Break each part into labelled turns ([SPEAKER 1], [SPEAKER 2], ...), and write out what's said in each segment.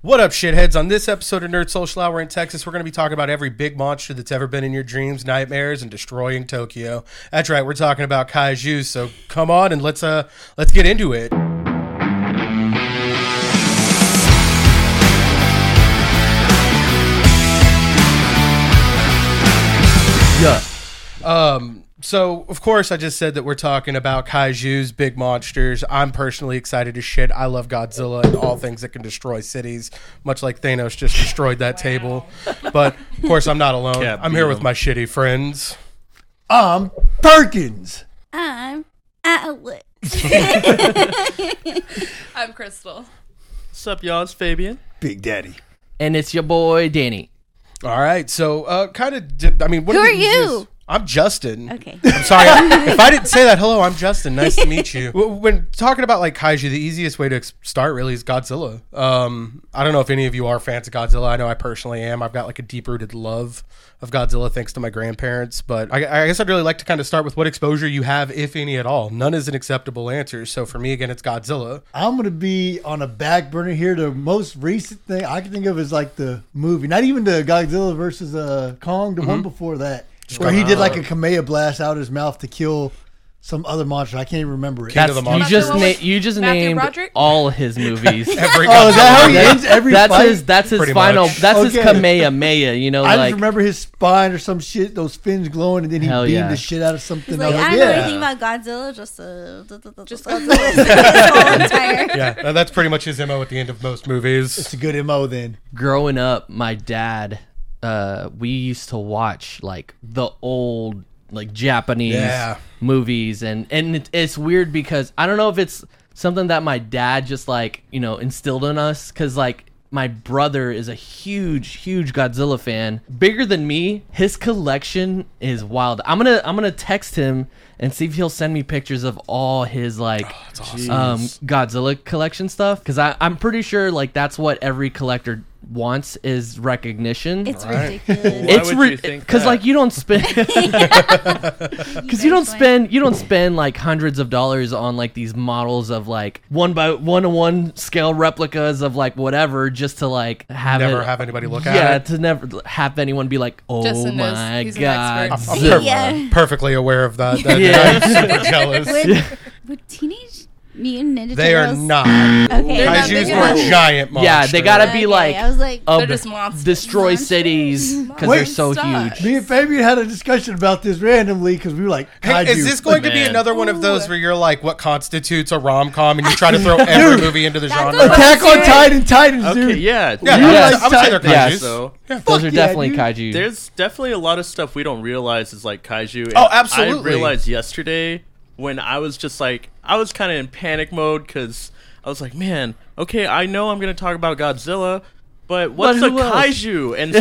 [SPEAKER 1] What up, shitheads? On this episode of Nerd Social Hour in Texas, we're going to be talking about every big monster that's ever been in your dreams, nightmares, and destroying Tokyo. That's right, we're talking about kaiju. So come on and let's uh let's get into it. Yeah. Um, so, of course, I just said that we're talking about kaijus, big monsters. I'm personally excited as shit. I love Godzilla and all things that can destroy cities, much like Thanos just destroyed that table. But, of course, I'm not alone.
[SPEAKER 2] Yeah,
[SPEAKER 1] I'm here
[SPEAKER 2] beat
[SPEAKER 1] with
[SPEAKER 2] him.
[SPEAKER 1] my shitty friends.
[SPEAKER 3] I'm Perkins.
[SPEAKER 4] I'm Alex.
[SPEAKER 5] I'm Crystal.
[SPEAKER 2] What's up, y'all? It's Fabian.
[SPEAKER 3] Big Daddy.
[SPEAKER 6] and it's your boy Danny.
[SPEAKER 1] All right. So, uh, kind of, di- I mean, what
[SPEAKER 4] Who
[SPEAKER 1] did
[SPEAKER 4] are
[SPEAKER 1] we
[SPEAKER 4] you?
[SPEAKER 1] use? I'm Justin.
[SPEAKER 4] Okay.
[SPEAKER 1] I'm sorry. I- if I didn't say that, hello, I'm Justin. Nice to meet you. W- When talking about like kaiju, the easiest way to ex- start really is Godzilla. Um, I don't know if any of you are fans of Godzilla. I know I personally am. I've got like a deep rooted love of Godzilla thanks to my grandparents. But I, I guess I'd really like to kind of start with what exposure you have, if any at all. None is an acceptable answer. So for me, again, it's Godzilla.
[SPEAKER 3] I'm gonna be on a back burner here. The most recent thing I can think of is like the movie, not even the Godzilla versus uh, Kong, the one before that, where he did like a Kamea blast out his mouth to kill some other monster. I can't even remember it.
[SPEAKER 1] King of
[SPEAKER 6] That's,
[SPEAKER 1] the
[SPEAKER 6] you
[SPEAKER 1] Monsters.
[SPEAKER 6] just
[SPEAKER 5] Not the one
[SPEAKER 6] na-
[SPEAKER 5] with
[SPEAKER 6] you just
[SPEAKER 5] Matthew
[SPEAKER 6] named
[SPEAKER 5] Broderick?
[SPEAKER 6] all his movies.
[SPEAKER 1] Every
[SPEAKER 3] oh, is that how he
[SPEAKER 1] Godzilla-
[SPEAKER 3] ends every
[SPEAKER 6] that's
[SPEAKER 3] fight?
[SPEAKER 6] his that's his
[SPEAKER 1] Pretty
[SPEAKER 6] final
[SPEAKER 1] much.
[SPEAKER 6] that's his
[SPEAKER 3] Okay.
[SPEAKER 6] Kamehameha, you know,
[SPEAKER 3] I
[SPEAKER 6] like
[SPEAKER 3] just remember his spine or some shit, those fins glowing, and then he
[SPEAKER 6] Hell
[SPEAKER 3] beamed
[SPEAKER 6] yeah.
[SPEAKER 3] the shit out of something.
[SPEAKER 4] He's like,
[SPEAKER 3] I was
[SPEAKER 4] I
[SPEAKER 3] like,
[SPEAKER 4] don't know
[SPEAKER 3] yeah.
[SPEAKER 4] anything about Godzilla, just uh, d- d- d-
[SPEAKER 5] Just
[SPEAKER 4] d- d- this whole entire-
[SPEAKER 1] yeah, that- that's pretty much his mo at the end of most movies.
[SPEAKER 3] It's a good mo then.
[SPEAKER 6] growing up, my dad uh we used to watch like the old like Japanese
[SPEAKER 1] Yeah.
[SPEAKER 6] movies and and it, it's weird because I don't know if it's something that my dad just like, you know, instilled in us cuz like my brother is a huge huge Godzilla fan, bigger than me. His collection is wild. I'm going to I'm going to text him and see if he'll send me pictures of all his like um Godzilla collection stuff cuz I I'm pretty sure like that's what every collector wants is recognition.
[SPEAKER 4] It's
[SPEAKER 1] Right.
[SPEAKER 4] ridiculous.
[SPEAKER 2] Why would you think
[SPEAKER 6] because
[SPEAKER 2] that?
[SPEAKER 6] like you don't spend because you don't spend you don't spend like hundreds of dollars on like these models of like one by one to one scale replicas of like whatever just to like have
[SPEAKER 1] Never
[SPEAKER 6] it-
[SPEAKER 1] have anybody look at
[SPEAKER 6] yeah
[SPEAKER 1] it.
[SPEAKER 6] to never have anyone be like oh
[SPEAKER 5] Justin knows.
[SPEAKER 6] my
[SPEAKER 5] He's an
[SPEAKER 6] god
[SPEAKER 5] expert.
[SPEAKER 1] I'm per-
[SPEAKER 4] Yeah.
[SPEAKER 1] perfectly aware of that. that
[SPEAKER 6] Yeah.
[SPEAKER 1] I'm super jealous.
[SPEAKER 4] Would, would teenage mutant ninja
[SPEAKER 1] They are
[SPEAKER 4] Turtles-
[SPEAKER 1] not.
[SPEAKER 4] Okay.
[SPEAKER 5] They're not
[SPEAKER 1] Kaiju's
[SPEAKER 5] big
[SPEAKER 1] were
[SPEAKER 5] enough.
[SPEAKER 1] giant monsters.
[SPEAKER 6] yeah they gotta be
[SPEAKER 4] Okay,
[SPEAKER 6] like
[SPEAKER 4] I was like,
[SPEAKER 1] um,
[SPEAKER 6] ob-
[SPEAKER 5] They're just monsters.
[SPEAKER 6] destroy
[SPEAKER 4] Monsters.
[SPEAKER 6] cities because
[SPEAKER 3] Wait,
[SPEAKER 6] they're so
[SPEAKER 5] stop.
[SPEAKER 6] huge
[SPEAKER 3] Me and Fabian had a discussion about this randomly because we were like,
[SPEAKER 1] Hey,
[SPEAKER 3] kaiju.
[SPEAKER 1] is this going to be
[SPEAKER 2] Man.
[SPEAKER 1] another one of those where you're like, what constitutes a rom com, and you try to throw every movie into the genre?
[SPEAKER 5] a-
[SPEAKER 3] Attack on Titan, Titans,
[SPEAKER 2] Okay,
[SPEAKER 3] dude.
[SPEAKER 2] yeah,
[SPEAKER 1] Yeah,
[SPEAKER 3] You
[SPEAKER 1] I would-
[SPEAKER 3] guys
[SPEAKER 1] I would say they're
[SPEAKER 3] typed
[SPEAKER 6] that.
[SPEAKER 1] kaijus.
[SPEAKER 2] So
[SPEAKER 3] Fuck
[SPEAKER 6] those are
[SPEAKER 3] yeah,
[SPEAKER 6] definitely
[SPEAKER 3] dude.
[SPEAKER 6] kaiju
[SPEAKER 2] there's definitely a lot of stuff we don't realize is like kaiju. and
[SPEAKER 1] Oh, absolutely.
[SPEAKER 2] I realized yesterday when I was just like I was kind of in panic mode because I was like, man, okay, I know I'm gonna talk about Godzilla. But what's
[SPEAKER 6] But
[SPEAKER 2] a
[SPEAKER 6] who else?
[SPEAKER 2] kaiju? And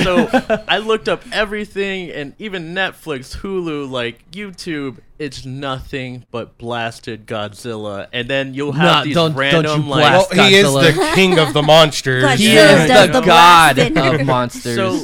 [SPEAKER 2] so I looked up everything, and even Netflix, Hulu, like YouTube. It's nothing but blasted Godzilla, and then you'll have
[SPEAKER 6] Nah,
[SPEAKER 2] these
[SPEAKER 6] don't- don't you
[SPEAKER 2] random like
[SPEAKER 1] Well,
[SPEAKER 6] blast
[SPEAKER 1] he is
[SPEAKER 6] Godzilla.
[SPEAKER 1] the king of the monsters.
[SPEAKER 4] Godzilla
[SPEAKER 6] he
[SPEAKER 4] Yeah.
[SPEAKER 6] is
[SPEAKER 4] does
[SPEAKER 6] the
[SPEAKER 4] the
[SPEAKER 6] god
[SPEAKER 4] blasting.
[SPEAKER 6] of monsters
[SPEAKER 2] So,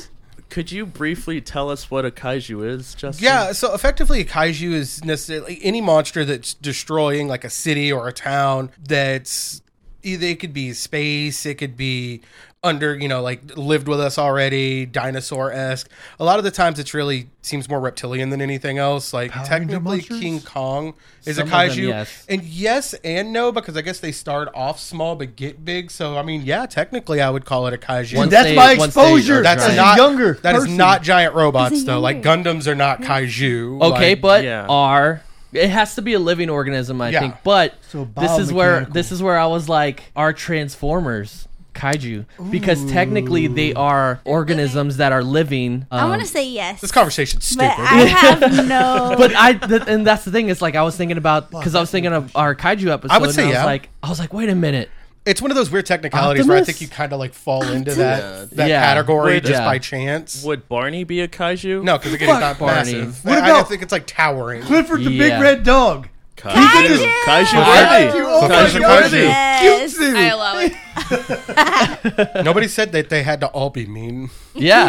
[SPEAKER 2] could you briefly tell us what a kaiju is, Justin?
[SPEAKER 1] Yeah, so effectively, a kaiju is necessarily any monster that's destroying like a city or a town that's either it could be space, it could be under, you know, like lived with us already, dinosaur esque. A lot of the times it's really seems more reptilian than anything else. Like
[SPEAKER 3] Ranger
[SPEAKER 1] technically,
[SPEAKER 3] monsters?
[SPEAKER 1] King Kong is
[SPEAKER 6] Some
[SPEAKER 1] a
[SPEAKER 6] of them,
[SPEAKER 1] kaiju.
[SPEAKER 6] yes.
[SPEAKER 1] And yes and no, because I guess they start off small but get big. So, I mean, yeah, technically, I would call it a kaiju.
[SPEAKER 6] Once
[SPEAKER 3] that's
[SPEAKER 6] they-
[SPEAKER 3] my
[SPEAKER 6] once they are
[SPEAKER 3] exposure.
[SPEAKER 1] That's
[SPEAKER 3] Right.
[SPEAKER 1] not
[SPEAKER 6] giant.
[SPEAKER 3] a younger
[SPEAKER 1] That is
[SPEAKER 3] person.
[SPEAKER 1] not giant robots
[SPEAKER 4] He's a
[SPEAKER 1] though. Like Gundams are not kaiju.
[SPEAKER 6] Okay,
[SPEAKER 1] like-
[SPEAKER 6] but
[SPEAKER 2] yeah.
[SPEAKER 6] are it has to be a living organism, I
[SPEAKER 1] Yeah.
[SPEAKER 6] think. But
[SPEAKER 3] So
[SPEAKER 6] this is where
[SPEAKER 3] biomechanical.
[SPEAKER 6] this is where I was like, are Transformers kaiju? Because technically they are organisms that are living.
[SPEAKER 4] I
[SPEAKER 6] um,
[SPEAKER 4] want to say yes,
[SPEAKER 1] this conversation's
[SPEAKER 4] but
[SPEAKER 1] stupid.
[SPEAKER 4] I have no.
[SPEAKER 6] but I th- and that's the thing. It's like I was thinking about because I was thinking of our kaiju episode.
[SPEAKER 1] would say
[SPEAKER 6] and I was
[SPEAKER 1] yeah.
[SPEAKER 6] like I was like, wait a minute.
[SPEAKER 1] it's one of those weird technicalities where I
[SPEAKER 6] Optimus?
[SPEAKER 1] think you kind of like fall into that that
[SPEAKER 6] Yeah.
[SPEAKER 1] category
[SPEAKER 2] Wait,
[SPEAKER 1] just
[SPEAKER 6] yeah.
[SPEAKER 1] by chance.
[SPEAKER 2] Would Barney be a kaiju?
[SPEAKER 1] No, because again, it's not
[SPEAKER 6] Barney.
[SPEAKER 1] massive.
[SPEAKER 3] What
[SPEAKER 1] I, I don't
[SPEAKER 3] about-
[SPEAKER 1] think it's like towering.
[SPEAKER 3] Clifford the
[SPEAKER 6] Yeah.
[SPEAKER 3] Big Red Dog.
[SPEAKER 2] Kaiju.
[SPEAKER 4] Kaiju!
[SPEAKER 2] Kaiju
[SPEAKER 3] Kaiju!
[SPEAKER 2] worthy.
[SPEAKER 3] Oh my
[SPEAKER 2] Kaiju
[SPEAKER 3] God.
[SPEAKER 2] worthy.
[SPEAKER 4] Yes.
[SPEAKER 3] Cute
[SPEAKER 5] I allow it.
[SPEAKER 1] Nobody said that they had to all be mean.
[SPEAKER 6] Yeah.
[SPEAKER 1] I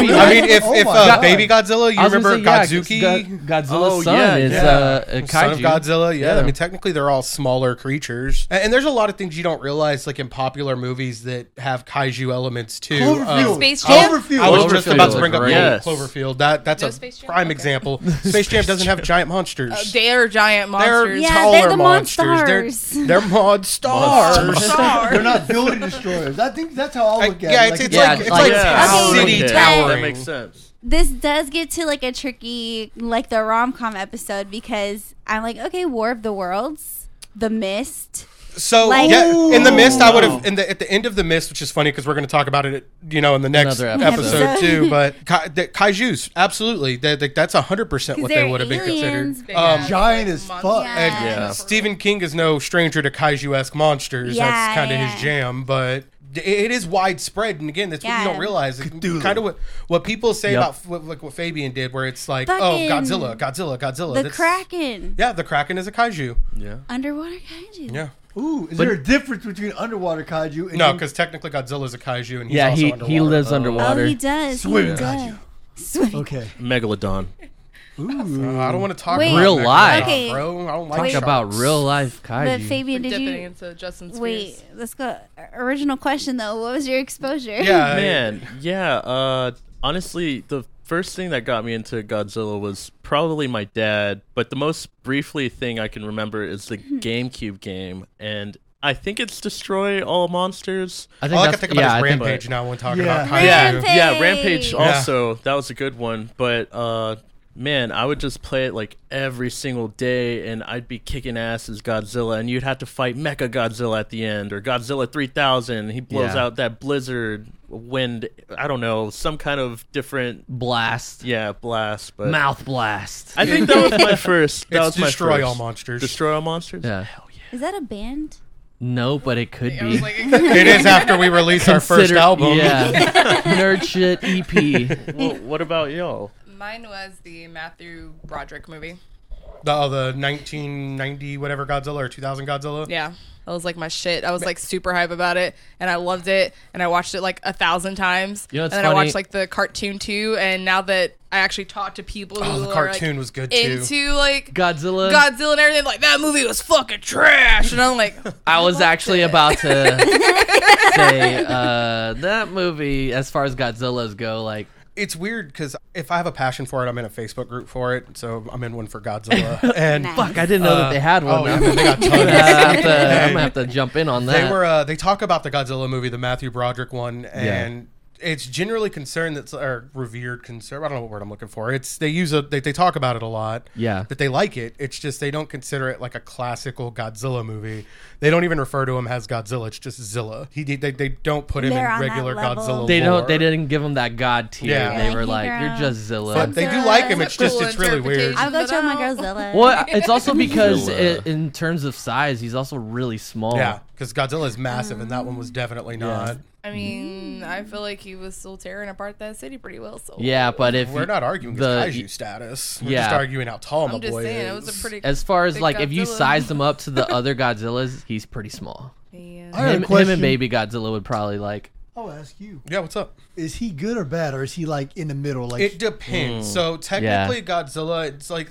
[SPEAKER 1] mean, if,
[SPEAKER 3] Oh
[SPEAKER 1] if
[SPEAKER 3] my
[SPEAKER 1] uh,
[SPEAKER 3] God.
[SPEAKER 1] Baby Godzilla, you
[SPEAKER 6] I was gonna
[SPEAKER 1] remember
[SPEAKER 6] say,
[SPEAKER 1] Godzuki?
[SPEAKER 6] yeah, 'cause Go- Godzilla's
[SPEAKER 2] Oh,
[SPEAKER 6] son
[SPEAKER 2] yeah,
[SPEAKER 6] is
[SPEAKER 2] yeah.
[SPEAKER 6] uh, a kaiju.
[SPEAKER 1] Son of Godzilla, yeah.
[SPEAKER 6] Yeah.
[SPEAKER 1] I mean, technically, they're all smaller creatures, A- and, there's a lot of things you don't realize, like in popular movies that have kaiju elements too.
[SPEAKER 3] Cloverfield.
[SPEAKER 1] Um,
[SPEAKER 5] Space
[SPEAKER 1] I-
[SPEAKER 5] Jam?
[SPEAKER 3] Cloverfield.
[SPEAKER 1] I was just
[SPEAKER 6] Cloverfield
[SPEAKER 1] about
[SPEAKER 6] is
[SPEAKER 1] to bring up
[SPEAKER 6] great.
[SPEAKER 2] Yes.
[SPEAKER 1] Cloverfield. That that's
[SPEAKER 5] No
[SPEAKER 1] a
[SPEAKER 5] Space Jam?
[SPEAKER 1] prime
[SPEAKER 5] Okay.
[SPEAKER 1] example. Space Jam doesn't have giant monsters.
[SPEAKER 5] Uh, they are giant
[SPEAKER 7] Oh,
[SPEAKER 1] they're
[SPEAKER 5] monsters.
[SPEAKER 4] Yeah,
[SPEAKER 1] taller
[SPEAKER 4] they're the
[SPEAKER 1] monsters.
[SPEAKER 4] monstars.
[SPEAKER 1] They're, they're mod stars.
[SPEAKER 3] They're not building destroyers. I think that's how I
[SPEAKER 1] I-
[SPEAKER 3] look at
[SPEAKER 1] yeah,
[SPEAKER 3] it.
[SPEAKER 1] it's, it's
[SPEAKER 6] Yeah,
[SPEAKER 1] like it's
[SPEAKER 6] it's
[SPEAKER 1] like
[SPEAKER 6] like
[SPEAKER 4] towering.
[SPEAKER 1] city
[SPEAKER 4] Okay.
[SPEAKER 1] towering.
[SPEAKER 2] That makes sense.
[SPEAKER 4] this does get to like a tricky like the rom-com episode because i'm like okay war of the worlds the mist
[SPEAKER 1] So
[SPEAKER 4] Like-
[SPEAKER 1] yeah, in the mist, I would
[SPEAKER 2] Wow.
[SPEAKER 1] have in the at the end of the mist, which is funny because we're going to talk about it, you know, in the next
[SPEAKER 6] Another
[SPEAKER 1] episode,
[SPEAKER 6] episode.
[SPEAKER 1] too. But ka- the, kaiju's absolutely, they, they, that's hundred percent
[SPEAKER 4] 'Cause
[SPEAKER 1] what they
[SPEAKER 4] they're
[SPEAKER 1] would have been considered.
[SPEAKER 4] aliens, but-
[SPEAKER 1] Um,
[SPEAKER 3] Giant as fuck.
[SPEAKER 4] Yeah.
[SPEAKER 1] and
[SPEAKER 2] Yeah.
[SPEAKER 1] Stephen King is no stranger to kaiju esque monsters. that's
[SPEAKER 4] Yeah,
[SPEAKER 1] kind of
[SPEAKER 4] yeah.
[SPEAKER 1] his jam, but. d- It is widespread, and again, that's what you
[SPEAKER 4] Yeah.
[SPEAKER 1] don't realize. Kind of what, what people say
[SPEAKER 6] Yep.
[SPEAKER 1] about f- what, like what Fabian did, where it's like,
[SPEAKER 4] Fucking-
[SPEAKER 1] oh, Godzilla, Godzilla, Godzilla.
[SPEAKER 4] the
[SPEAKER 1] That's-
[SPEAKER 4] kraken
[SPEAKER 1] Yeah, the Kraken is a kaiju.
[SPEAKER 2] Yeah.
[SPEAKER 4] underwater kaiju
[SPEAKER 1] Yeah,
[SPEAKER 3] Ooh, is there a difference between underwater kaiju and
[SPEAKER 1] no, because technically Godzilla is a kaiju, and he's
[SPEAKER 6] Yeah,
[SPEAKER 1] also
[SPEAKER 6] he, he
[SPEAKER 1] underwater.
[SPEAKER 6] lives underwater.
[SPEAKER 4] oh he does
[SPEAKER 3] Swimming
[SPEAKER 4] he does.
[SPEAKER 3] kaiju. Oh,
[SPEAKER 4] Swimming.
[SPEAKER 3] Okay.
[SPEAKER 2] Megalodon.
[SPEAKER 1] Uh, I don't want to talk
[SPEAKER 4] Wait.
[SPEAKER 1] about
[SPEAKER 4] Real
[SPEAKER 1] Megalodon,
[SPEAKER 6] life.
[SPEAKER 4] Okay.
[SPEAKER 1] bro. I don't like
[SPEAKER 6] Talk
[SPEAKER 4] Wait.
[SPEAKER 6] about
[SPEAKER 1] sharks.
[SPEAKER 6] real life
[SPEAKER 4] but
[SPEAKER 6] kaiju.
[SPEAKER 4] fabian
[SPEAKER 5] We're
[SPEAKER 4] did
[SPEAKER 5] dipping
[SPEAKER 4] you
[SPEAKER 5] into Justin's
[SPEAKER 4] wait let's go original question though what was your exposure
[SPEAKER 1] Yeah,
[SPEAKER 2] Man, yeah. Uh, honestly, the first thing that got me into Godzilla was probably my dad. But the most briefly thing I can remember is the
[SPEAKER 1] Hmm.
[SPEAKER 2] GameCube game, and I think it's Destroy All Monsters.
[SPEAKER 6] I think
[SPEAKER 1] All I can
[SPEAKER 6] that's
[SPEAKER 1] think about
[SPEAKER 6] yeah,
[SPEAKER 1] is
[SPEAKER 6] I think-
[SPEAKER 1] Rampage now when talking
[SPEAKER 3] Yeah.
[SPEAKER 1] about kaiju.
[SPEAKER 4] Rampage.
[SPEAKER 2] yeah, Rampage.
[SPEAKER 4] Yeah.
[SPEAKER 2] Also, that was a good one. But uh, man, I would just play it like every single day, and I'd be kicking ass as Godzilla, and you'd have to fight Mecha Godzilla at the end or Godzilla three thousand. He blows
[SPEAKER 6] Yeah.
[SPEAKER 2] out that blizzard wind. I don't know, some kind of different
[SPEAKER 6] blast,
[SPEAKER 2] yeah blast. But
[SPEAKER 6] mouth blast.
[SPEAKER 2] I think that was my first. That
[SPEAKER 1] It's
[SPEAKER 2] was my
[SPEAKER 1] destroy
[SPEAKER 2] first.
[SPEAKER 1] all monsters.
[SPEAKER 2] Destroy all monsters.
[SPEAKER 6] yeah.
[SPEAKER 4] is that a band
[SPEAKER 6] No, but it could
[SPEAKER 5] I
[SPEAKER 6] be.
[SPEAKER 5] was like,
[SPEAKER 1] it is after we release our first
[SPEAKER 6] Consider-
[SPEAKER 1] album.
[SPEAKER 6] Yeah. Nerd shit E EP.
[SPEAKER 2] Well, what about y'all?
[SPEAKER 5] mine was the Matthew Broderick movie.
[SPEAKER 1] The, oh, the 1990 whatever Godzilla or 2000 Godzilla.
[SPEAKER 5] Yeah. That was like my shit. I was like super hype about it and I loved it and I watched it like a thousand times.
[SPEAKER 6] You know,
[SPEAKER 5] and
[SPEAKER 6] it's
[SPEAKER 5] then I
[SPEAKER 6] funny-
[SPEAKER 5] watched like the cartoon too and now that I actually talk to people
[SPEAKER 1] Oh,
[SPEAKER 5] who
[SPEAKER 1] the
[SPEAKER 5] are,
[SPEAKER 1] cartoon
[SPEAKER 5] like,
[SPEAKER 1] was good too.
[SPEAKER 5] into like
[SPEAKER 6] Godzilla.
[SPEAKER 5] Godzilla and everything, like that movie was fucking trash and I'm like
[SPEAKER 6] I was actually about to say uh, that movie, as far as Godzilla's go, like
[SPEAKER 1] It's weird because if I have a passion for it, I'm in a Facebook group for it. So I'm in one for Godzilla. And
[SPEAKER 4] Nice.
[SPEAKER 6] fuck, I didn't know that they had one.
[SPEAKER 1] oh, yeah,
[SPEAKER 6] I'm,
[SPEAKER 1] they got tons.
[SPEAKER 6] gonna have to, I'm gonna have to jump in on that.
[SPEAKER 1] They were uh, they talk about the Godzilla movie, the Matthew Broderick one, and it's generally concerned that's or revered concern. I don't know what word I'm looking for. It's they use a they, they talk about it a lot.
[SPEAKER 6] Yeah.
[SPEAKER 1] that they like it. It's just they don't consider it like a classical Godzilla movie. They don't even refer to him as Godzilla. It's just Zilla. He they, they don't put him
[SPEAKER 4] They're
[SPEAKER 1] in
[SPEAKER 4] on that
[SPEAKER 1] regular
[SPEAKER 4] level.
[SPEAKER 1] Godzilla.
[SPEAKER 6] they
[SPEAKER 1] lore.
[SPEAKER 6] don't. They didn't give him that god tier.
[SPEAKER 1] Yeah.
[SPEAKER 6] They were
[SPEAKER 4] Like,
[SPEAKER 6] like,
[SPEAKER 4] hey,
[SPEAKER 6] "You're
[SPEAKER 4] girl.
[SPEAKER 6] just Zilla."
[SPEAKER 1] But they do like him. It's
[SPEAKER 5] Cool
[SPEAKER 1] just it's really weird.
[SPEAKER 5] interpretation.
[SPEAKER 4] i'll go
[SPEAKER 5] Check
[SPEAKER 4] show
[SPEAKER 5] it
[SPEAKER 4] my
[SPEAKER 5] out.
[SPEAKER 4] girl zilla
[SPEAKER 6] Well, it's also because
[SPEAKER 2] Zilla.
[SPEAKER 6] i in terms of size, he's also really small.
[SPEAKER 1] Yeah, because Godzilla is massive, and that one
[SPEAKER 5] Mm.
[SPEAKER 1] was definitely not.
[SPEAKER 5] I mean, I
[SPEAKER 4] Mm.
[SPEAKER 5] feel like he was still tearing apart that city pretty well. So
[SPEAKER 6] Yeah, but if
[SPEAKER 1] We're not arguing his
[SPEAKER 6] the-
[SPEAKER 1] kaiju status. We're just
[SPEAKER 6] Yeah.
[SPEAKER 1] arguing how tall my
[SPEAKER 5] I'm just
[SPEAKER 1] boy
[SPEAKER 5] saying
[SPEAKER 1] is.
[SPEAKER 5] it was a pretty
[SPEAKER 6] as far as
[SPEAKER 5] big
[SPEAKER 6] like if you
[SPEAKER 5] Godzilla.
[SPEAKER 6] sized him up to the other Godzillas, he's pretty small.
[SPEAKER 5] Yeah.
[SPEAKER 3] I got a
[SPEAKER 6] Him, him
[SPEAKER 3] question.
[SPEAKER 6] and Baby Godzilla would probably like.
[SPEAKER 3] I'll ask you.
[SPEAKER 1] yeah, what's up?
[SPEAKER 3] Is he good or bad, or is he like in the middle? Like
[SPEAKER 1] It depends.
[SPEAKER 6] Mm.
[SPEAKER 1] So technically, Godzilla. It's like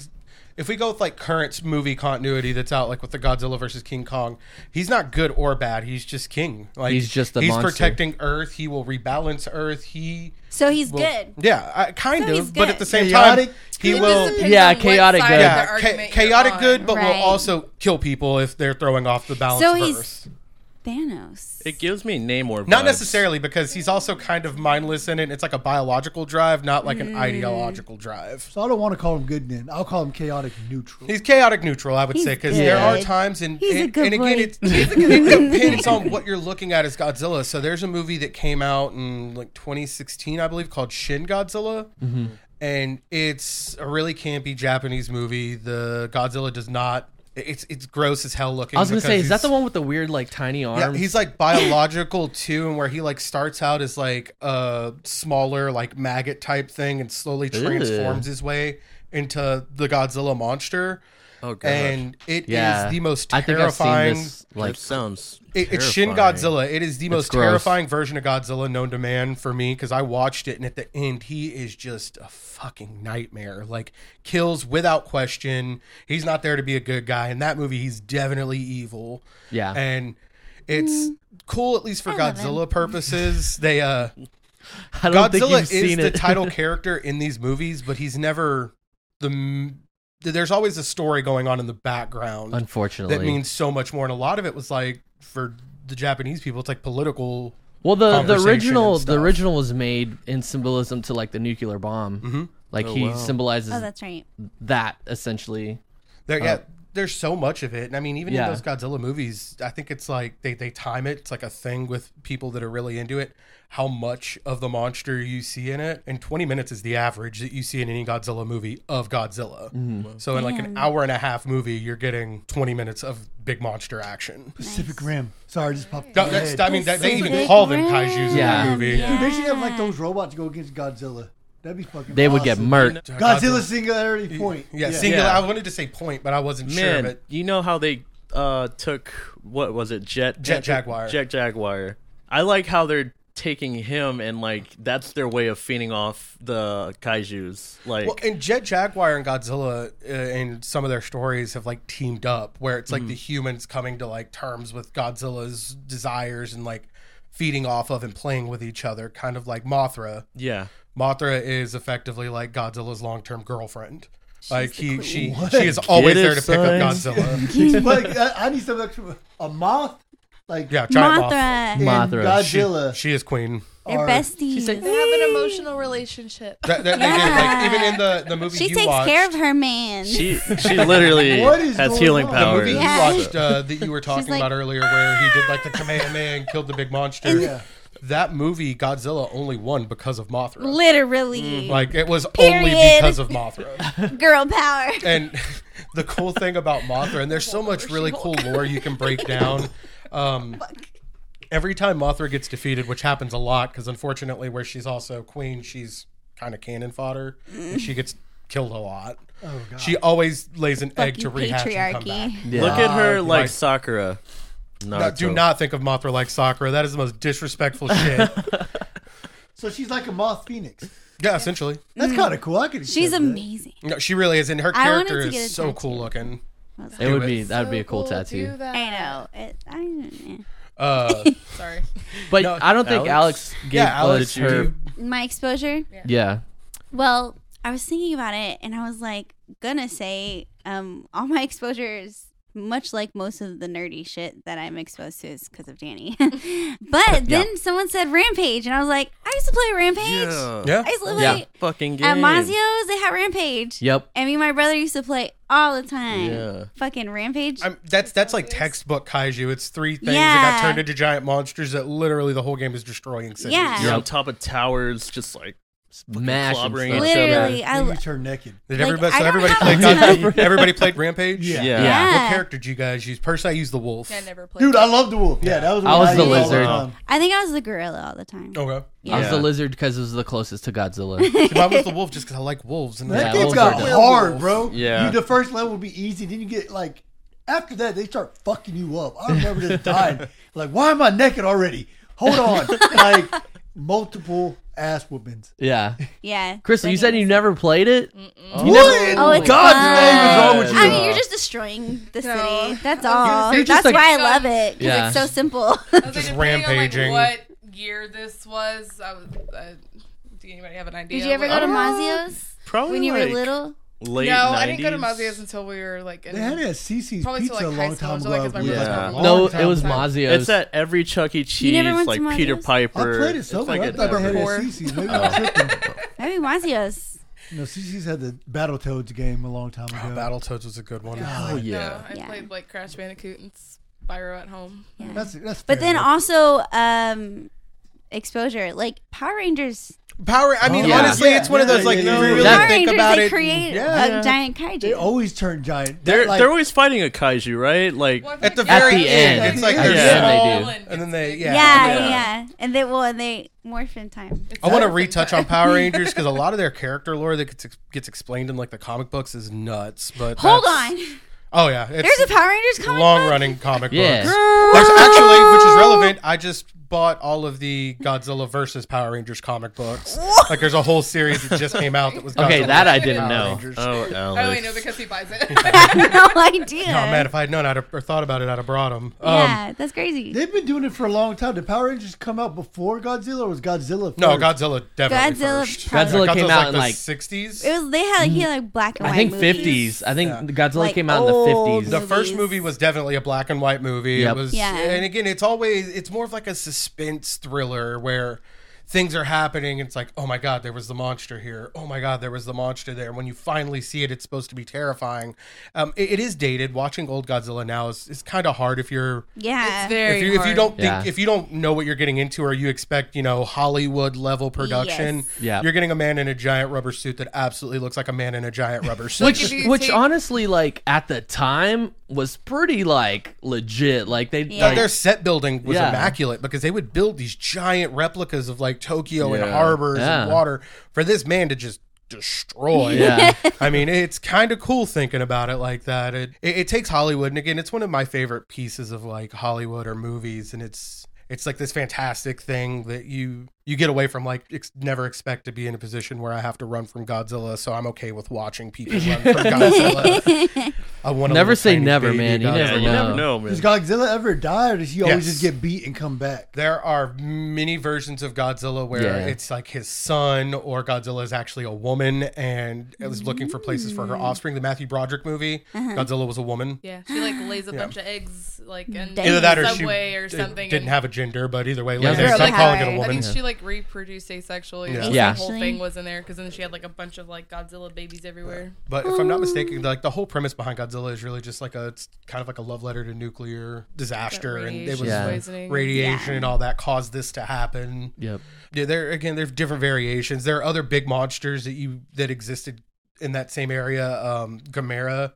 [SPEAKER 1] if we go with like current movie continuity that's out, like with the Godzilla versus King Kong. He's not good or bad. He's just king. Like
[SPEAKER 6] He's just a
[SPEAKER 1] he's
[SPEAKER 6] monster.
[SPEAKER 1] protecting Earth. He will rebalance Earth. He
[SPEAKER 4] so he's
[SPEAKER 1] will,
[SPEAKER 4] good
[SPEAKER 1] yeah, I, kind
[SPEAKER 4] So he's
[SPEAKER 1] of. But at
[SPEAKER 4] good.
[SPEAKER 1] the same
[SPEAKER 3] Chaotic?
[SPEAKER 1] time, he
[SPEAKER 5] It
[SPEAKER 1] will.
[SPEAKER 5] just depends
[SPEAKER 6] Yeah,
[SPEAKER 5] on what
[SPEAKER 6] chaotic
[SPEAKER 5] side
[SPEAKER 6] good.
[SPEAKER 5] of the
[SPEAKER 1] Yeah, cha-
[SPEAKER 5] argument you're
[SPEAKER 1] chaotic
[SPEAKER 5] on.
[SPEAKER 1] good, but will
[SPEAKER 4] Right.
[SPEAKER 1] also kill people if they're throwing off the balance
[SPEAKER 4] So
[SPEAKER 1] of
[SPEAKER 4] he's-
[SPEAKER 1] Earth.
[SPEAKER 4] thanos
[SPEAKER 2] It gives me Namor.
[SPEAKER 1] Not
[SPEAKER 2] vibes.
[SPEAKER 1] necessarily because he's also kind of mindless in it. It's like a biological drive, not like
[SPEAKER 4] Mm.
[SPEAKER 1] an ideological drive.
[SPEAKER 3] so I don't want to call him good then. I'll call him chaotic neutral.
[SPEAKER 1] He's chaotic neutral, I would
[SPEAKER 4] He's
[SPEAKER 1] say, because there are
[SPEAKER 4] good.
[SPEAKER 1] times and
[SPEAKER 4] He's a
[SPEAKER 1] and-
[SPEAKER 4] good
[SPEAKER 1] and
[SPEAKER 4] boy.
[SPEAKER 1] again, it, it depends on what you're looking at as Godzilla. So there's a movie that came out in like 2016, I believe, called Shin Godzilla,
[SPEAKER 6] Mm-hmm.
[SPEAKER 1] and it's a really campy Japanese movie. The Godzilla does not. It's it's gross as hell looking.
[SPEAKER 6] I was gonna
[SPEAKER 1] because
[SPEAKER 6] say, is that
[SPEAKER 1] he's-
[SPEAKER 6] the one with the weird like tiny arms?
[SPEAKER 1] Yeah, he's like biological too, and where he like starts out as like a smaller like maggot type thing, and slowly transforms his way into the Godzilla monster.
[SPEAKER 2] Oh, God.
[SPEAKER 1] and it is
[SPEAKER 6] Yeah.
[SPEAKER 1] the most
[SPEAKER 6] I think I've seen
[SPEAKER 1] terrifying.
[SPEAKER 6] this. Like
[SPEAKER 2] that sounds.
[SPEAKER 1] It, it's Shin
[SPEAKER 2] terrifying.
[SPEAKER 1] Godzilla. It is the most
[SPEAKER 6] gross.
[SPEAKER 1] terrifying version of Godzilla known to man for me because I watched it, and at the end, he is just a fucking nightmare. Like kills without question. He's not there to be a good guy. In that movie, he's definitely evil.
[SPEAKER 6] Yeah.
[SPEAKER 1] and it's cool at least for
[SPEAKER 4] Mm. I love him.
[SPEAKER 1] Godzilla purposes. They uh,
[SPEAKER 6] I don't think
[SPEAKER 1] Godzilla
[SPEAKER 6] you've
[SPEAKER 1] is
[SPEAKER 6] seen
[SPEAKER 1] the
[SPEAKER 6] it.
[SPEAKER 1] title character in these movies, but he's never the. m- There's always a story going on in the background
[SPEAKER 6] Unfortunately,
[SPEAKER 1] that means so much more. And a lot of it was like for the Japanese people, it's like political.
[SPEAKER 6] Well, the, the
[SPEAKER 1] conversation
[SPEAKER 6] original
[SPEAKER 1] and
[SPEAKER 6] the
[SPEAKER 1] stuff.
[SPEAKER 6] original was made in symbolism to like the nuclear bomb. Mm-hmm. Like
[SPEAKER 2] Oh,
[SPEAKER 6] he
[SPEAKER 2] wow.
[SPEAKER 6] symbolizes
[SPEAKER 4] Oh, that's right.
[SPEAKER 6] that essentially.
[SPEAKER 1] There, yeah, there's so much of it, and I mean, even
[SPEAKER 6] Uh, Yeah.
[SPEAKER 1] in those Godzilla movies, I think it's like they they time it. It's like a thing with people that are really into it. How much of the monster you see in it, and 20 minutes is the average that you see in any Godzilla movie of Godzilla.
[SPEAKER 6] Mm-hmm.
[SPEAKER 1] So in like an
[SPEAKER 4] Damn.
[SPEAKER 1] hour and a half movie, you're getting 20 minutes of big monster action.
[SPEAKER 3] Pacific Rim. Sorry, I just popped.
[SPEAKER 1] No,
[SPEAKER 3] in my
[SPEAKER 1] that's,
[SPEAKER 3] head.
[SPEAKER 1] I mean, that, they even
[SPEAKER 4] Pacific
[SPEAKER 1] call them
[SPEAKER 4] Rim.
[SPEAKER 1] kaiju's in
[SPEAKER 6] Yeah.
[SPEAKER 1] that movie.
[SPEAKER 3] Dude, they should have like those robots go against Godzilla. That'd be fucking.
[SPEAKER 6] They would get
[SPEAKER 3] awesome.
[SPEAKER 6] murked.
[SPEAKER 3] Godzilla singularity point.
[SPEAKER 1] Yeah, singular.
[SPEAKER 2] Yeah.
[SPEAKER 1] I wanted to say point, but I wasn't sure.
[SPEAKER 2] Man,
[SPEAKER 1] But
[SPEAKER 2] you know how they uh, took what was it, Jet
[SPEAKER 1] Jet Jaguar.
[SPEAKER 2] Jet Jaguar. I like how they're taking him and like that's their way of fending off the kaiju's. Like,
[SPEAKER 1] well, and Jet Jaguar and Godzilla uh, and some of their stories have like teamed up, where it's like
[SPEAKER 2] Mm.
[SPEAKER 1] the humans coming to like terms with Godzilla's desires and like feeding off of and playing with each other, kind of like Mothra.
[SPEAKER 2] yeah,
[SPEAKER 1] Mothra is effectively like Godzilla's long-term girlfriend. like he, she, she is always
[SPEAKER 2] Get it,
[SPEAKER 1] there to pick up
[SPEAKER 2] son?
[SPEAKER 1] Godzilla.
[SPEAKER 3] like I, I need some extra. A moth, like
[SPEAKER 1] yeah, giant Mothra.
[SPEAKER 4] Mothra.
[SPEAKER 3] and
[SPEAKER 6] Mothra.
[SPEAKER 1] She,
[SPEAKER 3] Godzilla.
[SPEAKER 1] she is queen.
[SPEAKER 4] They're
[SPEAKER 3] are-
[SPEAKER 4] besties.
[SPEAKER 6] She's like,
[SPEAKER 5] They have an emotional relationship.
[SPEAKER 1] That, that they did. Like even in the the movie
[SPEAKER 4] she
[SPEAKER 1] you
[SPEAKER 4] takes
[SPEAKER 1] watched,
[SPEAKER 4] care of her man.
[SPEAKER 2] she she literally
[SPEAKER 3] What is
[SPEAKER 2] has
[SPEAKER 3] going
[SPEAKER 2] healing
[SPEAKER 3] on? The
[SPEAKER 1] the
[SPEAKER 2] powers.
[SPEAKER 1] movie you
[SPEAKER 4] Yeah.
[SPEAKER 1] watched uh, that you were talking
[SPEAKER 4] like,
[SPEAKER 1] about earlier, where he did like the Kamehameha and killed the big monster.
[SPEAKER 3] Yeah.
[SPEAKER 1] That movie, Godzilla, only won because of Mothra.
[SPEAKER 4] Literally,
[SPEAKER 1] Mm, Like it was only
[SPEAKER 4] Period.
[SPEAKER 1] because of Mothra.
[SPEAKER 4] girl power.
[SPEAKER 1] And the cool thing about Mothra, and there's so much really cool lore you can break down. Um, every time Mothra gets defeated, which happens a lot, because unfortunately, where she's also queen, she's kind of cannon fodder, and she gets killed a lot. Oh, God. She always lays an egg to
[SPEAKER 4] Fucking
[SPEAKER 1] rehatch and come back.
[SPEAKER 4] patriarchy.
[SPEAKER 2] Look at her like
[SPEAKER 1] like-
[SPEAKER 2] Sakura.
[SPEAKER 1] No,
[SPEAKER 2] Naruto.
[SPEAKER 1] do not think of Mothra like Sakura. That is the most disrespectful shit.
[SPEAKER 3] So she's like a moth phoenix.
[SPEAKER 1] yeah, essentially.
[SPEAKER 3] That's kind of cool. I could.
[SPEAKER 4] She's
[SPEAKER 3] accept that.
[SPEAKER 4] amazing.
[SPEAKER 1] No, she really is, and her
[SPEAKER 4] I wanted
[SPEAKER 1] character
[SPEAKER 4] to get
[SPEAKER 1] is
[SPEAKER 4] a
[SPEAKER 1] so
[SPEAKER 4] tattoo.
[SPEAKER 1] cool looking.
[SPEAKER 6] It would be that would be a cool tattoo.
[SPEAKER 4] I know. It, I, eh.
[SPEAKER 1] Uh,
[SPEAKER 5] Sorry.
[SPEAKER 6] But
[SPEAKER 1] No,
[SPEAKER 6] I don't think
[SPEAKER 2] Alex?
[SPEAKER 6] Alex gave
[SPEAKER 1] yeah, Alex,
[SPEAKER 6] us her.
[SPEAKER 1] you-
[SPEAKER 4] my exposure.
[SPEAKER 6] Yeah.
[SPEAKER 4] Well, I was thinking about it, and I was like, gonna say, um, all my exposure is much like most of the nerdy shit that I'm exposed to is because of Danny. but then someone said Rampage, and I was like, I used to play Rampage.
[SPEAKER 2] Yeah.
[SPEAKER 1] yeah,
[SPEAKER 4] I used to
[SPEAKER 6] Yeah.
[SPEAKER 4] play
[SPEAKER 2] Fucking game.
[SPEAKER 4] at Mazio's. They had Rampage.
[SPEAKER 6] Yep.
[SPEAKER 4] And me and my brother used to play all the time.
[SPEAKER 2] Yeah.
[SPEAKER 4] Fucking Rampage.
[SPEAKER 1] I'm, that's that's like textbook kaiju. It's three things that got
[SPEAKER 4] Yeah.
[SPEAKER 1] turned into giant monsters that literally the whole game is destroying cities.
[SPEAKER 4] Yeah.
[SPEAKER 2] You're
[SPEAKER 6] Yep.
[SPEAKER 2] on top of towers, just like
[SPEAKER 6] Smash. and
[SPEAKER 2] clobbering
[SPEAKER 6] stuff.
[SPEAKER 2] each other.
[SPEAKER 4] Literally, I
[SPEAKER 3] Then
[SPEAKER 4] lo-
[SPEAKER 3] you turn naked.
[SPEAKER 1] Did
[SPEAKER 4] Like,
[SPEAKER 1] everybody,
[SPEAKER 4] I
[SPEAKER 1] so
[SPEAKER 4] don't
[SPEAKER 1] everybody
[SPEAKER 4] have
[SPEAKER 1] played
[SPEAKER 4] a ton.
[SPEAKER 1] Godzilla? everybody played Rampage.
[SPEAKER 3] Yeah.
[SPEAKER 2] Yeah.
[SPEAKER 6] Yeah.
[SPEAKER 1] What character did you guys use? Personally, I used the wolf.
[SPEAKER 5] I never played.
[SPEAKER 3] Dude, I love the wolf. Yeah, that was.
[SPEAKER 6] I
[SPEAKER 3] one
[SPEAKER 6] was the
[SPEAKER 3] used all
[SPEAKER 6] lizard.
[SPEAKER 3] time.
[SPEAKER 4] I think I was the gorilla all the time.
[SPEAKER 6] Oh,
[SPEAKER 1] Okay.
[SPEAKER 6] I was
[SPEAKER 2] Yeah.
[SPEAKER 6] the lizard because it was the closest to Godzilla.
[SPEAKER 1] See, mine was the wolf just because I like wolves. And I
[SPEAKER 3] That
[SPEAKER 1] was like,
[SPEAKER 6] Yeah,
[SPEAKER 3] game's got
[SPEAKER 6] wolves are
[SPEAKER 1] "Werewolf."
[SPEAKER 6] dope.
[SPEAKER 3] hard, bro.
[SPEAKER 2] Yeah.
[SPEAKER 3] You, the first level would be easy. Then you get like after that they start fucking you up. I remember just dying. Like, why am I naked already? Hold on. like multiple ass whoopings.
[SPEAKER 6] yeah.
[SPEAKER 4] Yeah.
[SPEAKER 6] Crystal, you said you never played it.
[SPEAKER 3] What? in
[SPEAKER 4] Oh, it's
[SPEAKER 3] God's
[SPEAKER 4] fun.
[SPEAKER 3] name is wrong with you?
[SPEAKER 4] I mean, you're just destroying the
[SPEAKER 5] No.
[SPEAKER 4] city. That's all.
[SPEAKER 5] say- You're
[SPEAKER 4] That's
[SPEAKER 6] just like-
[SPEAKER 4] why I love it. 'cause
[SPEAKER 6] Yeah.
[SPEAKER 4] It's so simple.
[SPEAKER 5] I was
[SPEAKER 1] Just
[SPEAKER 5] depending on,
[SPEAKER 1] rampaging.
[SPEAKER 5] Like, what year this was? I was. Uh, do anybody have an idea?
[SPEAKER 4] Did you ever
[SPEAKER 5] What-
[SPEAKER 4] go to Mazio's
[SPEAKER 2] Probably
[SPEAKER 4] when you were
[SPEAKER 2] like,
[SPEAKER 4] little?
[SPEAKER 2] Late
[SPEAKER 5] No, I didn't go to
[SPEAKER 2] 90s.
[SPEAKER 5] Mazio's until we were like. In,
[SPEAKER 3] They had it at CC's
[SPEAKER 5] Probably till,
[SPEAKER 3] Pizza a
[SPEAKER 5] like, high
[SPEAKER 3] long
[SPEAKER 5] school,
[SPEAKER 3] time
[SPEAKER 5] so,
[SPEAKER 3] ago.
[SPEAKER 5] like,
[SPEAKER 3] I
[SPEAKER 5] it's my
[SPEAKER 3] believe.
[SPEAKER 5] brother's
[SPEAKER 2] Yeah.
[SPEAKER 3] Long
[SPEAKER 6] No,
[SPEAKER 3] time
[SPEAKER 6] it was
[SPEAKER 3] ago.
[SPEAKER 6] Mazio's.
[SPEAKER 2] It's at every Chuck E.
[SPEAKER 4] You never
[SPEAKER 2] Cheese,
[SPEAKER 4] went
[SPEAKER 2] like
[SPEAKER 4] to
[SPEAKER 2] Peter
[SPEAKER 4] Mazio's?
[SPEAKER 2] Piper.
[SPEAKER 3] I played it
[SPEAKER 2] It's
[SPEAKER 3] somewhere.
[SPEAKER 2] like
[SPEAKER 3] I
[SPEAKER 2] at
[SPEAKER 3] thought they had it at
[SPEAKER 5] every-
[SPEAKER 3] CC's. Maybe I'm
[SPEAKER 2] Oh.
[SPEAKER 3] tripping.
[SPEAKER 4] Maybe Mazio's.
[SPEAKER 3] No, CC's had the Battletoads game a long time ago.
[SPEAKER 1] Oh, Battletoads was a good one.
[SPEAKER 2] Oh yeah.
[SPEAKER 5] No, I
[SPEAKER 4] Yeah.
[SPEAKER 5] played like Crash Bandicoot and Spyro at home.
[SPEAKER 3] That's that's.
[SPEAKER 4] But
[SPEAKER 3] fair
[SPEAKER 4] then
[SPEAKER 3] enough.
[SPEAKER 4] also um, exposure, like Power Rangers.
[SPEAKER 1] Power. I mean,
[SPEAKER 6] Yeah.
[SPEAKER 1] honestly, it's one of
[SPEAKER 3] Yeah,
[SPEAKER 1] those like
[SPEAKER 3] yeah,
[SPEAKER 1] you
[SPEAKER 3] yeah,
[SPEAKER 1] really
[SPEAKER 3] yeah.
[SPEAKER 4] Power
[SPEAKER 1] think
[SPEAKER 4] Rangers,
[SPEAKER 1] about
[SPEAKER 4] they
[SPEAKER 1] it.
[SPEAKER 4] create
[SPEAKER 3] Yeah.
[SPEAKER 4] a
[SPEAKER 3] Yeah.
[SPEAKER 4] giant kaiju.
[SPEAKER 3] they always turn giant.
[SPEAKER 2] They're
[SPEAKER 3] like,
[SPEAKER 2] they're always fighting a kaiju, right? Like
[SPEAKER 5] Well, I
[SPEAKER 1] At
[SPEAKER 5] think
[SPEAKER 1] the
[SPEAKER 5] they're
[SPEAKER 1] very
[SPEAKER 6] the
[SPEAKER 1] end,
[SPEAKER 6] end.
[SPEAKER 1] it's like
[SPEAKER 3] Yeah.
[SPEAKER 1] there's
[SPEAKER 6] Yeah.
[SPEAKER 1] so-
[SPEAKER 6] they
[SPEAKER 5] small
[SPEAKER 6] do.
[SPEAKER 1] and then they yeah.
[SPEAKER 4] yeah, yeah,
[SPEAKER 2] Yeah.
[SPEAKER 4] and they well, and they morph in time.
[SPEAKER 5] it's
[SPEAKER 1] I want to
[SPEAKER 5] awesome.
[SPEAKER 1] retouch on Power Rangers because a lot of their character lore that gets, gets explained in like the comic books is nuts. But
[SPEAKER 4] Hold
[SPEAKER 1] that's-
[SPEAKER 4] on,
[SPEAKER 1] Oh yeah, it's
[SPEAKER 4] There's a Power Rangers comic
[SPEAKER 1] long
[SPEAKER 4] book?
[SPEAKER 1] running comic
[SPEAKER 6] Yeah.
[SPEAKER 1] books. There's actually, which is relevant. I just bought all of the Godzilla versus Power Rangers comic books. like there's a whole series that just came out that was Godzilla
[SPEAKER 6] Okay, that I
[SPEAKER 1] versus Power
[SPEAKER 6] didn't know.
[SPEAKER 1] Rangers.
[SPEAKER 2] Oh,
[SPEAKER 5] I
[SPEAKER 2] Alex.
[SPEAKER 5] only know because he buys it.
[SPEAKER 4] I had no idea.
[SPEAKER 1] Oh man, if I had known I'd have, or thought about it, I'd have brought Um, them.
[SPEAKER 4] yeah, that's crazy.
[SPEAKER 3] They've been doing it for a long time. Did Power Rangers come out before Godzilla or was Godzilla first?
[SPEAKER 1] No, Godzilla definitely
[SPEAKER 4] Godzilla
[SPEAKER 1] first.
[SPEAKER 4] probably-
[SPEAKER 6] Godzilla came out in,
[SPEAKER 1] the
[SPEAKER 6] like-
[SPEAKER 1] 60s.
[SPEAKER 4] It was they had he had like black and
[SPEAKER 6] I
[SPEAKER 4] white.
[SPEAKER 6] think
[SPEAKER 4] movies.
[SPEAKER 6] 50s. I think
[SPEAKER 1] Yeah.
[SPEAKER 6] Godzilla
[SPEAKER 4] Like
[SPEAKER 6] came out in
[SPEAKER 4] old
[SPEAKER 6] the 50s.
[SPEAKER 1] the first
[SPEAKER 4] movies.
[SPEAKER 1] movie was definitely a black and white movie.
[SPEAKER 6] Yep.
[SPEAKER 1] It was,
[SPEAKER 4] Yeah.
[SPEAKER 1] and again, it's always it's more of like a suspense thriller where things are happening. It's like, oh my god, there was the monster here. Oh my god, there was the monster there. When you finally see it, it's supposed to be terrifying. Um, it- it is dated. Watching old Godzilla now is, is kind of hard if you're
[SPEAKER 4] Yeah.
[SPEAKER 5] It's very
[SPEAKER 1] if you, if you
[SPEAKER 5] hard.
[SPEAKER 1] don't think
[SPEAKER 6] Yeah.
[SPEAKER 1] if you don't know what you're getting into or you expect you know Hollywood level production,
[SPEAKER 4] Yes.
[SPEAKER 6] Yeah.
[SPEAKER 1] you're getting a man in a giant rubber suit that absolutely looks like a man in a giant rubber suit.
[SPEAKER 6] which
[SPEAKER 5] If you
[SPEAKER 6] which
[SPEAKER 5] take-
[SPEAKER 6] honestly like at the time was pretty like legit like they
[SPEAKER 4] Yeah.
[SPEAKER 6] like,
[SPEAKER 1] their set building was
[SPEAKER 6] Yeah.
[SPEAKER 1] immaculate because they would build these giant replicas of like Tokyo and
[SPEAKER 2] Yeah.
[SPEAKER 1] harbors and
[SPEAKER 6] Yeah.
[SPEAKER 1] water for this man to just destroy.
[SPEAKER 6] Yeah.
[SPEAKER 1] I mean, it's kind of cool thinking about it like that. It, it it takes Hollywood, and again, it's one of my favorite pieces of like Hollywood or movies, and it's it's like this fantastic thing that you you get away from like ex- never expect to be in a position where I have to run from Godzilla, so I'm okay with watching people run from Godzilla. I want a
[SPEAKER 6] Never
[SPEAKER 1] little
[SPEAKER 6] say
[SPEAKER 1] tiny
[SPEAKER 6] never,
[SPEAKER 1] baby
[SPEAKER 6] man. You
[SPEAKER 1] Godzilla.
[SPEAKER 2] yeah, you never
[SPEAKER 6] No.
[SPEAKER 2] know, man.
[SPEAKER 3] Does Godzilla ever die or does he always
[SPEAKER 1] Yes.
[SPEAKER 3] just get beat and come back?
[SPEAKER 1] There are many versions of Godzilla where
[SPEAKER 6] Yeah.
[SPEAKER 1] it's like his son, or Godzilla is actually a woman and is looking for places for her offspring. The Matthew Broderick movie, Godzilla was a woman.
[SPEAKER 5] Uh-huh. yeah, she like lays a bunch of eggs like in
[SPEAKER 4] Dang.
[SPEAKER 1] Either that or she
[SPEAKER 5] subway or
[SPEAKER 1] did-
[SPEAKER 5] something.
[SPEAKER 1] didn't
[SPEAKER 5] and-
[SPEAKER 1] have a gender, but either way,
[SPEAKER 6] Yeah.
[SPEAKER 1] latex,
[SPEAKER 6] Girl
[SPEAKER 1] I'm calling it a
[SPEAKER 4] power.
[SPEAKER 5] I
[SPEAKER 1] woman.
[SPEAKER 5] think she like reproduced asexually.
[SPEAKER 1] Yeah.
[SPEAKER 5] Yeah,
[SPEAKER 6] Yeah.
[SPEAKER 5] The whole
[SPEAKER 4] Asexually.
[SPEAKER 5] thing was in there because then she had like a bunch of like Godzilla babies everywhere.
[SPEAKER 1] But if I'm not mistaken, like the whole premise behind Godzilla is really just like a it's kind of like a love letter to nuclear disaster, and it was
[SPEAKER 6] Yeah.
[SPEAKER 5] poisoning.
[SPEAKER 1] radiation
[SPEAKER 4] Yeah.
[SPEAKER 1] and all that caused this to happen.
[SPEAKER 6] yep
[SPEAKER 1] Yeah, there again, there's different variations. There are other big monsters that you that existed in that same area. Um, Gamera,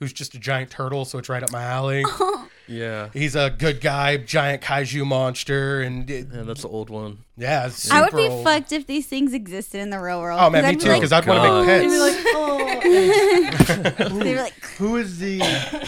[SPEAKER 1] who's just a giant turtle, so it's right up my alley.
[SPEAKER 4] Uh-huh.
[SPEAKER 2] yeah.
[SPEAKER 1] He's a good guy, giant kaiju monster, and it,
[SPEAKER 2] Yeah, that's the old one.
[SPEAKER 1] yeah, it's
[SPEAKER 4] I would
[SPEAKER 1] super
[SPEAKER 4] be
[SPEAKER 1] old.
[SPEAKER 4] fucked if these things existed in the real world.
[SPEAKER 1] Oh man, me
[SPEAKER 4] I'd be
[SPEAKER 1] too,
[SPEAKER 4] like-
[SPEAKER 1] because I'd want to
[SPEAKER 2] God.
[SPEAKER 1] make pets.
[SPEAKER 4] they'd be like,
[SPEAKER 3] Who is the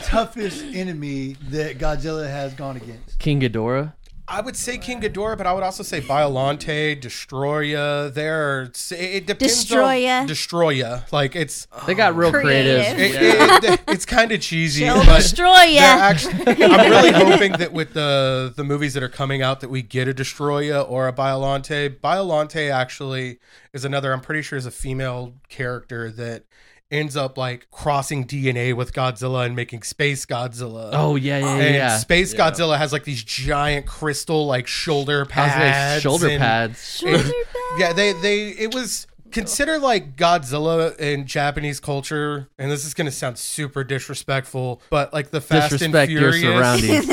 [SPEAKER 3] toughest enemy that Godzilla has gone against?
[SPEAKER 6] King Ghidorah
[SPEAKER 1] I would say King Ghidorah, but I would also say Biolante, Destroya. There, it's- it it depends.
[SPEAKER 4] Destroya.
[SPEAKER 1] on Destroya. Like it's
[SPEAKER 6] they got real creative,
[SPEAKER 4] Creative.
[SPEAKER 1] it, it- it's kind of cheesy,
[SPEAKER 4] "They'll
[SPEAKER 1] but
[SPEAKER 4] destroy
[SPEAKER 1] They're
[SPEAKER 4] ya.
[SPEAKER 1] actually- I'm really hoping that with the the movies that are coming out that we get a Destroya or a Biolante. Biolante actually is another I'm pretty sure is a female character that ends up like crossing DNA with Godzilla and making space Godzilla.
[SPEAKER 6] oh yeah yeah yeah,
[SPEAKER 1] And
[SPEAKER 6] yeah.
[SPEAKER 1] Space Godzilla has like these giant crystal like shoulder
[SPEAKER 6] I was gonna say
[SPEAKER 1] pads.
[SPEAKER 6] shoulder
[SPEAKER 1] and-
[SPEAKER 6] pads
[SPEAKER 1] it- yeah, they they it was consider like Godzilla in Japanese culture, and this is gonna sound super disrespectful, but like the Fast
[SPEAKER 6] disrespect
[SPEAKER 1] and
[SPEAKER 6] your
[SPEAKER 1] Furious
[SPEAKER 6] surroundings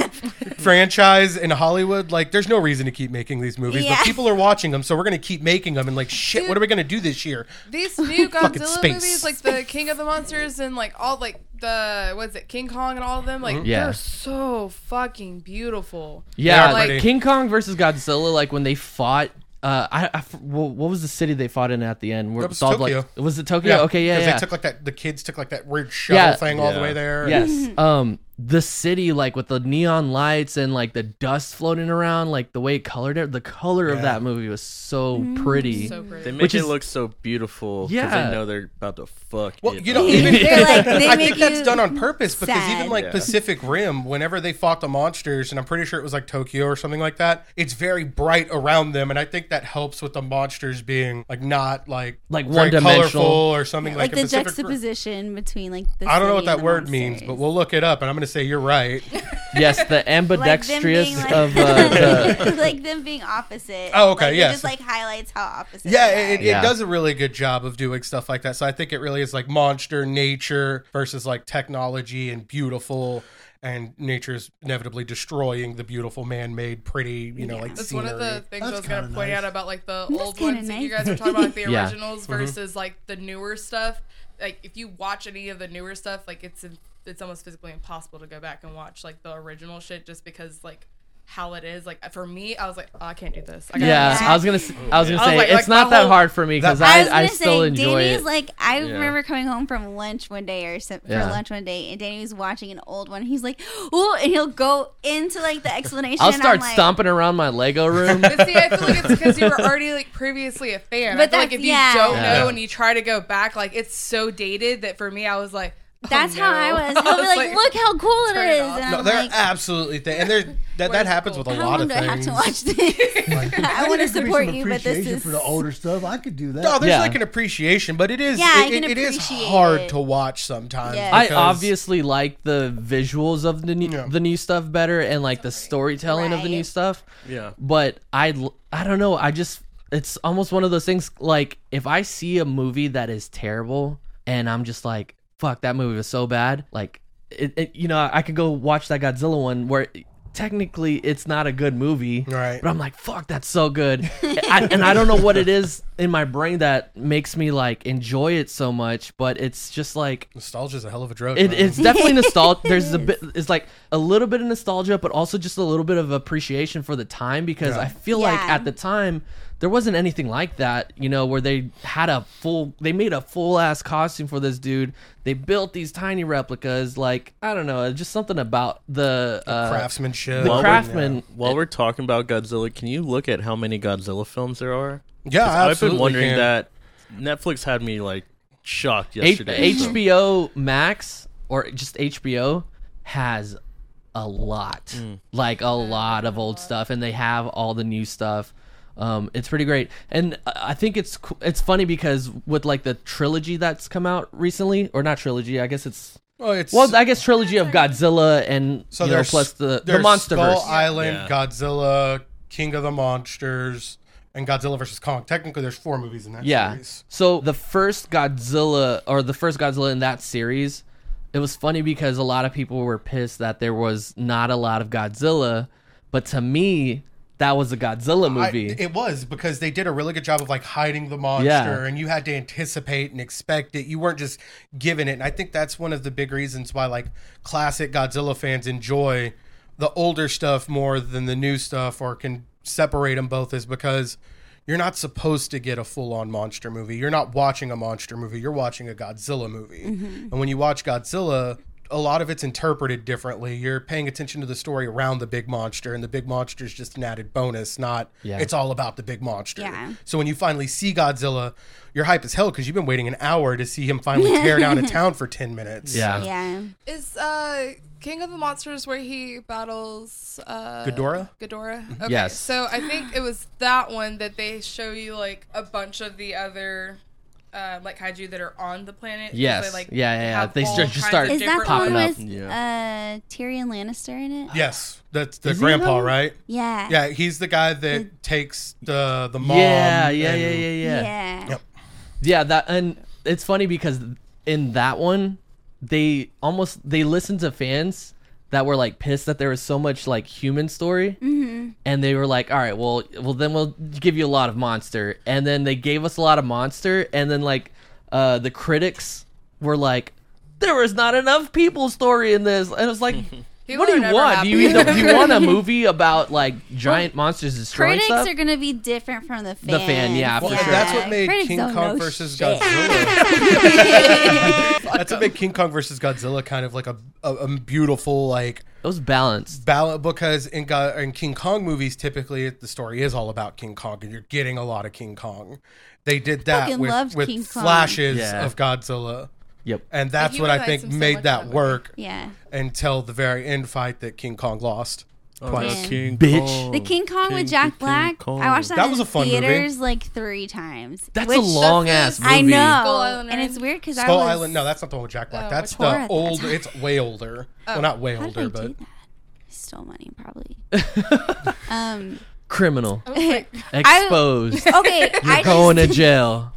[SPEAKER 1] franchise in Hollywood, like there's no reason to keep making these movies,
[SPEAKER 4] Yeah.
[SPEAKER 1] but people are watching them, so we're gonna keep making them. And like shit, what are we gonna do this year?
[SPEAKER 5] These new
[SPEAKER 1] Fucking
[SPEAKER 5] Godzilla
[SPEAKER 1] space.
[SPEAKER 5] movies, like the King of the Monsters and like all like the what's it King Kong and all of them, like
[SPEAKER 1] Mm-hmm.
[SPEAKER 6] Yeah.
[SPEAKER 5] they're so fucking beautiful.
[SPEAKER 6] yeah
[SPEAKER 1] are
[SPEAKER 6] like
[SPEAKER 1] pretty.
[SPEAKER 6] King Kong versus Godzilla like when they fought uh I, I f- wh- what was the city they fought in at the end where
[SPEAKER 1] That was
[SPEAKER 6] it's all, like
[SPEAKER 1] Tokyo.
[SPEAKER 6] was it Tokyo okay yeah
[SPEAKER 1] 'Cause
[SPEAKER 6] yeah
[SPEAKER 1] They took like that. The kids took like that weird shuttle
[SPEAKER 6] Yeah.
[SPEAKER 1] thing all the
[SPEAKER 2] Yeah.
[SPEAKER 1] way there.
[SPEAKER 6] Yes. Um, the city, like with the neon lights and like the dust floating around, like the way it colored it, the color of
[SPEAKER 1] Yeah.
[SPEAKER 6] that movie was so
[SPEAKER 4] Mm.
[SPEAKER 6] pretty.
[SPEAKER 5] So great.
[SPEAKER 2] They make
[SPEAKER 6] Which
[SPEAKER 2] it
[SPEAKER 6] is-
[SPEAKER 2] look so beautiful because
[SPEAKER 6] Yeah.
[SPEAKER 2] they know they're about to fuck.
[SPEAKER 1] Well,
[SPEAKER 2] it
[SPEAKER 1] you know,
[SPEAKER 2] up.
[SPEAKER 1] even
[SPEAKER 4] They're like, they
[SPEAKER 1] I
[SPEAKER 4] make
[SPEAKER 1] think that's
[SPEAKER 4] you-
[SPEAKER 1] done on purpose because even
[SPEAKER 4] sad.
[SPEAKER 1] like
[SPEAKER 2] Yeah.
[SPEAKER 1] Pacific Rim, whenever they fought the monsters, and I'm pretty sure it was like Tokyo or something like that, it's very bright around them, and I think that helps with the monsters being like not like
[SPEAKER 6] Like
[SPEAKER 1] very
[SPEAKER 6] one-dimensional.
[SPEAKER 1] colorful or something like,
[SPEAKER 4] like the
[SPEAKER 1] in Pacific Rim-
[SPEAKER 4] juxtaposition between like the
[SPEAKER 1] I don't know what
[SPEAKER 4] city and
[SPEAKER 1] that
[SPEAKER 4] the
[SPEAKER 1] word
[SPEAKER 4] monsters.
[SPEAKER 1] means, but we'll look it up, and I'm gonna say you're right.
[SPEAKER 6] yes, the ambidextrous
[SPEAKER 4] like,
[SPEAKER 6] of uh, the.
[SPEAKER 4] like them being opposite.
[SPEAKER 1] Oh, okay,
[SPEAKER 4] Like, it
[SPEAKER 1] yes.
[SPEAKER 4] just like highlights how opposite.
[SPEAKER 1] Yeah, it,
[SPEAKER 4] they
[SPEAKER 1] it-
[SPEAKER 4] are.
[SPEAKER 6] Yeah.
[SPEAKER 1] it does a really good job of doing stuff like that. So I think it really is like monster nature versus like technology and beautiful. And nature is inevitably destroying the beautiful man-made, pretty, you know, like
[SPEAKER 5] That's
[SPEAKER 1] scenery.
[SPEAKER 5] one of the things I
[SPEAKER 3] That's
[SPEAKER 5] was gonna
[SPEAKER 3] kinda
[SPEAKER 5] point
[SPEAKER 3] nice.
[SPEAKER 5] out about like the old
[SPEAKER 4] kinda
[SPEAKER 5] ones that you
[SPEAKER 4] nice.
[SPEAKER 5] guys were talking about, like, the
[SPEAKER 6] Yeah.
[SPEAKER 5] originals versus like the newer stuff. Like if you watch any of the newer stuff, like it's it's almost physically impossible to go back and watch like the original shit just because like how it is. Like for me, I was like, oh, I can't do this. I gotta-
[SPEAKER 6] yeah,
[SPEAKER 4] Yeah.
[SPEAKER 6] I was gonna, s- I was gonna
[SPEAKER 5] I was
[SPEAKER 6] say
[SPEAKER 5] like-
[SPEAKER 6] it's
[SPEAKER 5] like, my
[SPEAKER 6] not that
[SPEAKER 5] whole-
[SPEAKER 6] hard for me because
[SPEAKER 1] That-
[SPEAKER 4] I
[SPEAKER 6] I,
[SPEAKER 4] was gonna
[SPEAKER 6] I,
[SPEAKER 4] say,
[SPEAKER 6] still enjoy
[SPEAKER 4] Danny's
[SPEAKER 6] it.
[SPEAKER 4] like I
[SPEAKER 2] Yeah.
[SPEAKER 4] remember coming home from lunch one day or some, for
[SPEAKER 6] Yeah.
[SPEAKER 4] lunch one day, and Danny was watching an old one. He's like, "Ooh," and he'll go into like the explanation.
[SPEAKER 6] I'll
[SPEAKER 4] and
[SPEAKER 6] start
[SPEAKER 4] I'm like,
[SPEAKER 6] stomping around my Lego room.
[SPEAKER 5] But see, I feel like it's because you were already like previously a fan.
[SPEAKER 4] But
[SPEAKER 5] But I feel like
[SPEAKER 4] that's-
[SPEAKER 5] if you
[SPEAKER 4] yeah.
[SPEAKER 5] don't
[SPEAKER 6] Yeah.
[SPEAKER 5] know and you try to go back, like it's so dated that for me, I was like, oh,
[SPEAKER 4] That's how
[SPEAKER 5] no.
[SPEAKER 4] I was. He'll be like, "Look how cool it
[SPEAKER 5] turn it
[SPEAKER 4] is,"
[SPEAKER 5] off.
[SPEAKER 4] and
[SPEAKER 1] No,
[SPEAKER 4] I'm
[SPEAKER 1] they're
[SPEAKER 4] like,
[SPEAKER 1] absolutely thing, and there's that that
[SPEAKER 5] Where's
[SPEAKER 1] happens
[SPEAKER 5] the
[SPEAKER 1] with a
[SPEAKER 5] gold?
[SPEAKER 4] "How
[SPEAKER 1] lot
[SPEAKER 4] long
[SPEAKER 1] of
[SPEAKER 4] do
[SPEAKER 1] things.
[SPEAKER 4] I have to watch this?" I want to
[SPEAKER 3] There could be
[SPEAKER 4] support
[SPEAKER 3] some
[SPEAKER 4] you, but this
[SPEAKER 3] appreciation
[SPEAKER 4] is
[SPEAKER 3] for the older stuff. I could do that.
[SPEAKER 1] No, there's
[SPEAKER 6] Yeah.
[SPEAKER 1] like an appreciation, but it is
[SPEAKER 4] Yeah, I
[SPEAKER 1] it,
[SPEAKER 4] can
[SPEAKER 1] it- it is
[SPEAKER 4] appreciate
[SPEAKER 1] hard
[SPEAKER 4] it.
[SPEAKER 1] to watch sometimes.
[SPEAKER 4] Yes.
[SPEAKER 6] I
[SPEAKER 1] because-
[SPEAKER 6] obviously like the visuals of the new,
[SPEAKER 1] Yeah.
[SPEAKER 6] the new stuff better and like the storytelling of the new
[SPEAKER 4] Right.
[SPEAKER 6] stuff.
[SPEAKER 2] Yeah.
[SPEAKER 6] But I l- I don't know, I just it's almost one of those things like if I see a movie that is terrible and I'm just like fuck that movie was so bad, like it, it, you know, I could go watch that Godzilla one where technically it's not a good movie.
[SPEAKER 1] Right.
[SPEAKER 6] But I'm like, fuck, that's so good. I, and I don't know what it is in my brain that makes me like enjoy it so much, but it's just like
[SPEAKER 1] nostalgia's a hell of a drug.
[SPEAKER 6] it,
[SPEAKER 1] man.
[SPEAKER 6] it's definitely nostalgia. There's a bit. It's like a little bit of nostalgia, but also just a little bit of appreciation for the time because I feel like
[SPEAKER 4] Yeah.
[SPEAKER 6] at the time there wasn't anything like that. You know, where they had a full. They made a full ass costume for this dude. They built these tiny replicas. Like I don't know, just something about the, uh,
[SPEAKER 1] craftsmanship.
[SPEAKER 6] The
[SPEAKER 1] and-
[SPEAKER 6] craftsman.
[SPEAKER 2] While we're talking about Godzilla, can you look at how many Godzilla films there are?
[SPEAKER 1] Yeah,
[SPEAKER 2] 'Cause
[SPEAKER 1] I
[SPEAKER 2] I've been
[SPEAKER 1] absolutely
[SPEAKER 2] wondering
[SPEAKER 1] can.
[SPEAKER 2] that. Netflix had me like shocked
[SPEAKER 6] H-
[SPEAKER 2] yesterday.
[SPEAKER 6] HBO Max or just HBO has a lot,
[SPEAKER 1] Mm.
[SPEAKER 6] like a lot of old stuff, and they have all the new stuff. Um, it's pretty great, and I I think it's co- it's funny because with like the trilogy that's come out recently, or not trilogy, I guess it's
[SPEAKER 1] Well, Oh, it's
[SPEAKER 6] well, I guess trilogy of Godzilla and
[SPEAKER 1] so
[SPEAKER 6] you know,
[SPEAKER 1] there's
[SPEAKER 6] plus the the
[SPEAKER 1] there's
[SPEAKER 6] MonsterVerse.
[SPEAKER 1] Skull Island,
[SPEAKER 2] Yeah.
[SPEAKER 1] Godzilla, King of the Monsters, and Godzilla versus Kong. Technically, there's four movies in that
[SPEAKER 6] Yeah.
[SPEAKER 1] series.
[SPEAKER 6] So the first Godzilla or the first Godzilla in that series, it was funny because a lot of people were pissed that there was not a lot of Godzilla, but to me, that was a Godzilla
[SPEAKER 1] I-
[SPEAKER 6] movie.
[SPEAKER 1] it was because they did a really good job of like hiding the monster,
[SPEAKER 6] Yeah.
[SPEAKER 1] and you had to anticipate and expect it. You weren't just given it, and I think that's one of the big reasons why like classic Godzilla fans enjoy the older stuff more than the new stuff, or can separate them both, is because you're not supposed to get a full-on monster movie. You're not watching a monster movie. You're watching a Godzilla movie, and when you watch Godzilla. A lot of it's interpreted differently. You're paying attention to the story around the big monster, and the big monster is just an added bonus, not
[SPEAKER 6] Yeah.
[SPEAKER 1] it's all about the big monster.
[SPEAKER 4] Yeah.
[SPEAKER 1] So when you finally see Godzilla, you're hype as hell because you've been waiting an hour to see him finally tear down a town for 10 minutes.
[SPEAKER 6] yeah.
[SPEAKER 4] yeah.
[SPEAKER 7] Is uh King of the Monsters where he battles uh
[SPEAKER 1] Ghidorah?
[SPEAKER 7] Ghidorah. Okay.
[SPEAKER 6] Yes.
[SPEAKER 7] So I think it was that one that they show you like a bunch of the other uh, like kaiju that are on the planet. 'cause
[SPEAKER 6] Yes.
[SPEAKER 7] They, like,
[SPEAKER 6] Yeah, yeah, yeah.
[SPEAKER 7] have
[SPEAKER 6] They
[SPEAKER 7] all
[SPEAKER 6] start- just
[SPEAKER 7] kinds
[SPEAKER 6] start
[SPEAKER 7] of
[SPEAKER 4] Is that
[SPEAKER 7] different
[SPEAKER 4] the one
[SPEAKER 6] popping up.
[SPEAKER 4] with uh, Tyrion Lannister in it?
[SPEAKER 1] Yes. That's the
[SPEAKER 6] Is he
[SPEAKER 1] grandpa,
[SPEAKER 6] though?
[SPEAKER 1] right?
[SPEAKER 4] Yeah.
[SPEAKER 1] Yeah, he's the guy that takes the the mom.
[SPEAKER 6] yeah, yeah,
[SPEAKER 1] and-
[SPEAKER 6] yeah, yeah, yeah,
[SPEAKER 4] Yeah.
[SPEAKER 1] Yep.
[SPEAKER 6] Yeah, that and it's funny because in that one, they almost they listened to fans that were like pissed that there was so much like human story, and they were like, "All right, well, well then we'll give you a lot of monster," and then they gave us a lot of monster, and then like uh, the critics were like, "There was not enough people story in this," and it was like. what do
[SPEAKER 7] are
[SPEAKER 6] you
[SPEAKER 7] never
[SPEAKER 6] want? Do you,
[SPEAKER 7] happy.
[SPEAKER 6] do you want a movie about like giant monsters destroying
[SPEAKER 4] Critics
[SPEAKER 6] stuff?
[SPEAKER 4] are gonna be different from the fan.
[SPEAKER 6] The fan, yeah, for
[SPEAKER 1] Well,
[SPEAKER 6] sure.
[SPEAKER 1] That's what made
[SPEAKER 4] Critics
[SPEAKER 1] King
[SPEAKER 4] don't
[SPEAKER 1] Kong
[SPEAKER 4] know
[SPEAKER 1] versus
[SPEAKER 4] shit.
[SPEAKER 1] Godzilla. that's what made King Kong versus Godzilla kind of like a, a, a beautiful like
[SPEAKER 6] it was balanced.
[SPEAKER 1] ballot because in, Go- in King Kong movies, typically the story is all about King Kong, and you're getting a lot of King Kong. They did that
[SPEAKER 4] fucking
[SPEAKER 1] with,
[SPEAKER 4] loved
[SPEAKER 1] with
[SPEAKER 4] King Kong.
[SPEAKER 1] flashes
[SPEAKER 6] Yeah.
[SPEAKER 1] of Godzilla,
[SPEAKER 6] Yep.
[SPEAKER 1] and that's what I
[SPEAKER 7] humanized
[SPEAKER 1] think
[SPEAKER 7] him so
[SPEAKER 1] made
[SPEAKER 7] much
[SPEAKER 1] that
[SPEAKER 7] that way.
[SPEAKER 1] work
[SPEAKER 4] Yeah.
[SPEAKER 1] until the very end fight that King Kong lost.
[SPEAKER 2] Oh,
[SPEAKER 4] Yeah.
[SPEAKER 2] King
[SPEAKER 6] Bitch.
[SPEAKER 2] Kong.
[SPEAKER 4] The King Kong
[SPEAKER 2] King-
[SPEAKER 4] with Jack
[SPEAKER 2] King
[SPEAKER 4] Black.
[SPEAKER 2] Kong.
[SPEAKER 4] I watched that,
[SPEAKER 1] That
[SPEAKER 4] in
[SPEAKER 1] was a fun movie.
[SPEAKER 4] theaters like three times.
[SPEAKER 6] That's
[SPEAKER 4] which-
[SPEAKER 6] a long ass movie.
[SPEAKER 4] I know,
[SPEAKER 7] Island,
[SPEAKER 4] and
[SPEAKER 7] right?
[SPEAKER 4] it's weird because I
[SPEAKER 1] Skull
[SPEAKER 4] was.
[SPEAKER 1] Island? No, that's not the one with Jack Black.
[SPEAKER 7] Oh,
[SPEAKER 1] that's
[SPEAKER 4] which one?
[SPEAKER 1] the old. It's way older. Well, not way
[SPEAKER 4] Oh, How did I
[SPEAKER 1] older, but
[SPEAKER 4] do that? I stole money probably. um.
[SPEAKER 6] Oh. Criminal.
[SPEAKER 4] I-
[SPEAKER 6] Exposed.
[SPEAKER 4] Okay. I
[SPEAKER 6] You're going to
[SPEAKER 4] just,
[SPEAKER 6] jail.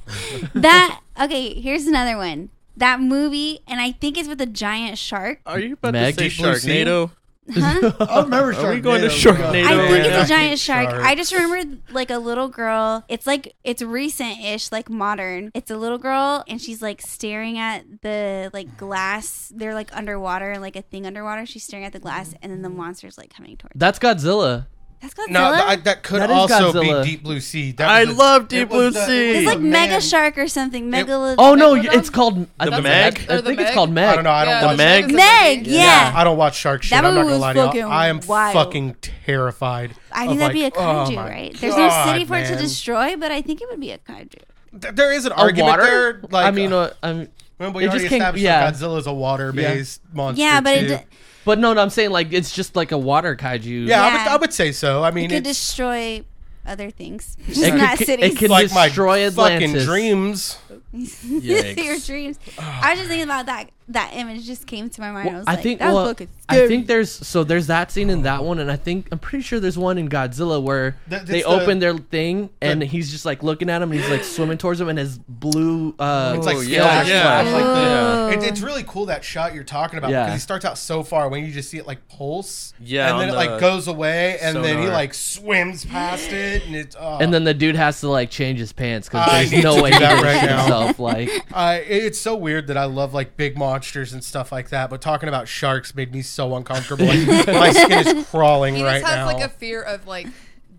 [SPEAKER 4] that. Okay. Here's another one. That movie, and I think it's with a giant shark.
[SPEAKER 2] Are you about
[SPEAKER 6] Meg?
[SPEAKER 2] to say
[SPEAKER 6] Deep Blue
[SPEAKER 1] Sea?
[SPEAKER 2] Sharknado?
[SPEAKER 3] I remember Sharknado.
[SPEAKER 2] Are we going to
[SPEAKER 3] God.
[SPEAKER 2] Sharknado?
[SPEAKER 4] I think
[SPEAKER 2] right now?
[SPEAKER 4] it's a giant shark.
[SPEAKER 1] Shark.
[SPEAKER 4] I just remembered like a little girl. It's like it's recent-ish, like modern. It's a little girl and she's like staring at the like glass. They're like underwater and like a thing underwater. She's staring at the glass and then the monster's like coming towards. her.
[SPEAKER 6] That's Godzilla.
[SPEAKER 4] That's Godzilla.
[SPEAKER 1] No, th- I, that could
[SPEAKER 6] That is
[SPEAKER 1] also
[SPEAKER 6] Godzilla.
[SPEAKER 1] be Deep Blue Sea. That
[SPEAKER 2] I
[SPEAKER 1] was a-
[SPEAKER 2] love
[SPEAKER 3] It
[SPEAKER 2] Deep Blue
[SPEAKER 3] was the-
[SPEAKER 2] Sea.
[SPEAKER 4] it's like
[SPEAKER 3] Oh, man.
[SPEAKER 4] Mega Shark or something. Megalo-
[SPEAKER 6] Oh no, y-
[SPEAKER 7] Megalodon?
[SPEAKER 6] it's called
[SPEAKER 2] The
[SPEAKER 6] that's-
[SPEAKER 2] Meg?
[SPEAKER 6] I
[SPEAKER 7] Or the
[SPEAKER 6] think it's
[SPEAKER 7] Meg?
[SPEAKER 6] called Meg.
[SPEAKER 1] I don't know. I don't
[SPEAKER 7] Yeah,
[SPEAKER 1] watch.
[SPEAKER 7] the
[SPEAKER 2] Meg?
[SPEAKER 7] Meg is a
[SPEAKER 4] Meg.
[SPEAKER 7] movie.
[SPEAKER 4] Yeah.
[SPEAKER 1] I don't watch shark shit. I'm
[SPEAKER 4] movie
[SPEAKER 1] not gonna
[SPEAKER 4] was
[SPEAKER 1] lie to
[SPEAKER 4] fucking
[SPEAKER 1] you. I am
[SPEAKER 4] wild.
[SPEAKER 1] fucking terrified.
[SPEAKER 4] I think
[SPEAKER 1] of,
[SPEAKER 4] that'd be a
[SPEAKER 1] like,
[SPEAKER 4] kaiju,
[SPEAKER 1] oh my
[SPEAKER 4] right? There's
[SPEAKER 1] God,
[SPEAKER 4] no city for it to
[SPEAKER 1] man.
[SPEAKER 4] destroy, but I think it would be a kaiju.
[SPEAKER 1] Th- There is an
[SPEAKER 6] A
[SPEAKER 1] argument
[SPEAKER 6] water?
[SPEAKER 1] there. Like
[SPEAKER 6] I mean, uh, I mean,
[SPEAKER 1] Well, but
[SPEAKER 6] It
[SPEAKER 1] you
[SPEAKER 6] just
[SPEAKER 1] already
[SPEAKER 6] can't-
[SPEAKER 1] established
[SPEAKER 6] yeah.
[SPEAKER 1] that Godzilla's a water-based monster.
[SPEAKER 4] Yeah, but it,
[SPEAKER 1] too.
[SPEAKER 4] d-
[SPEAKER 6] but no, no, I'm saying like it's just like a water kaiju.
[SPEAKER 1] yeah, I, would,
[SPEAKER 4] Yeah.
[SPEAKER 1] I would say so. I mean,
[SPEAKER 4] it could
[SPEAKER 1] it's
[SPEAKER 4] destroy other things, just
[SPEAKER 6] could
[SPEAKER 4] not
[SPEAKER 6] ki- it
[SPEAKER 4] cities.
[SPEAKER 6] could
[SPEAKER 1] like my
[SPEAKER 6] destroy
[SPEAKER 1] fucking
[SPEAKER 6] Atlantis.
[SPEAKER 1] dreams.
[SPEAKER 4] your dreams. I was just thinking about that. That image just came to my mind. I was
[SPEAKER 6] I
[SPEAKER 4] like,
[SPEAKER 6] think
[SPEAKER 4] that
[SPEAKER 6] Oh, well,
[SPEAKER 4] book is scary.
[SPEAKER 6] I think there's so there's that scene in that one, and I think I'm pretty sure there's one in Godzilla where
[SPEAKER 1] Th- it's
[SPEAKER 6] they
[SPEAKER 1] the-
[SPEAKER 6] open their thing and he's just like looking at him and he's like swimming towards him and his blue uh
[SPEAKER 1] It's like
[SPEAKER 2] Oh,
[SPEAKER 1] scales
[SPEAKER 2] yeah,
[SPEAKER 1] are
[SPEAKER 2] yeah.
[SPEAKER 1] slashed like
[SPEAKER 2] Yeah.
[SPEAKER 1] It, it's really cool that shot you're talking about
[SPEAKER 6] Yeah.
[SPEAKER 1] because he starts out so far away, you just see it like pulse,
[SPEAKER 2] Yeah,
[SPEAKER 1] and then
[SPEAKER 2] on
[SPEAKER 1] it like
[SPEAKER 2] the
[SPEAKER 1] goes away, and then he
[SPEAKER 2] sonar.
[SPEAKER 1] like swims past it, and it's uh,
[SPEAKER 6] and then the dude has to like change his pants because
[SPEAKER 1] I
[SPEAKER 6] there's
[SPEAKER 1] need to
[SPEAKER 6] no way
[SPEAKER 1] do
[SPEAKER 6] he
[SPEAKER 1] that
[SPEAKER 6] can
[SPEAKER 1] right
[SPEAKER 6] shit
[SPEAKER 1] now.
[SPEAKER 6] himself. Like
[SPEAKER 1] I- it- it's so weird that I love like big monsters and stuff like that, but talking about sharks made me so uncomfortable. Like, my skin is crawling
[SPEAKER 7] He
[SPEAKER 1] right
[SPEAKER 7] just has
[SPEAKER 1] now.
[SPEAKER 7] like a fear of like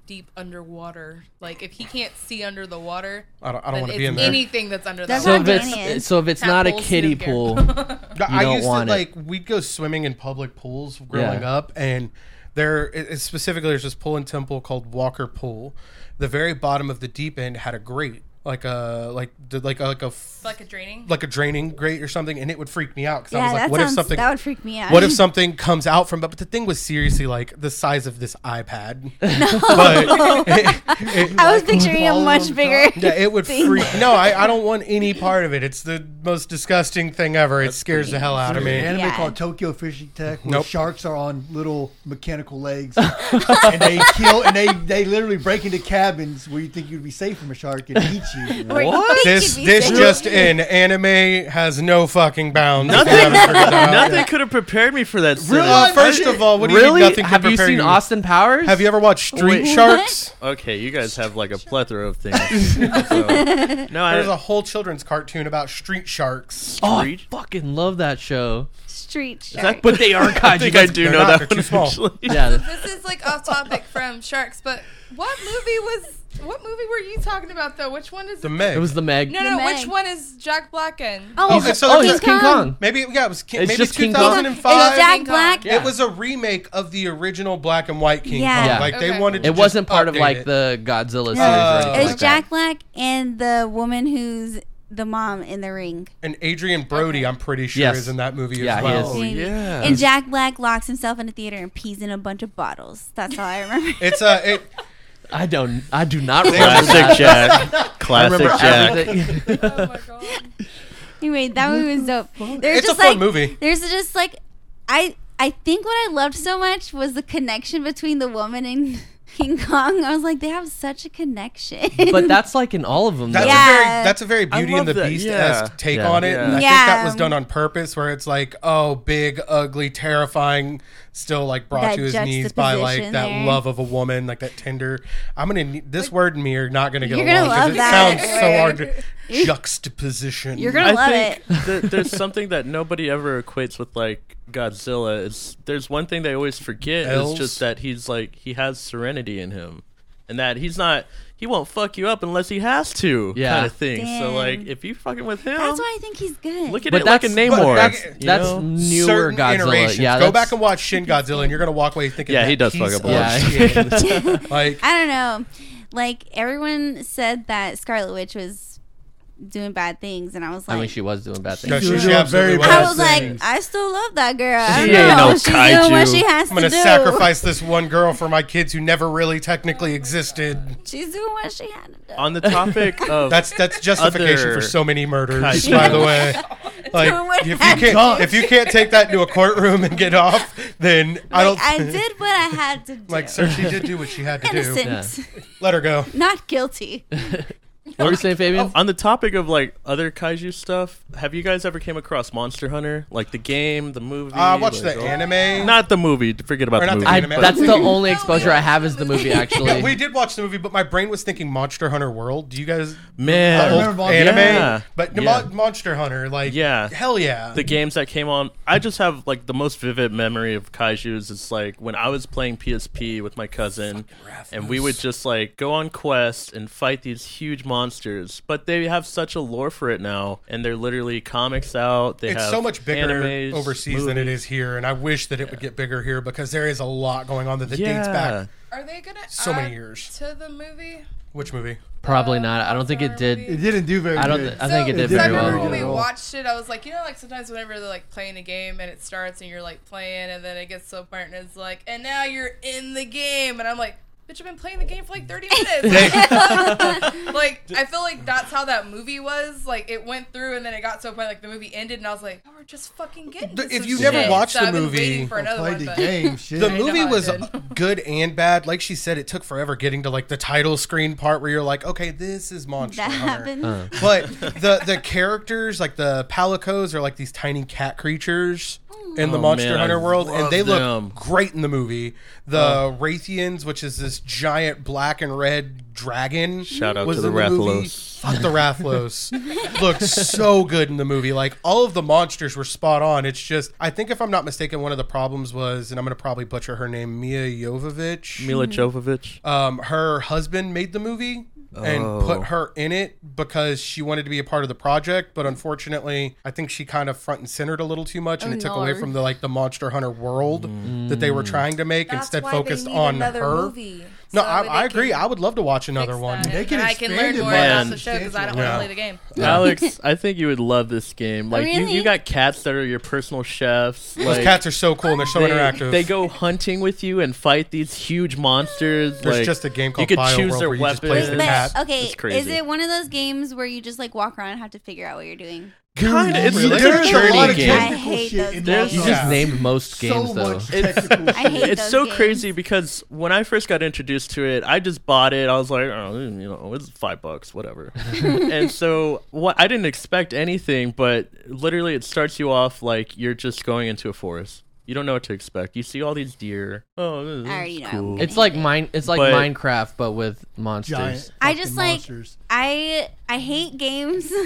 [SPEAKER 7] deep underwater. Like if he can't see under the water,
[SPEAKER 1] I don't, I don't
[SPEAKER 7] then
[SPEAKER 1] want
[SPEAKER 7] it's
[SPEAKER 1] to be in there.
[SPEAKER 7] anything that's under
[SPEAKER 4] That's
[SPEAKER 7] that
[SPEAKER 6] so
[SPEAKER 4] not
[SPEAKER 6] if
[SPEAKER 7] water.
[SPEAKER 4] Danny.
[SPEAKER 6] it's so if it's not a
[SPEAKER 7] Tadpoles,
[SPEAKER 6] kiddie
[SPEAKER 7] who cares?
[SPEAKER 6] pool,
[SPEAKER 1] No,
[SPEAKER 6] You
[SPEAKER 1] I
[SPEAKER 6] don't
[SPEAKER 1] used
[SPEAKER 6] want it.
[SPEAKER 1] to like we'd go swimming in public pools growing
[SPEAKER 6] Yeah.
[SPEAKER 1] up, and there it- it's specifically there's this pool in Temple called Walker Pool. The very bottom of the deep end had a grate, like a like did like a, like a f-
[SPEAKER 7] like a draining.
[SPEAKER 1] like a draining grate or something, and it would freak me out because I
[SPEAKER 4] yeah,
[SPEAKER 1] was like,
[SPEAKER 4] that
[SPEAKER 1] what if
[SPEAKER 4] sounds
[SPEAKER 1] something
[SPEAKER 4] that would freak me out.
[SPEAKER 1] what if something comes out from but, but the thing was seriously like the size of this iPad. But it, it-
[SPEAKER 4] I was picturing it
[SPEAKER 3] Follow
[SPEAKER 4] much
[SPEAKER 3] them
[SPEAKER 4] bigger.
[SPEAKER 1] yeah, it would
[SPEAKER 4] Thing.
[SPEAKER 1] freak. No, I, I don't want any part of it. It's the most disgusting thing ever. It scares the hell out of
[SPEAKER 3] There's an
[SPEAKER 1] me.
[SPEAKER 3] anime
[SPEAKER 4] Yeah.
[SPEAKER 3] called Tokyo Fishing Tech where
[SPEAKER 1] Nope.
[SPEAKER 3] sharks are on little mechanical legs and they kill and they, they literally break into cabins where you think you'd be safe from a shark and eat you.
[SPEAKER 4] Or you think you'd
[SPEAKER 1] This
[SPEAKER 4] be
[SPEAKER 1] this
[SPEAKER 4] safe.
[SPEAKER 1] just in anime has no fucking bounds.
[SPEAKER 2] Nothing,
[SPEAKER 1] Whatever.
[SPEAKER 2] nothing could have prepared me for that.
[SPEAKER 1] Really?
[SPEAKER 2] setup.
[SPEAKER 1] first of all, what do you
[SPEAKER 6] really?
[SPEAKER 1] mean nothing could
[SPEAKER 6] have you
[SPEAKER 1] prepare
[SPEAKER 6] seen
[SPEAKER 1] you?
[SPEAKER 6] Austin Powers?
[SPEAKER 1] Have you ever watched Street
[SPEAKER 2] Wait.
[SPEAKER 1] Sharks?
[SPEAKER 2] Okay, you guys have like a plethora of things. So, no, I
[SPEAKER 1] There's a whole children's cartoon about street sharks.
[SPEAKER 6] Oh, I
[SPEAKER 2] Reed?
[SPEAKER 6] fucking love that show.
[SPEAKER 4] street shark.
[SPEAKER 2] that-
[SPEAKER 6] But they are
[SPEAKER 2] I
[SPEAKER 6] kaiju.
[SPEAKER 2] think I do
[SPEAKER 1] they're
[SPEAKER 2] know
[SPEAKER 1] not, they're
[SPEAKER 2] that one
[SPEAKER 1] too small.
[SPEAKER 2] actually.
[SPEAKER 6] Yeah,
[SPEAKER 7] this is like off topic from sharks, but what movie was what movie were you talking about though? Which one is
[SPEAKER 1] The Meg.
[SPEAKER 6] it was the Meg.
[SPEAKER 7] No, no,
[SPEAKER 4] The
[SPEAKER 7] which
[SPEAKER 4] Meg.
[SPEAKER 7] one is Jack Black in?
[SPEAKER 4] oh,
[SPEAKER 1] Okay, so
[SPEAKER 6] oh,
[SPEAKER 1] there's
[SPEAKER 6] he's
[SPEAKER 1] a-
[SPEAKER 6] King Kong.
[SPEAKER 1] maybe yeah, it was King,
[SPEAKER 6] It's
[SPEAKER 1] maybe
[SPEAKER 6] just King Kong.
[SPEAKER 4] It's
[SPEAKER 1] 2005.
[SPEAKER 4] Jack Black.
[SPEAKER 6] Yeah.
[SPEAKER 1] It was a remake of the original black and white King
[SPEAKER 4] Yeah.
[SPEAKER 1] Kong.
[SPEAKER 6] Yeah.
[SPEAKER 1] Like they
[SPEAKER 7] Okay.
[SPEAKER 1] wanted. To
[SPEAKER 6] It
[SPEAKER 1] just
[SPEAKER 6] wasn't part of
[SPEAKER 1] update
[SPEAKER 6] like
[SPEAKER 1] it.
[SPEAKER 6] the Godzilla series.
[SPEAKER 1] Uh,
[SPEAKER 6] or anything
[SPEAKER 4] It was
[SPEAKER 6] like
[SPEAKER 4] Jack Black and the woman who's the mom in the ring.
[SPEAKER 1] and Adrian Brody. I'm pretty sure
[SPEAKER 6] Yes.
[SPEAKER 1] is in that movie
[SPEAKER 6] Yeah,
[SPEAKER 1] as
[SPEAKER 6] he
[SPEAKER 4] Oh,
[SPEAKER 1] well.
[SPEAKER 6] is.
[SPEAKER 2] yeah.
[SPEAKER 4] And Jack Black locks himself in a theater and pees in a bunch of bottles. That's all I remember.
[SPEAKER 1] It's a it,
[SPEAKER 6] That. I don't. I do not remember.
[SPEAKER 2] Classic
[SPEAKER 6] that.
[SPEAKER 2] Jack.
[SPEAKER 6] I
[SPEAKER 2] Classic
[SPEAKER 6] remember
[SPEAKER 2] Jack.
[SPEAKER 6] everything.
[SPEAKER 7] Oh my god.
[SPEAKER 4] anyway, that movie was dope. There's
[SPEAKER 1] it's a
[SPEAKER 4] just
[SPEAKER 1] fun
[SPEAKER 4] like,
[SPEAKER 1] movie.
[SPEAKER 4] There's just like, I I think what I loved so much was the connection between the woman and King Kong. I was like, they have such a connection.
[SPEAKER 6] but that's like in all of them.
[SPEAKER 1] That's
[SPEAKER 6] though.
[SPEAKER 4] Yeah.
[SPEAKER 1] a very that's a very
[SPEAKER 2] I
[SPEAKER 1] Beauty and the
[SPEAKER 2] love that,
[SPEAKER 1] Beast esque
[SPEAKER 2] yeah.
[SPEAKER 1] take
[SPEAKER 6] Yeah.
[SPEAKER 1] on it. And I
[SPEAKER 4] Yeah.
[SPEAKER 1] think that was done on purpose, where it's like, oh, big, ugly, terrifying, still like brought
[SPEAKER 4] That
[SPEAKER 1] to his knees by like
[SPEAKER 4] juxtaposition
[SPEAKER 1] that
[SPEAKER 4] there.
[SPEAKER 1] love of a woman, like that tender. I'm gonna need this word and me are not gonna get
[SPEAKER 4] You're gonna
[SPEAKER 1] along because
[SPEAKER 4] love
[SPEAKER 1] it
[SPEAKER 4] that
[SPEAKER 1] sounds so hard. To, juxtaposition.
[SPEAKER 4] You're gonna love
[SPEAKER 2] I
[SPEAKER 4] it.
[SPEAKER 2] think that there's something that nobody ever equates with like Godzilla. It's there's one thing they always forget
[SPEAKER 1] Elves?
[SPEAKER 2] is just that he's like he has serenity in him, and that he's not he won't fuck you up unless he has to
[SPEAKER 6] Yeah.
[SPEAKER 2] kind of thing. So
[SPEAKER 4] Damn.
[SPEAKER 2] like if you fucking with him,
[SPEAKER 4] That's why I think he's good.
[SPEAKER 2] look at
[SPEAKER 6] But
[SPEAKER 2] it like a
[SPEAKER 6] that's-
[SPEAKER 2] Namor.
[SPEAKER 1] that's-
[SPEAKER 2] you
[SPEAKER 6] that's
[SPEAKER 2] know?
[SPEAKER 6] newer
[SPEAKER 1] Certain
[SPEAKER 6] Godzilla.
[SPEAKER 1] iterations.
[SPEAKER 6] Yeah,
[SPEAKER 1] go
[SPEAKER 6] that's-
[SPEAKER 1] back and watch Shin Godzilla, and you're gonna walk away thinking,
[SPEAKER 2] Yeah,
[SPEAKER 1] that
[SPEAKER 2] he does
[SPEAKER 1] piece
[SPEAKER 2] fuck up a
[SPEAKER 1] of
[SPEAKER 2] lot.
[SPEAKER 1] shit. like
[SPEAKER 4] I don't know. Like everyone said that Scarlet Witch was doing bad things, and I was like,
[SPEAKER 6] I mean, she was doing bad
[SPEAKER 1] no,
[SPEAKER 6] things.
[SPEAKER 1] she,
[SPEAKER 3] You're
[SPEAKER 1] she
[SPEAKER 3] doing
[SPEAKER 1] absolutely
[SPEAKER 3] very
[SPEAKER 1] was.
[SPEAKER 4] I was
[SPEAKER 3] things.
[SPEAKER 4] like, I still love that girl. I
[SPEAKER 2] She
[SPEAKER 4] don't
[SPEAKER 2] ain't
[SPEAKER 4] know.
[SPEAKER 2] no
[SPEAKER 4] She's doing what
[SPEAKER 2] kaiju.
[SPEAKER 4] she has
[SPEAKER 1] I'm
[SPEAKER 4] to
[SPEAKER 1] gonna
[SPEAKER 4] do.
[SPEAKER 1] sacrifice this one girl for my kids who never really technically existed.
[SPEAKER 4] She's doing what she had to do.
[SPEAKER 2] On the topic of
[SPEAKER 1] That's that's justification
[SPEAKER 2] Other
[SPEAKER 1] for so many murders,
[SPEAKER 2] kaiju.
[SPEAKER 1] by the way. Like
[SPEAKER 4] what
[SPEAKER 1] if you
[SPEAKER 4] happened.
[SPEAKER 1] can't if you can't take that into a courtroom and get off, then I
[SPEAKER 4] like,
[SPEAKER 1] don't.
[SPEAKER 4] I did what I had to do.
[SPEAKER 1] Like, sir, she did do what she had to do.
[SPEAKER 4] innocent,
[SPEAKER 1] Let her go.
[SPEAKER 4] not guilty.
[SPEAKER 6] What were you saying,
[SPEAKER 1] Oh,
[SPEAKER 6] Fabian?
[SPEAKER 2] On the topic of like other kaiju stuff, have you guys ever came across Monster Hunter? Like the game, the movie?
[SPEAKER 1] Uh, I watched
[SPEAKER 2] like,
[SPEAKER 1] the
[SPEAKER 2] all-
[SPEAKER 1] anime.
[SPEAKER 2] Not the movie. Forget about
[SPEAKER 1] Or
[SPEAKER 2] the
[SPEAKER 1] not the
[SPEAKER 2] movie.
[SPEAKER 6] I,
[SPEAKER 1] anime.
[SPEAKER 6] that's the
[SPEAKER 1] Hell
[SPEAKER 6] only exposure I have is the movie. Actually,
[SPEAKER 1] we did watch the movie, but my brain was thinking Monster Hunter World. Do you guys
[SPEAKER 2] Man,
[SPEAKER 1] the old anime?
[SPEAKER 2] Yeah.
[SPEAKER 1] But the
[SPEAKER 2] Yeah.
[SPEAKER 1] Mon- Monster Hunter, like
[SPEAKER 2] Yeah.
[SPEAKER 1] hell yeah.
[SPEAKER 2] the games that came on i just have like the most vivid memory of kaiju's is like when i was playing psp with my cousin and we would just like go on quests and fight these huge monsters but they have such a lore for it now and they're literally comics out they
[SPEAKER 1] it's
[SPEAKER 2] have
[SPEAKER 1] so much bigger
[SPEAKER 2] animes,
[SPEAKER 1] overseas than it is here, and I wish that it would get bigger here because there is a lot going on that, that
[SPEAKER 2] yeah
[SPEAKER 1] dates back.
[SPEAKER 7] Are they gonna
[SPEAKER 1] So
[SPEAKER 7] add
[SPEAKER 1] many years.
[SPEAKER 7] to the movie?
[SPEAKER 1] Which movie?
[SPEAKER 6] probably not. I don't think it
[SPEAKER 3] It
[SPEAKER 6] did.
[SPEAKER 3] didn't do very
[SPEAKER 6] I don't.
[SPEAKER 3] good.
[SPEAKER 6] Th- I think it did
[SPEAKER 3] So,
[SPEAKER 6] very
[SPEAKER 3] I
[SPEAKER 7] remember
[SPEAKER 3] well.
[SPEAKER 7] when we
[SPEAKER 3] Yeah.
[SPEAKER 7] watched it, I was like, you know, like sometimes whenever they're like playing a game and it starts and you're like playing and then it gets so part and it's like, and now you're in the game, and I'm like. Bitch, I've been playing the game for like 30 minutes. like, I feel like that's how that movie was. Like, it went through and then it got to a point like the movie ended, and I was like, oh, we're just fucking getting.
[SPEAKER 1] But
[SPEAKER 7] to
[SPEAKER 1] if
[SPEAKER 7] some
[SPEAKER 1] you never
[SPEAKER 7] shit.
[SPEAKER 1] watched
[SPEAKER 7] So
[SPEAKER 1] the
[SPEAKER 7] I've been
[SPEAKER 1] movie-
[SPEAKER 7] waiting for another
[SPEAKER 3] Played
[SPEAKER 7] one,
[SPEAKER 3] the
[SPEAKER 7] but-
[SPEAKER 3] game. Shit.
[SPEAKER 1] The
[SPEAKER 7] know
[SPEAKER 1] movie
[SPEAKER 7] how it
[SPEAKER 1] was
[SPEAKER 7] did.
[SPEAKER 1] good and bad. Like she said, it took forever getting to like the title screen part where you're like, okay, this is Monster
[SPEAKER 4] That
[SPEAKER 1] Hunter.
[SPEAKER 4] happened.
[SPEAKER 1] But the the characters, like the palicos, are like these tiny cat creatures in the
[SPEAKER 2] Oh,
[SPEAKER 1] Monster
[SPEAKER 2] man, I
[SPEAKER 1] Hunter world, and
[SPEAKER 2] love
[SPEAKER 1] they
[SPEAKER 2] them. Oh.
[SPEAKER 1] look great in the movie. The Raytheons, which is this giant black and red dragon,
[SPEAKER 2] Shout out
[SPEAKER 1] was
[SPEAKER 2] to the
[SPEAKER 1] in movie.
[SPEAKER 2] Rathalos.
[SPEAKER 1] Fuck the Rathlos. looked so good in the movie. Like all of the monsters were spot on. It's just, I think if I'm not mistaken, one of the problems was, and I'm gonna probably butcher her name, Mia Jovovich
[SPEAKER 2] mila jovovich
[SPEAKER 1] um, her husband made the movie
[SPEAKER 2] Oh.
[SPEAKER 1] and put her in it because she wanted to be a part of the project but unfortunately i think she kind of front and centered a little too much and
[SPEAKER 4] Oh,
[SPEAKER 1] it took away
[SPEAKER 4] no.
[SPEAKER 1] from the like the monster hunter world
[SPEAKER 2] Mm.
[SPEAKER 1] that they were trying to make
[SPEAKER 7] That's
[SPEAKER 1] instead
[SPEAKER 7] why
[SPEAKER 1] focused
[SPEAKER 7] they need
[SPEAKER 1] on
[SPEAKER 7] another
[SPEAKER 1] her
[SPEAKER 7] Movie,
[SPEAKER 1] no
[SPEAKER 7] so
[SPEAKER 1] I,
[SPEAKER 7] they
[SPEAKER 1] I agree
[SPEAKER 7] can
[SPEAKER 1] i would love to watch another
[SPEAKER 7] fix
[SPEAKER 1] one
[SPEAKER 7] that,
[SPEAKER 3] They can
[SPEAKER 7] and I can
[SPEAKER 3] expand
[SPEAKER 7] learn
[SPEAKER 3] it
[SPEAKER 7] more
[SPEAKER 2] more.
[SPEAKER 7] about the show because I don't
[SPEAKER 1] Yeah.
[SPEAKER 7] want to play the game.
[SPEAKER 2] alex i think you would love this game like you,
[SPEAKER 4] really?
[SPEAKER 2] you got cats that are your personal chefs
[SPEAKER 1] those
[SPEAKER 2] like
[SPEAKER 1] cats are so cool and they're so
[SPEAKER 2] they,
[SPEAKER 1] interactive
[SPEAKER 2] they go hunting with you and fight these huge monsters.
[SPEAKER 1] there's
[SPEAKER 2] like,
[SPEAKER 1] just a game
[SPEAKER 2] you
[SPEAKER 1] called
[SPEAKER 2] could
[SPEAKER 1] Bio
[SPEAKER 2] choose
[SPEAKER 1] World
[SPEAKER 2] their
[SPEAKER 1] where you just play
[SPEAKER 2] weapons.
[SPEAKER 1] as the
[SPEAKER 4] But
[SPEAKER 1] cat.
[SPEAKER 4] okay,
[SPEAKER 2] It's crazy.
[SPEAKER 4] is it one of those games where you just like walk around and have to figure out what you're doing?
[SPEAKER 2] Kind of, it's
[SPEAKER 1] Really?
[SPEAKER 2] like
[SPEAKER 1] There
[SPEAKER 2] a
[SPEAKER 1] is a
[SPEAKER 2] journey
[SPEAKER 1] lot of
[SPEAKER 2] game.
[SPEAKER 4] I hate those
[SPEAKER 3] in
[SPEAKER 2] games.
[SPEAKER 3] Monster
[SPEAKER 6] you just
[SPEAKER 1] Yeah.
[SPEAKER 3] Hunter.
[SPEAKER 6] named most games
[SPEAKER 3] so
[SPEAKER 6] though.
[SPEAKER 3] much technical
[SPEAKER 4] I hate
[SPEAKER 3] shit.
[SPEAKER 2] It's
[SPEAKER 4] those
[SPEAKER 2] so
[SPEAKER 4] games.
[SPEAKER 2] crazy because when I first got introduced to it, I just bought it. I was like, oh, you know, it's five bucks, whatever. and so what I didn't expect anything, but literally it starts you off like you're just going into a forest. You don't know what to expect. You see all these deer. Oh, this
[SPEAKER 4] I
[SPEAKER 2] is
[SPEAKER 4] already know.
[SPEAKER 2] cool.
[SPEAKER 4] It-
[SPEAKER 6] It's like mine. It's like
[SPEAKER 2] But-
[SPEAKER 6] Minecraft, but with monsters.
[SPEAKER 3] Giant
[SPEAKER 4] I
[SPEAKER 3] fucking
[SPEAKER 4] just like
[SPEAKER 3] monsters.
[SPEAKER 4] I I hate games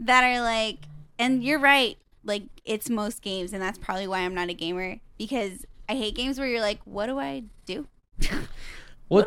[SPEAKER 4] that are like and you're right, like it's most games and that's probably why I'm not a gamer because I hate games where you're like, what do I do?
[SPEAKER 6] What,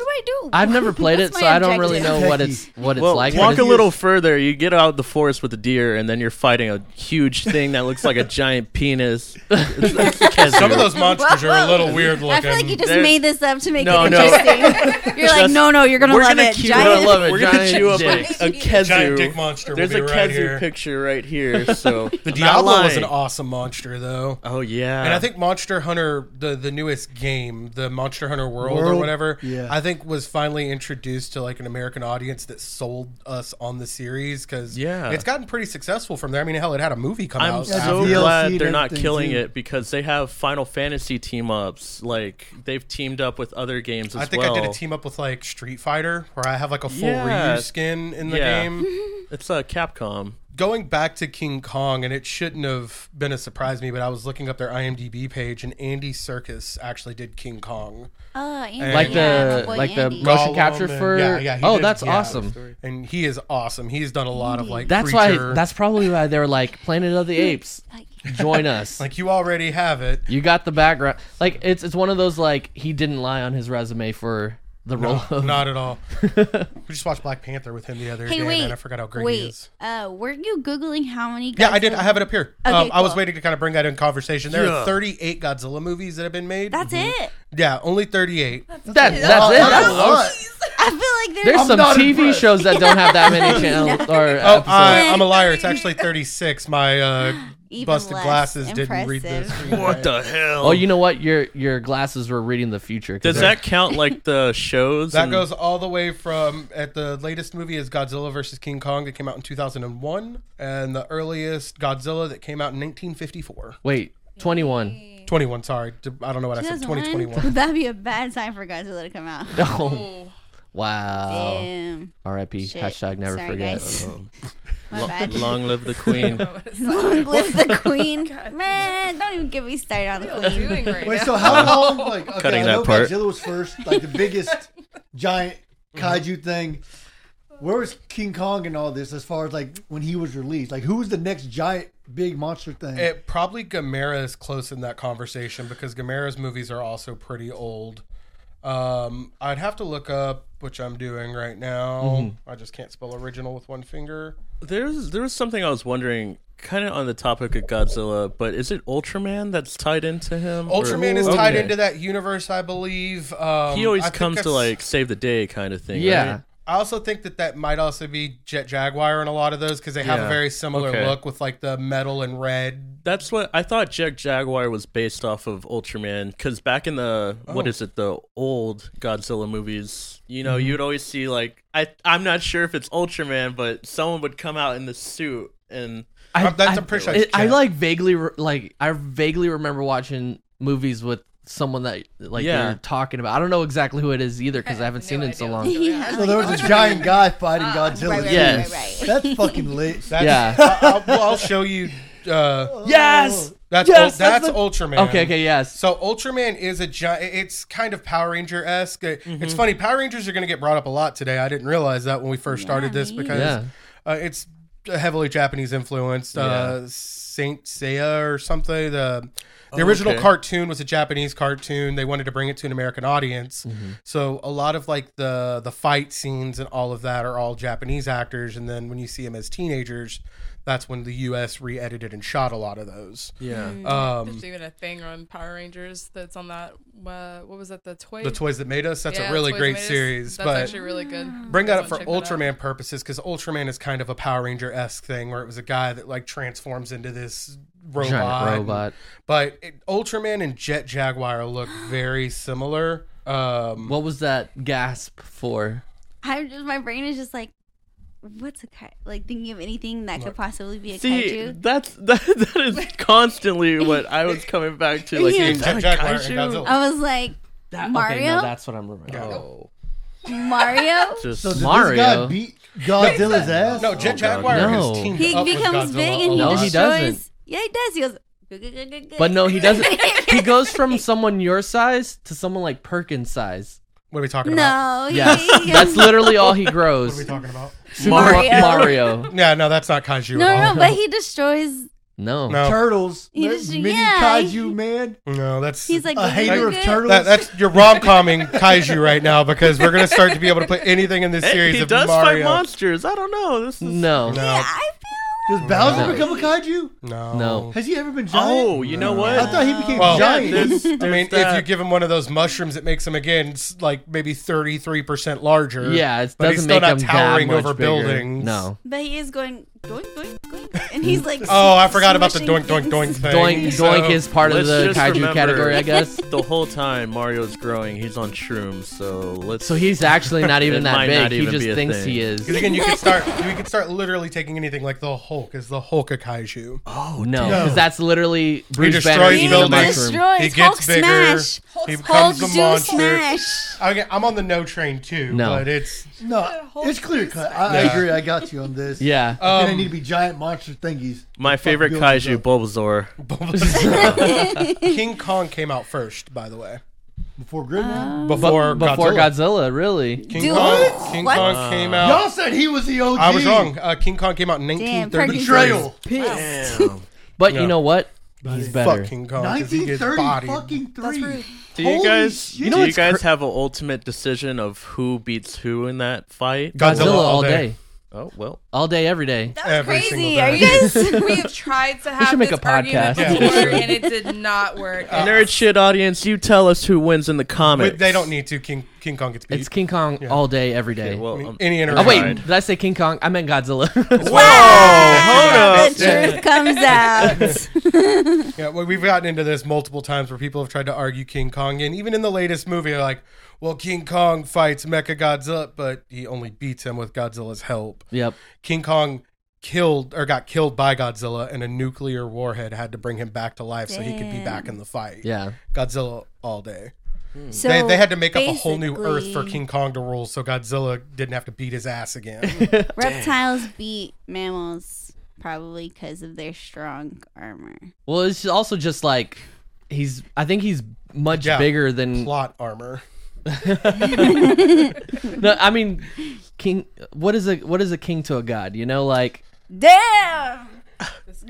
[SPEAKER 4] What do I do?
[SPEAKER 6] I've never played it,
[SPEAKER 4] That's
[SPEAKER 6] so
[SPEAKER 4] my
[SPEAKER 6] I don't really know
[SPEAKER 4] objective.
[SPEAKER 6] what it's what it's
[SPEAKER 2] well,
[SPEAKER 6] like. but
[SPEAKER 2] walk a
[SPEAKER 6] it's-
[SPEAKER 2] little further. You get out of the forest with the deer, and then you're fighting a huge thing that looks like a giant penis. It's- it's
[SPEAKER 1] some of
[SPEAKER 2] Kezu.
[SPEAKER 1] those monsters are a
[SPEAKER 4] Whoa.
[SPEAKER 1] little weird looking
[SPEAKER 4] I feel like you just
[SPEAKER 2] There's-
[SPEAKER 4] made this up to make
[SPEAKER 2] No,
[SPEAKER 4] it
[SPEAKER 2] no.
[SPEAKER 4] interesting. you're like,
[SPEAKER 2] Just-
[SPEAKER 4] no, no, you're gonna
[SPEAKER 2] We're
[SPEAKER 4] love
[SPEAKER 2] gonna
[SPEAKER 4] it.
[SPEAKER 2] queue
[SPEAKER 4] Giant-
[SPEAKER 6] We're gonna love it.
[SPEAKER 2] We're gonna
[SPEAKER 6] Giant
[SPEAKER 2] chew up a,
[SPEAKER 6] dick.
[SPEAKER 2] a kezu.
[SPEAKER 1] giant dick monster
[SPEAKER 2] There's
[SPEAKER 1] will
[SPEAKER 2] a
[SPEAKER 1] be
[SPEAKER 2] kezu
[SPEAKER 1] right here
[SPEAKER 2] picture right here. So
[SPEAKER 1] the diablo was an awesome monster though
[SPEAKER 2] Oh yeah.
[SPEAKER 1] And I think Monster Hunter, the the newest game, the Monster Hunter World, or
[SPEAKER 3] World?
[SPEAKER 1] whatever,
[SPEAKER 3] Yeah.
[SPEAKER 1] I think was finally introduced to like an American audience that sold us on the series because
[SPEAKER 2] Yeah.
[SPEAKER 1] it's gotten pretty successful from there. I mean, hell, it had a movie come
[SPEAKER 2] I'm
[SPEAKER 1] out.
[SPEAKER 2] so
[SPEAKER 1] after.
[SPEAKER 3] DLC
[SPEAKER 2] glad
[SPEAKER 3] and
[SPEAKER 2] they're not
[SPEAKER 3] everything,
[SPEAKER 2] killing
[SPEAKER 3] too.
[SPEAKER 2] it because they have Final Fantasy team ups. Like they've teamed up with other games as
[SPEAKER 1] I think
[SPEAKER 2] well.
[SPEAKER 1] I did a team up with like Street Fighter where I have like a full
[SPEAKER 2] Yeah.
[SPEAKER 1] Ryu skin in the
[SPEAKER 2] Yeah.
[SPEAKER 1] game.
[SPEAKER 2] It's uh, Capcom.
[SPEAKER 1] Going back to King Kong, and it shouldn't have been a surprise to me, but I was looking up their IMDb page, and Andy Serkis actually did King Kong.
[SPEAKER 4] Oh, Andy,
[SPEAKER 6] like
[SPEAKER 4] yeah,
[SPEAKER 6] the
[SPEAKER 4] my boy
[SPEAKER 6] like
[SPEAKER 4] Andy.
[SPEAKER 6] the motion
[SPEAKER 1] Gollum
[SPEAKER 6] capture
[SPEAKER 1] and-
[SPEAKER 6] for.
[SPEAKER 1] yeah, yeah, he
[SPEAKER 6] oh,
[SPEAKER 1] did-
[SPEAKER 6] that's
[SPEAKER 1] yeah.
[SPEAKER 6] awesome.
[SPEAKER 1] and he is awesome. He's done a lot of like.
[SPEAKER 6] That's
[SPEAKER 1] creature.
[SPEAKER 6] why. That's probably why they were like Planet of the Apes. Join us.
[SPEAKER 1] like you already have it.
[SPEAKER 6] you got the background. Like it's it's one of those like he didn't lie on his resume for the role.
[SPEAKER 1] No,
[SPEAKER 6] of,
[SPEAKER 1] not at all. we just watched Black Panther with him the other
[SPEAKER 4] Hey,
[SPEAKER 1] day,
[SPEAKER 4] wait,
[SPEAKER 1] and I forgot how great he
[SPEAKER 4] wait.
[SPEAKER 1] is.
[SPEAKER 4] Uh, weren't you googling how many?
[SPEAKER 1] Yeah, I did.
[SPEAKER 4] Godzilla-
[SPEAKER 1] I have it up here. um,
[SPEAKER 4] Okay,
[SPEAKER 1] I was
[SPEAKER 4] cool.
[SPEAKER 1] waiting to kind of bring that in conversation. There
[SPEAKER 2] Yeah.
[SPEAKER 1] are 38 Godzilla movies that have been made.
[SPEAKER 4] That's it.
[SPEAKER 1] yeah, only 38.
[SPEAKER 6] That, that's
[SPEAKER 4] Oh,
[SPEAKER 6] it.
[SPEAKER 3] That's a
[SPEAKER 6] That's-
[SPEAKER 3] lot.
[SPEAKER 4] I feel like
[SPEAKER 6] there's
[SPEAKER 4] there's.
[SPEAKER 6] some
[SPEAKER 3] not
[SPEAKER 6] TV
[SPEAKER 3] impressed.
[SPEAKER 6] shows that don't have that many channels or
[SPEAKER 1] Oh,
[SPEAKER 6] episodes.
[SPEAKER 1] I, I'm a liar. It's actually 36. My uh,
[SPEAKER 4] Even
[SPEAKER 1] busted
[SPEAKER 4] less
[SPEAKER 1] glasses didn't read this.
[SPEAKER 4] impressive.
[SPEAKER 2] What the hell?
[SPEAKER 6] oh, you know what? Your your glasses were reading the future. 'cause
[SPEAKER 2] Does that count like the shows?
[SPEAKER 1] That
[SPEAKER 2] and-
[SPEAKER 1] goes all the way from at the latest movie is Godzilla versus King Kong that came out in 2001, and the earliest Godzilla that came out in 1954.
[SPEAKER 6] Wait, 21.
[SPEAKER 1] 21, sorry, D- I don't know what I said. 2021.
[SPEAKER 4] Would that be a bad sign for Godzilla to come out?
[SPEAKER 6] No. Oh. Wow.
[SPEAKER 4] Damn.
[SPEAKER 6] R.I.P.
[SPEAKER 4] Shit.
[SPEAKER 6] Hashtag never
[SPEAKER 4] Sorry,
[SPEAKER 6] forget.
[SPEAKER 4] guys.
[SPEAKER 2] Um,
[SPEAKER 4] My bad.
[SPEAKER 2] long live the queen.
[SPEAKER 4] Long live the queen. Man, don't even get me started on the queen.
[SPEAKER 7] doing right
[SPEAKER 3] Wait,
[SPEAKER 7] now?
[SPEAKER 3] so how long? Like, okay,
[SPEAKER 2] Cutting
[SPEAKER 3] I
[SPEAKER 2] that
[SPEAKER 3] know
[SPEAKER 2] part. Mm-hmm.
[SPEAKER 3] Godzilla was first, like the biggest giant kaiju thing. Where was King Kong and all this as far as like when he was released? Like, who was the next giant big monster thing?
[SPEAKER 1] It probably Gamera is close in that conversation because Gamera's movies are also pretty old. Um, I'd have to look up, which I'm doing right now. I just can't spell original with one finger.
[SPEAKER 2] There's there was something I was wondering, kind of on the topic of Godzilla, but is it Ultraman that's tied into him? or-
[SPEAKER 1] Ultraman is tied
[SPEAKER 2] Okay.
[SPEAKER 1] into that universe, I believe. Um,
[SPEAKER 2] He always
[SPEAKER 1] I think
[SPEAKER 2] comes to
[SPEAKER 1] that's-
[SPEAKER 2] like save the day kind of thing.
[SPEAKER 6] Yeah.
[SPEAKER 2] right?
[SPEAKER 1] I also think that that might also be Jet Jaguar in a lot of those because they have a
[SPEAKER 2] Yeah.
[SPEAKER 1] very similar
[SPEAKER 2] Okay.
[SPEAKER 1] look with like the metal and red.
[SPEAKER 2] That's what I thought. Jack Jaguar was based off of Ultraman because back in the what
[SPEAKER 1] Oh. Mm-hmm.
[SPEAKER 2] is it the old Godzilla movies, you know, you'd always see like I I'm not sure if it's Ultraman, but someone would come out in the suit and
[SPEAKER 6] I,
[SPEAKER 1] Uh, that's a
[SPEAKER 6] I-
[SPEAKER 1] pretty sure
[SPEAKER 6] it-
[SPEAKER 1] it's
[SPEAKER 6] I
[SPEAKER 1] Jet.
[SPEAKER 6] like vaguely re- like I vaguely remember watching movies with someone that like
[SPEAKER 2] Yeah.
[SPEAKER 6] you're talking about. I don't know exactly who it is either because I,
[SPEAKER 7] I have
[SPEAKER 6] haven't seen
[SPEAKER 7] no
[SPEAKER 6] it in so
[SPEAKER 7] idea.
[SPEAKER 6] long.
[SPEAKER 4] Yeah.
[SPEAKER 3] so there was a giant guy fighting Godzilla.
[SPEAKER 4] Ah, Right, right,
[SPEAKER 6] Yes.
[SPEAKER 4] right, right, right.
[SPEAKER 3] That's fucking lit.
[SPEAKER 1] That's,
[SPEAKER 6] Yeah.
[SPEAKER 1] I, will well, I'll show you. Uh,
[SPEAKER 6] Yes.
[SPEAKER 1] that's
[SPEAKER 6] Yes,
[SPEAKER 1] Ul-
[SPEAKER 6] that's
[SPEAKER 1] that's,
[SPEAKER 6] the-
[SPEAKER 1] Ultraman.
[SPEAKER 6] Okay. Okay. Yes.
[SPEAKER 1] Oh. So Ultraman is a giant. It's kind of Power Ranger esque. It's
[SPEAKER 6] Mm-hmm.
[SPEAKER 1] funny. Power Rangers are going to get brought up a lot today. I didn't realize that when we first started this
[SPEAKER 4] me
[SPEAKER 1] because
[SPEAKER 6] Yeah.
[SPEAKER 1] uh, it's heavily Japanese influenced. Uh, Saint Seiya or something. The the original
[SPEAKER 2] Oh, okay.
[SPEAKER 1] cartoon was a Japanese cartoon. They wanted to bring it to an American audience,
[SPEAKER 2] Mm-hmm.
[SPEAKER 1] so a lot of like the the fight scenes and all of that are all Japanese actors. And then when you see them as teenagers, that's when the U.S. re-edited and shot a lot of those.
[SPEAKER 2] yeah,
[SPEAKER 7] Mm.
[SPEAKER 1] Um,
[SPEAKER 7] There's even a thing on Power Rangers that's on that. Uh, what was that? The toy.
[SPEAKER 1] The Toys That Made Us. That's
[SPEAKER 7] Yeah,
[SPEAKER 1] a really
[SPEAKER 7] Toys
[SPEAKER 1] great
[SPEAKER 7] Made Us.
[SPEAKER 1] series.
[SPEAKER 7] That's
[SPEAKER 1] but
[SPEAKER 7] actually really good.
[SPEAKER 1] bring that up for
[SPEAKER 7] Everyone check that out.
[SPEAKER 1] Ultraman purposes because Ultraman is kind of a Power Ranger esque thing where it was a guy that like transforms into this robot.
[SPEAKER 6] Giant robot.
[SPEAKER 1] But it, Ultraman and Jet Jaguar look very similar. Um,
[SPEAKER 6] What was that gasp for?
[SPEAKER 4] I'm just my brain is just like, what's a ki- like thinking of anything that could possibly be a
[SPEAKER 2] see,
[SPEAKER 4] kaiju.
[SPEAKER 2] that's that, that is constantly what I was coming back to. Like,
[SPEAKER 4] Yeah.
[SPEAKER 2] is that
[SPEAKER 1] Jet
[SPEAKER 2] a
[SPEAKER 1] Jaguar and
[SPEAKER 2] kaiju?
[SPEAKER 1] Godzilla.
[SPEAKER 6] Oh.
[SPEAKER 4] I was like, Mario,
[SPEAKER 6] Okay, no, that's what I'm remembering.
[SPEAKER 1] Oh.
[SPEAKER 4] Mario.
[SPEAKER 2] Just
[SPEAKER 3] So did
[SPEAKER 6] Mario.
[SPEAKER 3] this guy beat Godzilla's ass?
[SPEAKER 1] no, Jet Jaguar
[SPEAKER 6] Oh, God.
[SPEAKER 1] has
[SPEAKER 6] No.
[SPEAKER 1] teamed
[SPEAKER 4] He
[SPEAKER 1] up with
[SPEAKER 4] becomes
[SPEAKER 1] Oh, Godzilla
[SPEAKER 4] big
[SPEAKER 1] a
[SPEAKER 4] and he
[SPEAKER 6] No,
[SPEAKER 1] lot.
[SPEAKER 6] he
[SPEAKER 4] destroys.
[SPEAKER 6] doesn't.
[SPEAKER 4] Yeah, he does. He goes. "Gu- gu- gu- gu- gu."
[SPEAKER 6] But no, he doesn't. he goes from someone your size to someone like Perkins' size.
[SPEAKER 1] What are we talking about?
[SPEAKER 4] No. he-
[SPEAKER 6] Yes,
[SPEAKER 4] he
[SPEAKER 6] that's
[SPEAKER 4] goes-
[SPEAKER 6] literally all he
[SPEAKER 1] What are we
[SPEAKER 6] grows.
[SPEAKER 1] talking about?
[SPEAKER 6] Super
[SPEAKER 4] Mario.
[SPEAKER 6] Mario.
[SPEAKER 1] Yeah, no, that's not kaiju at
[SPEAKER 4] No,
[SPEAKER 1] all.
[SPEAKER 4] no, but he destroys.
[SPEAKER 6] No.
[SPEAKER 1] No.
[SPEAKER 3] Turtles.
[SPEAKER 4] He
[SPEAKER 3] There's
[SPEAKER 4] just-
[SPEAKER 3] mini
[SPEAKER 4] yeah,
[SPEAKER 3] kaiju
[SPEAKER 4] he-
[SPEAKER 3] man.
[SPEAKER 1] No, that's
[SPEAKER 4] He's like
[SPEAKER 3] A hater
[SPEAKER 4] "Gu-
[SPEAKER 3] of
[SPEAKER 4] gu- gu."
[SPEAKER 3] turtles.
[SPEAKER 1] That, that's you're rom comming kaiju right now because we're gonna start to be able to put anything in this
[SPEAKER 2] Hey,
[SPEAKER 1] series
[SPEAKER 2] he
[SPEAKER 1] of
[SPEAKER 2] does
[SPEAKER 1] Mario.
[SPEAKER 2] fight monsters. I don't know. This is
[SPEAKER 6] No.
[SPEAKER 1] No.
[SPEAKER 4] Yeah, I feel.
[SPEAKER 3] Does Bowser
[SPEAKER 6] No.
[SPEAKER 3] become a kaiju?
[SPEAKER 1] No.
[SPEAKER 6] No.
[SPEAKER 3] Has he ever been giant?
[SPEAKER 2] Oh, you know what?
[SPEAKER 3] I thought he became
[SPEAKER 1] Well,
[SPEAKER 3] giant.
[SPEAKER 2] there's-
[SPEAKER 1] I mean, if you
[SPEAKER 2] that.
[SPEAKER 1] give him one of those mushrooms, it makes him again s- like maybe thirty three percent larger.
[SPEAKER 6] Yeah, it
[SPEAKER 1] but he's
[SPEAKER 6] doesn't
[SPEAKER 1] still
[SPEAKER 6] make
[SPEAKER 1] not
[SPEAKER 6] him that
[SPEAKER 1] towering
[SPEAKER 6] much
[SPEAKER 1] over
[SPEAKER 6] bigger.
[SPEAKER 1] buildings.
[SPEAKER 6] No.
[SPEAKER 4] But he is going doink doink doink, and he's like.
[SPEAKER 1] Oh, I forgot about the doink
[SPEAKER 4] smashing
[SPEAKER 1] doink doink
[SPEAKER 4] things.
[SPEAKER 1] thing.
[SPEAKER 6] Doink
[SPEAKER 1] so-
[SPEAKER 6] Doink is part of
[SPEAKER 2] Let's
[SPEAKER 6] the
[SPEAKER 2] just
[SPEAKER 6] kaiju
[SPEAKER 2] remember-
[SPEAKER 6] category, I guess.
[SPEAKER 2] the whole time Mario's growing, he's on shrooms. So let's.
[SPEAKER 6] So he's actually not even
[SPEAKER 2] It
[SPEAKER 6] that
[SPEAKER 2] might not
[SPEAKER 6] big. He
[SPEAKER 2] even
[SPEAKER 6] just
[SPEAKER 2] be a
[SPEAKER 6] thinks
[SPEAKER 2] thing.
[SPEAKER 6] he is.
[SPEAKER 1] 'Cause again, you could start. We could start literally taking anything like the Hulk is the Hulk a kaiju.
[SPEAKER 6] Oh no,
[SPEAKER 3] No.
[SPEAKER 6] because that's literally Bruce
[SPEAKER 1] destroys
[SPEAKER 6] Banner eating the
[SPEAKER 1] buildings.
[SPEAKER 6] mushroom.
[SPEAKER 4] Destroys.
[SPEAKER 1] He gets
[SPEAKER 4] Hulk
[SPEAKER 1] bigger.
[SPEAKER 4] smash.
[SPEAKER 1] He
[SPEAKER 4] Hulk
[SPEAKER 1] becomes
[SPEAKER 4] do
[SPEAKER 1] a monster.
[SPEAKER 4] smash.
[SPEAKER 1] Again, I'm on the no train too,
[SPEAKER 6] No.
[SPEAKER 1] but it's
[SPEAKER 3] No, it's clear cut. I, I
[SPEAKER 1] Yeah.
[SPEAKER 3] agree. I got you on this.
[SPEAKER 6] Yeah.
[SPEAKER 3] I think they
[SPEAKER 1] Um,
[SPEAKER 3] need to be giant monster thingies.
[SPEAKER 2] My favorite
[SPEAKER 3] Fuck buildings
[SPEAKER 2] kaiju,
[SPEAKER 3] up
[SPEAKER 2] Bulbasaur.
[SPEAKER 1] King Kong came out first, by the way.
[SPEAKER 3] before Gridman.
[SPEAKER 1] Before
[SPEAKER 6] Before Godzilla, really.
[SPEAKER 1] King
[SPEAKER 4] Do
[SPEAKER 1] Kong,
[SPEAKER 4] what?
[SPEAKER 1] King
[SPEAKER 4] What?
[SPEAKER 1] Kong came out.
[SPEAKER 3] Y'all said he was the OG.
[SPEAKER 1] I was wrong. Uh, King Kong came out in
[SPEAKER 4] Damn,
[SPEAKER 1] 1933.
[SPEAKER 3] Betrayal.
[SPEAKER 6] But
[SPEAKER 1] Yeah.
[SPEAKER 6] you know what? He's better.
[SPEAKER 1] Fuck King Kong. 'cause he gets
[SPEAKER 3] 1930
[SPEAKER 1] bodied.
[SPEAKER 3] fucking three.
[SPEAKER 2] Do you
[SPEAKER 3] Holy
[SPEAKER 2] guys?
[SPEAKER 3] shit.
[SPEAKER 2] do
[SPEAKER 6] know
[SPEAKER 2] you
[SPEAKER 6] what's
[SPEAKER 2] guys
[SPEAKER 6] cra-
[SPEAKER 2] have an ultimate decision of who beats who in that fight?
[SPEAKER 1] Godzilla
[SPEAKER 6] Godzilla all day.
[SPEAKER 2] Oh well.
[SPEAKER 6] all day, every day.
[SPEAKER 7] That
[SPEAKER 1] Every single
[SPEAKER 4] Crazy.
[SPEAKER 1] day.
[SPEAKER 4] Are you guys?
[SPEAKER 7] we have tried to have
[SPEAKER 6] should make
[SPEAKER 7] this
[SPEAKER 6] a podcast.
[SPEAKER 7] argument
[SPEAKER 1] Yeah, we
[SPEAKER 7] before,
[SPEAKER 1] should.
[SPEAKER 7] and it did not work.
[SPEAKER 2] Nerd shit audience, you tell us who wins in the comics.
[SPEAKER 1] But they don't need to. King King Kong gets beat.
[SPEAKER 6] It's King Kong all day, every day.
[SPEAKER 2] Okay, well,
[SPEAKER 1] I mean,
[SPEAKER 2] um,
[SPEAKER 1] any
[SPEAKER 6] oh
[SPEAKER 1] interaction.
[SPEAKER 6] wait, did I say King Kong? I meant Godzilla.
[SPEAKER 1] Oh,
[SPEAKER 4] Wow,
[SPEAKER 2] Wow,
[SPEAKER 4] the truth comes out.
[SPEAKER 1] Yeah, well, we've gotten into this multiple times where people have tried to argue King Kong, and even in the latest movie, they're like, "Well, King Kong fights Mecha Godzilla, but he only beats him with Godzilla's help."
[SPEAKER 6] yep.
[SPEAKER 1] King Kong killed or got killed by Godzilla, and a nuclear warhead had to bring him back to life so he could be
[SPEAKER 4] Damn.
[SPEAKER 1] back in the fight.
[SPEAKER 6] Yeah.
[SPEAKER 1] Godzilla all day.
[SPEAKER 4] So
[SPEAKER 1] they, they had to make up a whole new Earth for
[SPEAKER 4] basically,
[SPEAKER 1] King Kong to rule, so Godzilla didn't have to beat his ass again.
[SPEAKER 4] Reptiles beat mammals probably because of their strong armor.
[SPEAKER 6] Well, it's also just like he's. I think he's much
[SPEAKER 1] Yeah.
[SPEAKER 6] bigger than.
[SPEAKER 1] Plot armor.
[SPEAKER 6] No, I mean, king. What is a what is a king to a god? You know, like
[SPEAKER 4] Damn!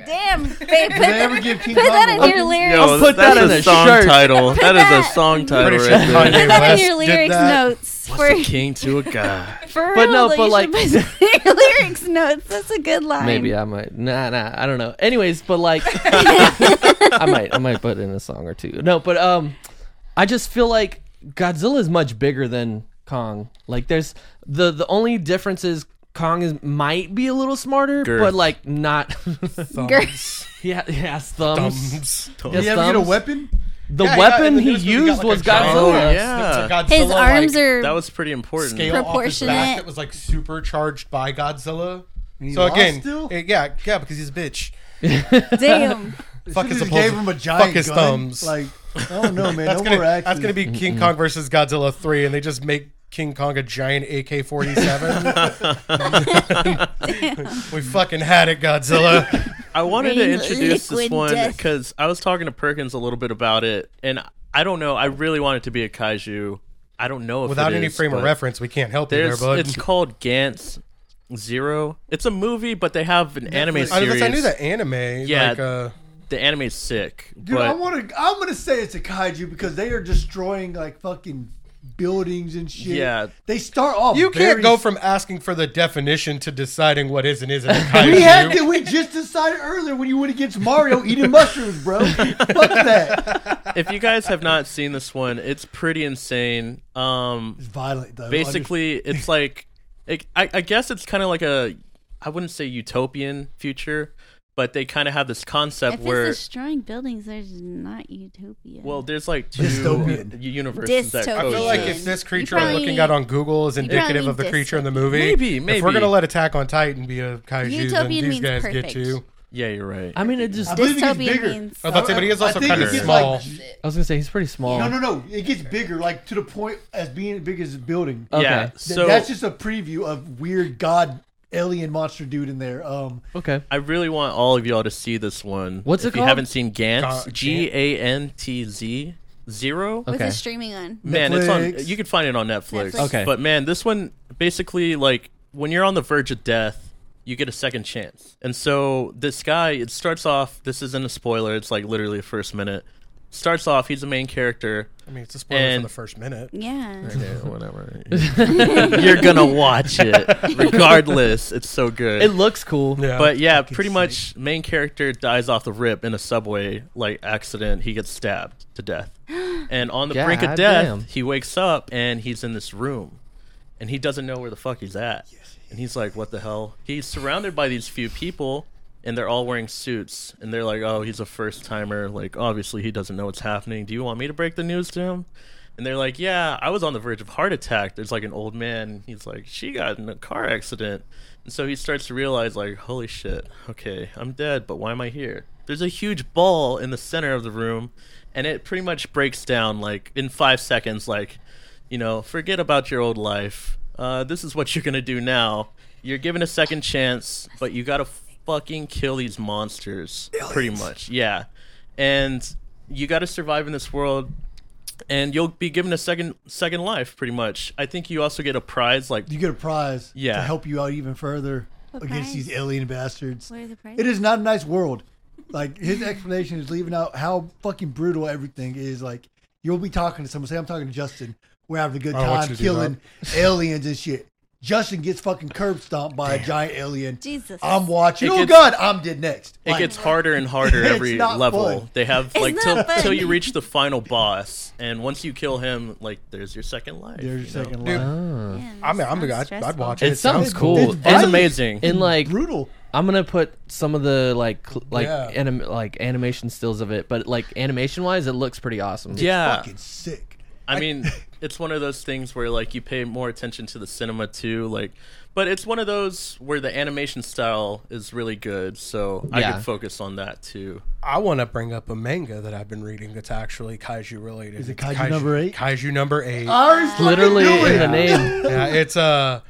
[SPEAKER 4] Damn! Put,
[SPEAKER 3] Never give King Kong
[SPEAKER 4] that
[SPEAKER 3] a
[SPEAKER 4] in your lyrics.
[SPEAKER 6] I'll put
[SPEAKER 2] that's
[SPEAKER 6] that in a
[SPEAKER 2] song
[SPEAKER 6] shirt.
[SPEAKER 2] title. That is a song title
[SPEAKER 1] Pretty sure
[SPEAKER 2] right
[SPEAKER 1] Kanye
[SPEAKER 2] there.
[SPEAKER 4] put that in
[SPEAKER 1] West
[SPEAKER 4] your
[SPEAKER 1] did
[SPEAKER 4] lyrics
[SPEAKER 1] that.
[SPEAKER 4] notes for,
[SPEAKER 2] What's a king to a god?
[SPEAKER 4] for real.
[SPEAKER 6] But no,
[SPEAKER 4] though,
[SPEAKER 6] but
[SPEAKER 4] you
[SPEAKER 6] like-
[SPEAKER 4] should put your lyrics notes. That's a good line.
[SPEAKER 6] maybe I might. Nah, nah. I don't know. Anyways, but like, I might. I might put in a song or two. No, but um, I just feel like Godzilla is much bigger than Kong. Like, there's the the only difference is Kong is might be a little smarter,
[SPEAKER 2] Girth.
[SPEAKER 6] but like not.
[SPEAKER 4] Girth.
[SPEAKER 6] yeah, he has thumbs.
[SPEAKER 1] Thumbs.
[SPEAKER 6] He has
[SPEAKER 3] You ever get a
[SPEAKER 6] thumbs.
[SPEAKER 3] weapon?
[SPEAKER 6] The
[SPEAKER 1] Yeah, he got- in
[SPEAKER 6] weapon
[SPEAKER 1] the
[SPEAKER 6] he
[SPEAKER 1] news movie, got,
[SPEAKER 6] used
[SPEAKER 1] like, a
[SPEAKER 6] was
[SPEAKER 1] giant
[SPEAKER 6] Godzilla.
[SPEAKER 2] Oh,
[SPEAKER 1] ass.
[SPEAKER 2] yeah.
[SPEAKER 1] Godzilla,
[SPEAKER 4] His
[SPEAKER 1] like,
[SPEAKER 4] arms are.
[SPEAKER 2] That was pretty important.
[SPEAKER 1] scale off his back
[SPEAKER 4] Proportionate.
[SPEAKER 1] that was like supercharged by Godzilla.
[SPEAKER 3] And he
[SPEAKER 1] So
[SPEAKER 3] lost
[SPEAKER 1] again,
[SPEAKER 3] still?
[SPEAKER 1] eh, yeah, yeah, because he's a bitch.
[SPEAKER 4] damn.
[SPEAKER 1] Fuck
[SPEAKER 3] Should've
[SPEAKER 1] his
[SPEAKER 3] just gave him a giant
[SPEAKER 1] fuck his
[SPEAKER 3] gun.
[SPEAKER 1] thumbs.
[SPEAKER 3] Like, I don't know, man.
[SPEAKER 1] that's
[SPEAKER 3] Overacting.
[SPEAKER 1] gonna that's gonna be King Kong versus Godzilla three, and they just make King Kong a giant AK forty seven. We fucking had it, Godzilla.
[SPEAKER 2] I wanted to
[SPEAKER 4] Rain
[SPEAKER 2] introduce this
[SPEAKER 4] liquid
[SPEAKER 2] one
[SPEAKER 4] death.
[SPEAKER 2] because I was talking to Perkins a little bit about it, and I don't know. I really want it to be a kaiju. I don't know if
[SPEAKER 1] Without
[SPEAKER 2] it
[SPEAKER 1] any
[SPEAKER 2] is,
[SPEAKER 1] frame of
[SPEAKER 2] but
[SPEAKER 1] reference, we can't help you there,
[SPEAKER 2] There's,
[SPEAKER 1] bud.
[SPEAKER 2] it's called Gantz Zero. It's a movie, but they have an anime
[SPEAKER 1] I,
[SPEAKER 2] series.
[SPEAKER 1] I knew that anime.
[SPEAKER 2] Yeah.
[SPEAKER 1] Like, uh,
[SPEAKER 2] The anime's sick,
[SPEAKER 3] Dude,
[SPEAKER 2] but
[SPEAKER 3] I want to. I'm gonna say it's a kaiju because they are destroying like fucking buildings and shit.
[SPEAKER 2] Yeah.
[SPEAKER 3] they start off.
[SPEAKER 1] you can't
[SPEAKER 3] very-
[SPEAKER 1] go from asking for the definition to deciding what is and isn't a
[SPEAKER 3] We had to.
[SPEAKER 1] kaiju.
[SPEAKER 3] We just decided earlier when you went against Mario eating mushrooms, bro. Fuck that.
[SPEAKER 2] if you guys have not seen this one, it's pretty insane. Um,
[SPEAKER 3] It's violent though.
[SPEAKER 2] basically it's like it, I, I guess it's kind of like a i wouldn't say utopian future but they kind of have this concept
[SPEAKER 4] If
[SPEAKER 2] where
[SPEAKER 4] it's destroying buildings, there's not utopia.
[SPEAKER 2] well there's like two
[SPEAKER 3] Dystopian.
[SPEAKER 2] u- universes that
[SPEAKER 4] Dystopian.
[SPEAKER 1] I feel
[SPEAKER 2] coexist.
[SPEAKER 1] like if this
[SPEAKER 4] You
[SPEAKER 1] creature we're
[SPEAKER 4] probably
[SPEAKER 1] looking
[SPEAKER 4] need-
[SPEAKER 1] at on Google is indicative
[SPEAKER 4] probably
[SPEAKER 1] of the
[SPEAKER 4] need
[SPEAKER 1] creature in the movie,
[SPEAKER 2] Maybe,
[SPEAKER 1] If we're
[SPEAKER 2] maybe.
[SPEAKER 1] gonna let Attack on Titan be a kaiju, then
[SPEAKER 4] Utopian
[SPEAKER 1] these
[SPEAKER 4] means
[SPEAKER 1] guys
[SPEAKER 4] perfect.
[SPEAKER 1] get to.
[SPEAKER 2] yeah you're right
[SPEAKER 6] I mean, it just.
[SPEAKER 3] I
[SPEAKER 6] I
[SPEAKER 3] believe it gets
[SPEAKER 4] Dystopian
[SPEAKER 3] bigger.
[SPEAKER 4] means-
[SPEAKER 1] I was about to say, but he is also
[SPEAKER 3] I think
[SPEAKER 1] kind of
[SPEAKER 3] it gets,
[SPEAKER 1] small.
[SPEAKER 3] like,
[SPEAKER 6] was gonna say he's pretty small.
[SPEAKER 3] no, no, no. It gets bigger, like to the point as being as big as a building.
[SPEAKER 1] Um,
[SPEAKER 6] Okay.
[SPEAKER 2] yeah
[SPEAKER 6] Th-
[SPEAKER 3] Th-
[SPEAKER 2] so
[SPEAKER 3] that's just a preview of weird god alien monster dude in there. Um,
[SPEAKER 6] Okay.
[SPEAKER 2] i really want all of y'all to see this one
[SPEAKER 6] What's
[SPEAKER 2] if
[SPEAKER 6] it
[SPEAKER 2] you
[SPEAKER 6] called?
[SPEAKER 2] haven't seen gantz
[SPEAKER 1] Ga-
[SPEAKER 2] g-a-n-t-z zero
[SPEAKER 4] What's
[SPEAKER 6] Okay.
[SPEAKER 4] it streaming on?
[SPEAKER 2] man it's on
[SPEAKER 3] Netflix.
[SPEAKER 2] you can find it on netflix
[SPEAKER 4] Netflix.
[SPEAKER 6] Okay.
[SPEAKER 2] but man this one basically like when you're on the verge of death you get a second chance and so this guy it starts off this isn't a spoiler it's like literally the first minute starts off he's the main character
[SPEAKER 1] I mean, it's a spoiler
[SPEAKER 2] And-
[SPEAKER 1] for the first minute.
[SPEAKER 4] Yeah.
[SPEAKER 2] whatever you're gonna watch it regardless it's so good
[SPEAKER 6] It looks cool.
[SPEAKER 1] Yeah.
[SPEAKER 2] but yeah, pretty much main character dies off the rip in a subway like accident. He gets stabbed to death, and on the brink of
[SPEAKER 6] God
[SPEAKER 2] death,
[SPEAKER 6] damn.
[SPEAKER 2] he wakes up and he's in this room, and he doesn't know where the fuck he's at. and he's like, "What the hell?" He's surrounded by these few people, and they're all wearing suits, and they're like, "Oh, he's a first timer. Like, obviously, he doesn't know what's happening. Do you want me to break the news to him?" And they're like, "Yeah, I was on the verge of heart attack." There's like an old man. He's like, "She got in a car accident," and so he starts to realize, like, "Holy shit! Okay, I'm dead, but why am I here?" There's a huge ball in the center of the room, and it pretty much breaks down like in five seconds. Like, you know, forget about your old life. Uh, this is what you're gonna do now. You're given a second chance, but you gotta fucking kill these monsters, pretty much. Yeah, and you gotta survive in this world, and you'll be given a second second life, pretty much. I think you also get a prize, like
[SPEAKER 3] you get a prize
[SPEAKER 2] Yeah.
[SPEAKER 3] to help you out even further
[SPEAKER 4] What
[SPEAKER 3] against
[SPEAKER 4] prize?
[SPEAKER 3] these alien bastards.
[SPEAKER 4] What are the prizes?
[SPEAKER 3] It is not a nice world. Like his explanation is leaving out how fucking brutal everything is. Like you'll be talking to someone, say I'm talking to Justin. We're having a good
[SPEAKER 1] I don't want
[SPEAKER 3] time
[SPEAKER 1] you to do
[SPEAKER 3] killing aliens and shit. Justin gets fucking curb stomped by a giant alien.
[SPEAKER 4] Jesus.
[SPEAKER 3] I'm watching.
[SPEAKER 2] It
[SPEAKER 3] oh
[SPEAKER 2] gets-
[SPEAKER 3] god, I'm dead next.
[SPEAKER 2] it
[SPEAKER 3] Like,
[SPEAKER 2] gets harder and harder
[SPEAKER 3] It's
[SPEAKER 2] every
[SPEAKER 3] not
[SPEAKER 2] level.
[SPEAKER 3] fun.
[SPEAKER 2] They have like
[SPEAKER 4] not
[SPEAKER 2] till,
[SPEAKER 4] fun.
[SPEAKER 2] till you reach the final boss, and once you kill him, like there's your second life.
[SPEAKER 3] There's your
[SPEAKER 2] you know?
[SPEAKER 3] second
[SPEAKER 1] Dude,
[SPEAKER 3] line.
[SPEAKER 4] Yeah, that
[SPEAKER 1] I'm, I'm,
[SPEAKER 4] sounds
[SPEAKER 1] I'd, I'd
[SPEAKER 4] stressful.
[SPEAKER 1] watch it.
[SPEAKER 6] It sounds cool.
[SPEAKER 3] it's
[SPEAKER 2] It's
[SPEAKER 3] violent.
[SPEAKER 2] amazing.
[SPEAKER 6] And like,
[SPEAKER 3] Brutal.
[SPEAKER 6] I'm gonna put some of the like, cl- like,
[SPEAKER 1] Yeah.
[SPEAKER 6] anim- like animation stills of it, but like animation wise, it looks pretty awesome.
[SPEAKER 2] yeah,
[SPEAKER 3] Fucking sick.
[SPEAKER 2] I mean, it's one of those things where like you pay more attention to the cinema too, like. But it's one of those where the animation style is really good, so I
[SPEAKER 6] Yeah.
[SPEAKER 2] could focus on that too.
[SPEAKER 1] I want to bring up a manga that I've been reading that's actually kaiju related. Is
[SPEAKER 3] it Kaiju number eight? Ah.
[SPEAKER 1] Kaiju number eight.
[SPEAKER 6] Literally in the
[SPEAKER 1] Yeah.
[SPEAKER 6] name.
[SPEAKER 1] yeah, it's uh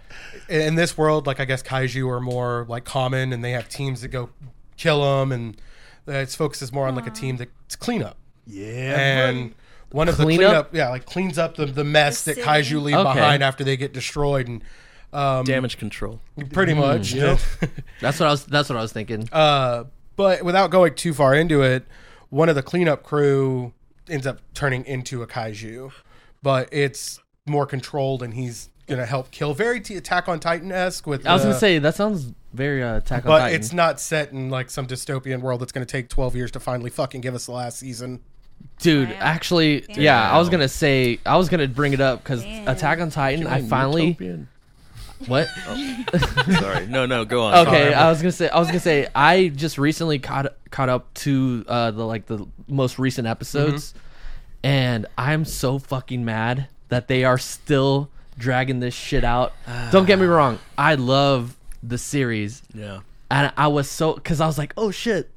[SPEAKER 1] in in this world, like I guess kaiju are more like common, and they have teams that go kill them, and uh, its focus is more on like a team that's cleanup.
[SPEAKER 3] Yeah.
[SPEAKER 1] And one of
[SPEAKER 6] Cleanup?
[SPEAKER 1] the cleanup, yeah, like cleans up the, the mess
[SPEAKER 4] The
[SPEAKER 1] that
[SPEAKER 4] city.
[SPEAKER 1] kaiju leave
[SPEAKER 6] Okay.
[SPEAKER 1] behind after they get destroyed, and
[SPEAKER 6] Um,
[SPEAKER 2] Damage control.
[SPEAKER 1] pretty
[SPEAKER 6] Mm,
[SPEAKER 1] much.
[SPEAKER 6] That's what I was. That's what I was thinking.
[SPEAKER 1] Uh, but without going too far into it, one of the cleanup crew ends up turning into a kaiju, but it's more controlled, and he's gonna help kill. Very t- Attack on Titan esque with.
[SPEAKER 6] I was gonna
[SPEAKER 1] uh,
[SPEAKER 6] say that sounds very uh, Attack on
[SPEAKER 1] but
[SPEAKER 6] Titan.
[SPEAKER 1] it's not set in like some dystopian world that's gonna take twelve years to finally fucking give us the last season.
[SPEAKER 6] Dude, actually, yeah, I was gonna say I was gonna bring it up because
[SPEAKER 4] Damn.
[SPEAKER 6] Attack on Titan. I finally
[SPEAKER 2] Utopian.
[SPEAKER 6] what?
[SPEAKER 2] Sorry, no, no, go on. Um,
[SPEAKER 6] Okay,
[SPEAKER 1] sorry.
[SPEAKER 6] I was gonna say I was gonna say I just recently caught caught up to uh, the like the most recent episodes, and I'm so fucking mad that they are still dragging this shit out. Don't get me wrong, I love the series,
[SPEAKER 2] Yeah.
[SPEAKER 6] and I was so because I was like, oh shit,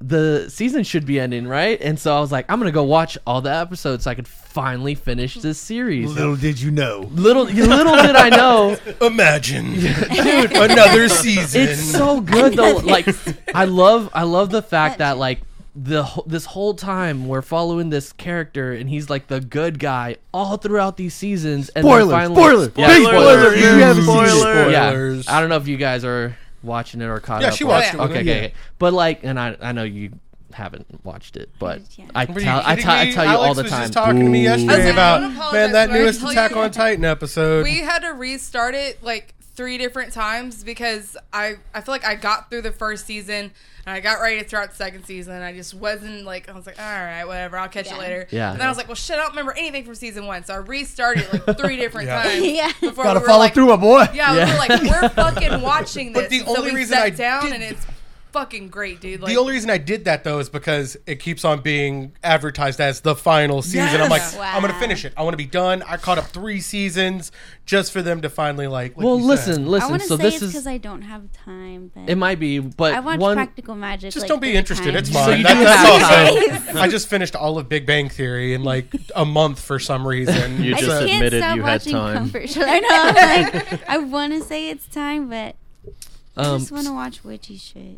[SPEAKER 6] the season should be ending right, and so I was like, I'm gonna go watch all the episodes so I could finally finish this series.
[SPEAKER 3] Little did you know.
[SPEAKER 6] Little little did I know
[SPEAKER 1] Imagine, dude, another season.
[SPEAKER 6] It's so good though. Like I love I love the fact that like the wh- this whole time we're following this character and he's like the good guy all throughout these seasons and then
[SPEAKER 3] Spoiler,
[SPEAKER 6] finally,
[SPEAKER 3] spoiler,
[SPEAKER 6] yeah,
[SPEAKER 3] big
[SPEAKER 6] spoiler,
[SPEAKER 3] spoiler, if you haven't seen it.
[SPEAKER 2] Spoiler.
[SPEAKER 6] yeah.
[SPEAKER 1] Spoilers.
[SPEAKER 6] I don't know if you guys are watching it or caught
[SPEAKER 1] Yeah,
[SPEAKER 6] up
[SPEAKER 1] she
[SPEAKER 6] or-
[SPEAKER 1] watched
[SPEAKER 5] it
[SPEAKER 1] with
[SPEAKER 6] okay,
[SPEAKER 1] me,
[SPEAKER 6] okay,
[SPEAKER 1] yeah.
[SPEAKER 6] okay. but like and I I know you haven't watched it but
[SPEAKER 4] Yeah.
[SPEAKER 6] I
[SPEAKER 1] Were you
[SPEAKER 6] tell I
[SPEAKER 1] kidding
[SPEAKER 6] tell I
[SPEAKER 1] me?
[SPEAKER 6] tell you
[SPEAKER 1] Alex
[SPEAKER 6] all the
[SPEAKER 1] was
[SPEAKER 6] time
[SPEAKER 1] Just talking to me
[SPEAKER 7] I was
[SPEAKER 1] yesterday
[SPEAKER 7] like, I
[SPEAKER 1] about
[SPEAKER 7] don't apologize,
[SPEAKER 1] man that
[SPEAKER 7] but I
[SPEAKER 1] newest
[SPEAKER 7] tell you-
[SPEAKER 1] Attack on Titan episode.
[SPEAKER 7] We had to restart it like three different times because I I feel like I got through the first season and I got ready to start the second season. I just wasn't like I was like, all right, whatever, I'll catch
[SPEAKER 4] Yeah.
[SPEAKER 7] it later.
[SPEAKER 6] Yeah.
[SPEAKER 7] And then I was like, well, shit, I don't remember anything from season one, so I restarted it, like three different
[SPEAKER 1] Yeah.
[SPEAKER 7] times.
[SPEAKER 4] Yeah.
[SPEAKER 7] Before
[SPEAKER 3] Gotta
[SPEAKER 7] we were
[SPEAKER 3] follow
[SPEAKER 7] like-
[SPEAKER 3] through, my boy.
[SPEAKER 7] Yeah,
[SPEAKER 6] Yeah.
[SPEAKER 7] we were like, we're fucking watching this.
[SPEAKER 1] But the
[SPEAKER 7] And so
[SPEAKER 1] only
[SPEAKER 7] we
[SPEAKER 1] reason
[SPEAKER 7] sat
[SPEAKER 1] I
[SPEAKER 7] down
[SPEAKER 1] didn't-
[SPEAKER 7] and it's fucking great, dude. Like,
[SPEAKER 1] the only reason I did that though is because it keeps on being advertised as the final season. I'm like,
[SPEAKER 4] Yes.
[SPEAKER 1] I'm gonna
[SPEAKER 4] Wow.
[SPEAKER 1] finish it. I want to be done. I caught up three seasons just for them to finally like. like
[SPEAKER 6] well
[SPEAKER 1] you said,
[SPEAKER 6] listen
[SPEAKER 4] I
[SPEAKER 6] listen
[SPEAKER 4] want to
[SPEAKER 6] so
[SPEAKER 4] say
[SPEAKER 6] this
[SPEAKER 4] it's because
[SPEAKER 6] is
[SPEAKER 4] I don't have time. But
[SPEAKER 6] it might be but
[SPEAKER 4] I watched
[SPEAKER 6] one
[SPEAKER 4] Practical Magic.
[SPEAKER 1] Just
[SPEAKER 4] like,
[SPEAKER 1] don't be
[SPEAKER 4] three
[SPEAKER 1] interested.
[SPEAKER 4] times.
[SPEAKER 1] It's fine.
[SPEAKER 6] you
[SPEAKER 1] That-
[SPEAKER 6] do
[SPEAKER 1] that's
[SPEAKER 4] have
[SPEAKER 1] awesome. I just finished all of Big Bang Theory in like a month for some reason.
[SPEAKER 2] You
[SPEAKER 4] I
[SPEAKER 2] just
[SPEAKER 4] just
[SPEAKER 1] So-
[SPEAKER 4] can't
[SPEAKER 2] admitted
[SPEAKER 4] stop
[SPEAKER 2] you had
[SPEAKER 4] watching
[SPEAKER 2] time.
[SPEAKER 4] comfort shows. I know. I'm like, I want to say it's time, but
[SPEAKER 6] Um,
[SPEAKER 4] I just want to watch witchy shit.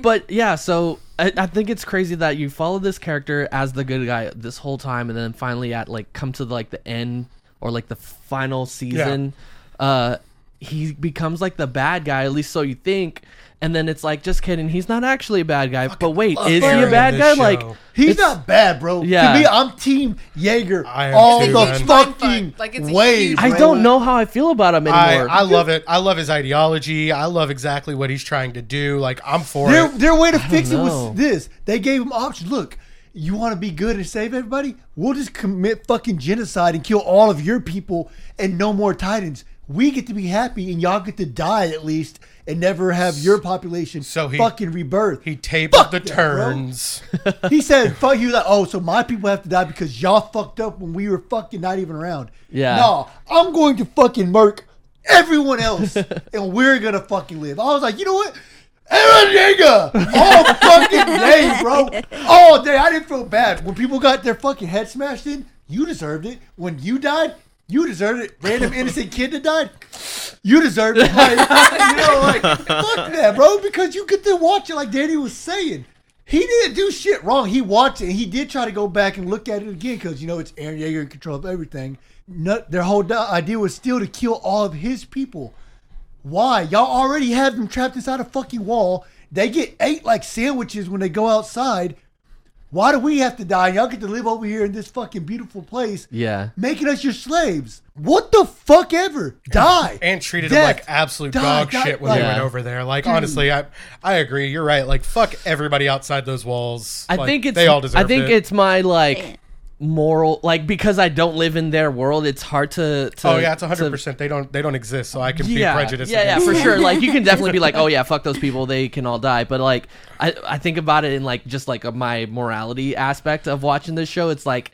[SPEAKER 6] but yeah, so I, I think it's crazy that you follow this character as the good guy this whole time, and then finally at like come to like the end or like the final season, uh, he becomes like the bad guy. At least so you think. And then it's like, just kidding. He's not actually a bad guy. but wait,
[SPEAKER 1] love
[SPEAKER 6] is he
[SPEAKER 1] Barry
[SPEAKER 6] a
[SPEAKER 1] in
[SPEAKER 6] bad
[SPEAKER 1] this
[SPEAKER 6] guy?
[SPEAKER 1] show.
[SPEAKER 6] Like
[SPEAKER 3] He's
[SPEAKER 6] it's-
[SPEAKER 3] not bad, bro.
[SPEAKER 6] Yeah.
[SPEAKER 3] To me, I'm Team Jaeger
[SPEAKER 1] I am
[SPEAKER 3] all
[SPEAKER 1] too,
[SPEAKER 3] the
[SPEAKER 1] man.
[SPEAKER 3] fucking
[SPEAKER 7] Like, it's a
[SPEAKER 3] way.
[SPEAKER 7] huge
[SPEAKER 6] I
[SPEAKER 3] bro.
[SPEAKER 6] don't know how I feel about him
[SPEAKER 1] I,
[SPEAKER 6] anymore.
[SPEAKER 1] I love it. I love his ideology. I love exactly what he's trying to do. Like I'm for
[SPEAKER 3] Their,
[SPEAKER 1] it.
[SPEAKER 3] their way to fix it
[SPEAKER 6] know.
[SPEAKER 3] was this. They gave him options. Look, you want to be good and save everybody? We'll just commit fucking genocide and kill all of your people and no more Titans. We get to be happy and y'all get to die at least and never have your population
[SPEAKER 1] So he-
[SPEAKER 3] fucking rebirth.
[SPEAKER 1] He
[SPEAKER 3] He,
[SPEAKER 1] taped the
[SPEAKER 3] that, bro.
[SPEAKER 1] turns.
[SPEAKER 3] said, fuck you. Like, oh, so my people have to die because y'all fucked up when we were fucking not even around.
[SPEAKER 6] Yeah.
[SPEAKER 3] No, I'm going to fucking murk everyone else and we're going to fucking live. I was like, you know what? Aaron Yeager all fucking day, bro. All day. I didn't feel bad. When people got their fucking head smashed in, you deserved it. When you died, you deserved it. Random innocent kid that died, you deserved it. Like, you know, like, fuck that, bro. Because you get to watch it, like Danny was saying. He didn't do shit wrong. He watched it. And he did try to go back and look at it again because, you know, it's Aaron Yeager in control of everything. Nut, their whole di- idea was still to kill all of his people. Why? Y'all already have them trapped inside a fucking wall. They get ate like sandwiches when they go outside. Why do we have to die? Y'all get to live over here in this fucking beautiful place,
[SPEAKER 6] yeah,
[SPEAKER 3] making us your slaves. What the fuck ever? Die.
[SPEAKER 1] and treated them
[SPEAKER 3] Death.
[SPEAKER 1] like absolute
[SPEAKER 3] Die,
[SPEAKER 1] dog
[SPEAKER 3] die,
[SPEAKER 1] shit when
[SPEAKER 3] like-
[SPEAKER 1] they went
[SPEAKER 6] Yeah.
[SPEAKER 1] over there. Like honestly, I I agree. You're right. Like fuck everybody outside those walls.
[SPEAKER 6] I
[SPEAKER 1] Like,
[SPEAKER 6] think it's
[SPEAKER 1] they all deserve.
[SPEAKER 6] I think
[SPEAKER 1] it.
[SPEAKER 6] it's my like moral like because I don't live in their world. It's hard to, to
[SPEAKER 1] Oh yeah, it's
[SPEAKER 6] to-
[SPEAKER 1] 100. percent They don't they don't exist, so I can be prejudiced.
[SPEAKER 6] Yeah, yeah,
[SPEAKER 1] against
[SPEAKER 6] for
[SPEAKER 1] them.
[SPEAKER 6] sure. Like you can definitely be like, oh yeah, fuck those people, they can all die. But like, I I think about it in like just like my morality aspect of watching this show. It's like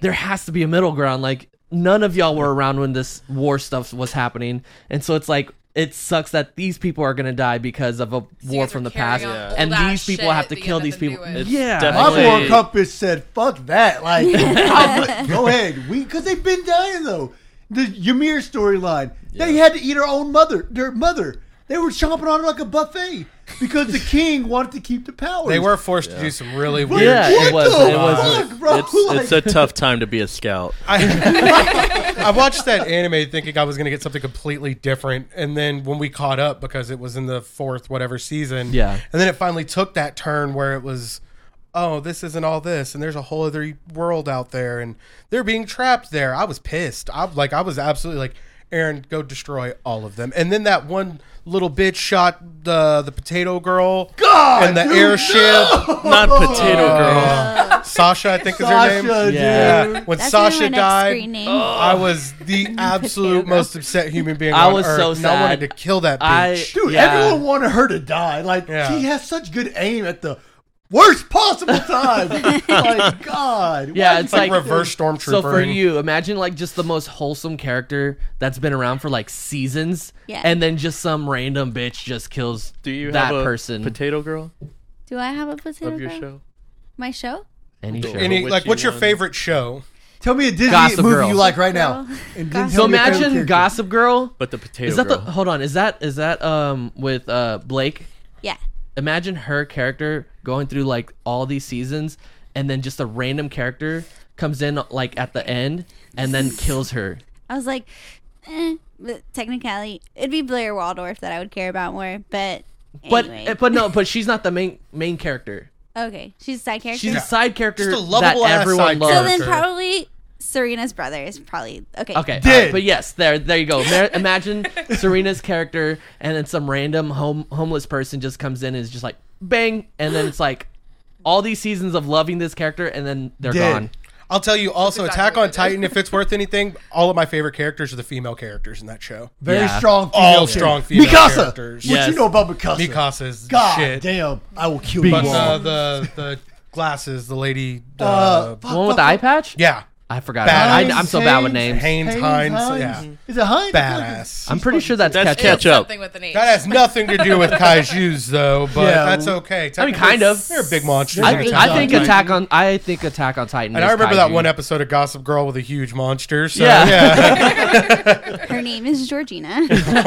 [SPEAKER 6] there has to be a middle ground. Like none of y'all were around when this war stuff was happening, and so it's like it sucks that these people are gonna die because of a
[SPEAKER 7] So you
[SPEAKER 6] war
[SPEAKER 7] guys
[SPEAKER 6] from
[SPEAKER 7] are
[SPEAKER 6] the past,
[SPEAKER 7] carrying on
[SPEAKER 2] Yeah.
[SPEAKER 7] old
[SPEAKER 6] and
[SPEAKER 7] ass
[SPEAKER 6] these people
[SPEAKER 7] shit
[SPEAKER 6] have to
[SPEAKER 7] that you
[SPEAKER 6] kill
[SPEAKER 7] got
[SPEAKER 6] these
[SPEAKER 7] nothing
[SPEAKER 6] people.
[SPEAKER 7] to do with.
[SPEAKER 6] Yeah,
[SPEAKER 3] My
[SPEAKER 2] definitely-
[SPEAKER 3] moral compass said, "Fuck that." Like, I would- go ahead. We because they've been dying though. The Ymir storyline. They had to eat her own mother. Their mother. They were chomping on her like a buffet because the king wanted to keep the power.
[SPEAKER 1] They were forced to do some really weird
[SPEAKER 6] Yeah,
[SPEAKER 1] shit.
[SPEAKER 6] it was.
[SPEAKER 3] the
[SPEAKER 6] It was.
[SPEAKER 3] fuck, bro?
[SPEAKER 2] It's,
[SPEAKER 3] Like-
[SPEAKER 2] it's a tough time to be a scout.
[SPEAKER 1] I, I watched that anime thinking I was going to get something completely different. And then when we caught up, because it was in the fourth, whatever season.
[SPEAKER 6] Yeah.
[SPEAKER 1] And then it finally took that turn where it was, oh, this isn't all this. And there's a whole other world out there. And they're being trapped there. I was pissed. I like, I was absolutely like, Aaron, go destroy all of them. And then that one little bitch shot the the potato girl
[SPEAKER 3] God,
[SPEAKER 1] and the
[SPEAKER 3] Ah, dude,
[SPEAKER 1] airship.
[SPEAKER 2] Not potato
[SPEAKER 6] Uh,
[SPEAKER 2] girl.
[SPEAKER 1] Sasha, I think is her
[SPEAKER 3] Sasha,
[SPEAKER 1] name.
[SPEAKER 3] dude. Oh,
[SPEAKER 6] Yeah.
[SPEAKER 1] When
[SPEAKER 4] That's gonna be
[SPEAKER 1] Sasha
[SPEAKER 4] my next
[SPEAKER 1] died,
[SPEAKER 4] screen name.
[SPEAKER 6] Oh,
[SPEAKER 1] I was the absolute most upset human being.
[SPEAKER 6] I
[SPEAKER 1] on
[SPEAKER 6] was
[SPEAKER 1] Earth,
[SPEAKER 6] so
[SPEAKER 1] and I wanted
[SPEAKER 6] sad.
[SPEAKER 1] to kill that
[SPEAKER 6] I-
[SPEAKER 1] bitch.
[SPEAKER 3] Dude,
[SPEAKER 6] Yeah.
[SPEAKER 3] everyone wanted her to die. Like
[SPEAKER 1] Yeah.
[SPEAKER 3] she has such good aim at the worst possible time. like God.
[SPEAKER 6] Yeah,
[SPEAKER 3] why
[SPEAKER 6] it's
[SPEAKER 3] you-
[SPEAKER 1] like,
[SPEAKER 6] like-
[SPEAKER 1] reverse stormtrooper.
[SPEAKER 6] So for
[SPEAKER 1] and-
[SPEAKER 6] you, imagine like just the most wholesome character that's been around for like seasons,
[SPEAKER 4] Yeah.
[SPEAKER 6] and then just some random bitch just kills
[SPEAKER 2] Do you
[SPEAKER 6] that
[SPEAKER 2] have a
[SPEAKER 6] person.
[SPEAKER 2] potato girl
[SPEAKER 4] Do I have a potato
[SPEAKER 2] of your
[SPEAKER 4] girl?
[SPEAKER 2] show?
[SPEAKER 4] My show?
[SPEAKER 6] Any show.
[SPEAKER 1] Any,
[SPEAKER 2] Which
[SPEAKER 1] like,
[SPEAKER 2] you
[SPEAKER 1] what's your
[SPEAKER 2] want.
[SPEAKER 1] favorite show?
[SPEAKER 3] tell me a Disney
[SPEAKER 6] Gossip
[SPEAKER 3] movie
[SPEAKER 6] Girl.
[SPEAKER 3] you like right now.
[SPEAKER 4] Girl.
[SPEAKER 3] And then
[SPEAKER 6] so
[SPEAKER 3] tell me your favorite
[SPEAKER 6] imagine
[SPEAKER 3] character.
[SPEAKER 6] Gossip Girl.
[SPEAKER 2] But the potato
[SPEAKER 6] Is that the
[SPEAKER 2] girl.
[SPEAKER 6] hold on? Is that is that um with uh Blake?
[SPEAKER 4] Yeah.
[SPEAKER 6] Imagine her character going through like all these seasons, and then just a random character comes in like at the end and then kills her.
[SPEAKER 4] I was like, eh, but technically, it'd be Blair Waldorf that I would care about more. But
[SPEAKER 6] But eh,
[SPEAKER 4] anyway.
[SPEAKER 6] but no, but she's not the main main character.
[SPEAKER 4] okay, she's a side character.
[SPEAKER 6] She's a side character
[SPEAKER 1] Just a
[SPEAKER 6] that
[SPEAKER 1] lovable ass
[SPEAKER 6] everyone
[SPEAKER 1] side
[SPEAKER 6] loves.
[SPEAKER 4] so then
[SPEAKER 1] character.
[SPEAKER 4] probably Serena's brother is probably okay.
[SPEAKER 6] Okay,
[SPEAKER 3] Dead.
[SPEAKER 6] all right, but yes, there, there you go. Mar- imagine Serena's character, and then some random home homeless person just comes in and is just like bang, and then it's like all these seasons of loving this character, and then they're
[SPEAKER 3] Dead.
[SPEAKER 6] gone.
[SPEAKER 1] I'll tell you. Also,
[SPEAKER 7] exactly
[SPEAKER 1] Attack
[SPEAKER 7] what
[SPEAKER 1] on
[SPEAKER 7] it is.
[SPEAKER 1] Titan. if it's worth anything, all of my favorite characters are the female characters in that show.
[SPEAKER 3] Very
[SPEAKER 6] Yeah.
[SPEAKER 3] strong female
[SPEAKER 1] All
[SPEAKER 3] character.
[SPEAKER 1] strong female
[SPEAKER 3] Mikasa.
[SPEAKER 1] characters.
[SPEAKER 3] What
[SPEAKER 6] Yes.
[SPEAKER 3] you know about Mikasa?
[SPEAKER 1] Mikasa is the
[SPEAKER 3] God
[SPEAKER 1] shit.
[SPEAKER 3] damn, I will kill
[SPEAKER 1] But
[SPEAKER 3] you
[SPEAKER 1] uh,
[SPEAKER 3] all.
[SPEAKER 1] the the glasses, the lady. Uh,
[SPEAKER 3] fuck,
[SPEAKER 6] The one with the
[SPEAKER 3] fuck,
[SPEAKER 6] eye
[SPEAKER 3] fuck.
[SPEAKER 6] patch?
[SPEAKER 1] yeah,
[SPEAKER 6] I forgot. I,
[SPEAKER 1] Badass
[SPEAKER 6] I'm so bad with
[SPEAKER 3] Haynes.
[SPEAKER 6] names.
[SPEAKER 1] Haynes
[SPEAKER 3] Haynes
[SPEAKER 1] Hines.
[SPEAKER 3] Hines?
[SPEAKER 1] Yeah,
[SPEAKER 3] Is it Hines?
[SPEAKER 1] badass.
[SPEAKER 6] I'm pretty sure that's,
[SPEAKER 2] That's
[SPEAKER 6] ketchup.
[SPEAKER 2] ketchup. up.
[SPEAKER 7] Something with an H.
[SPEAKER 1] That has nothing to do with kaiju's though, but
[SPEAKER 3] Yeah.
[SPEAKER 1] that's okay.
[SPEAKER 6] I mean, kind of.
[SPEAKER 1] They're big monsters.
[SPEAKER 6] I,
[SPEAKER 1] in
[SPEAKER 6] think-
[SPEAKER 1] Attack
[SPEAKER 6] I
[SPEAKER 1] on
[SPEAKER 6] think
[SPEAKER 1] Titan.
[SPEAKER 6] Attack on I think Attack on Titan.
[SPEAKER 1] And
[SPEAKER 6] is
[SPEAKER 1] I remember that
[SPEAKER 6] kaiju.
[SPEAKER 1] one episode of Gossip Girl with a huge monster. So
[SPEAKER 6] Yeah.
[SPEAKER 1] yeah.
[SPEAKER 4] Her name is Georgina. Oh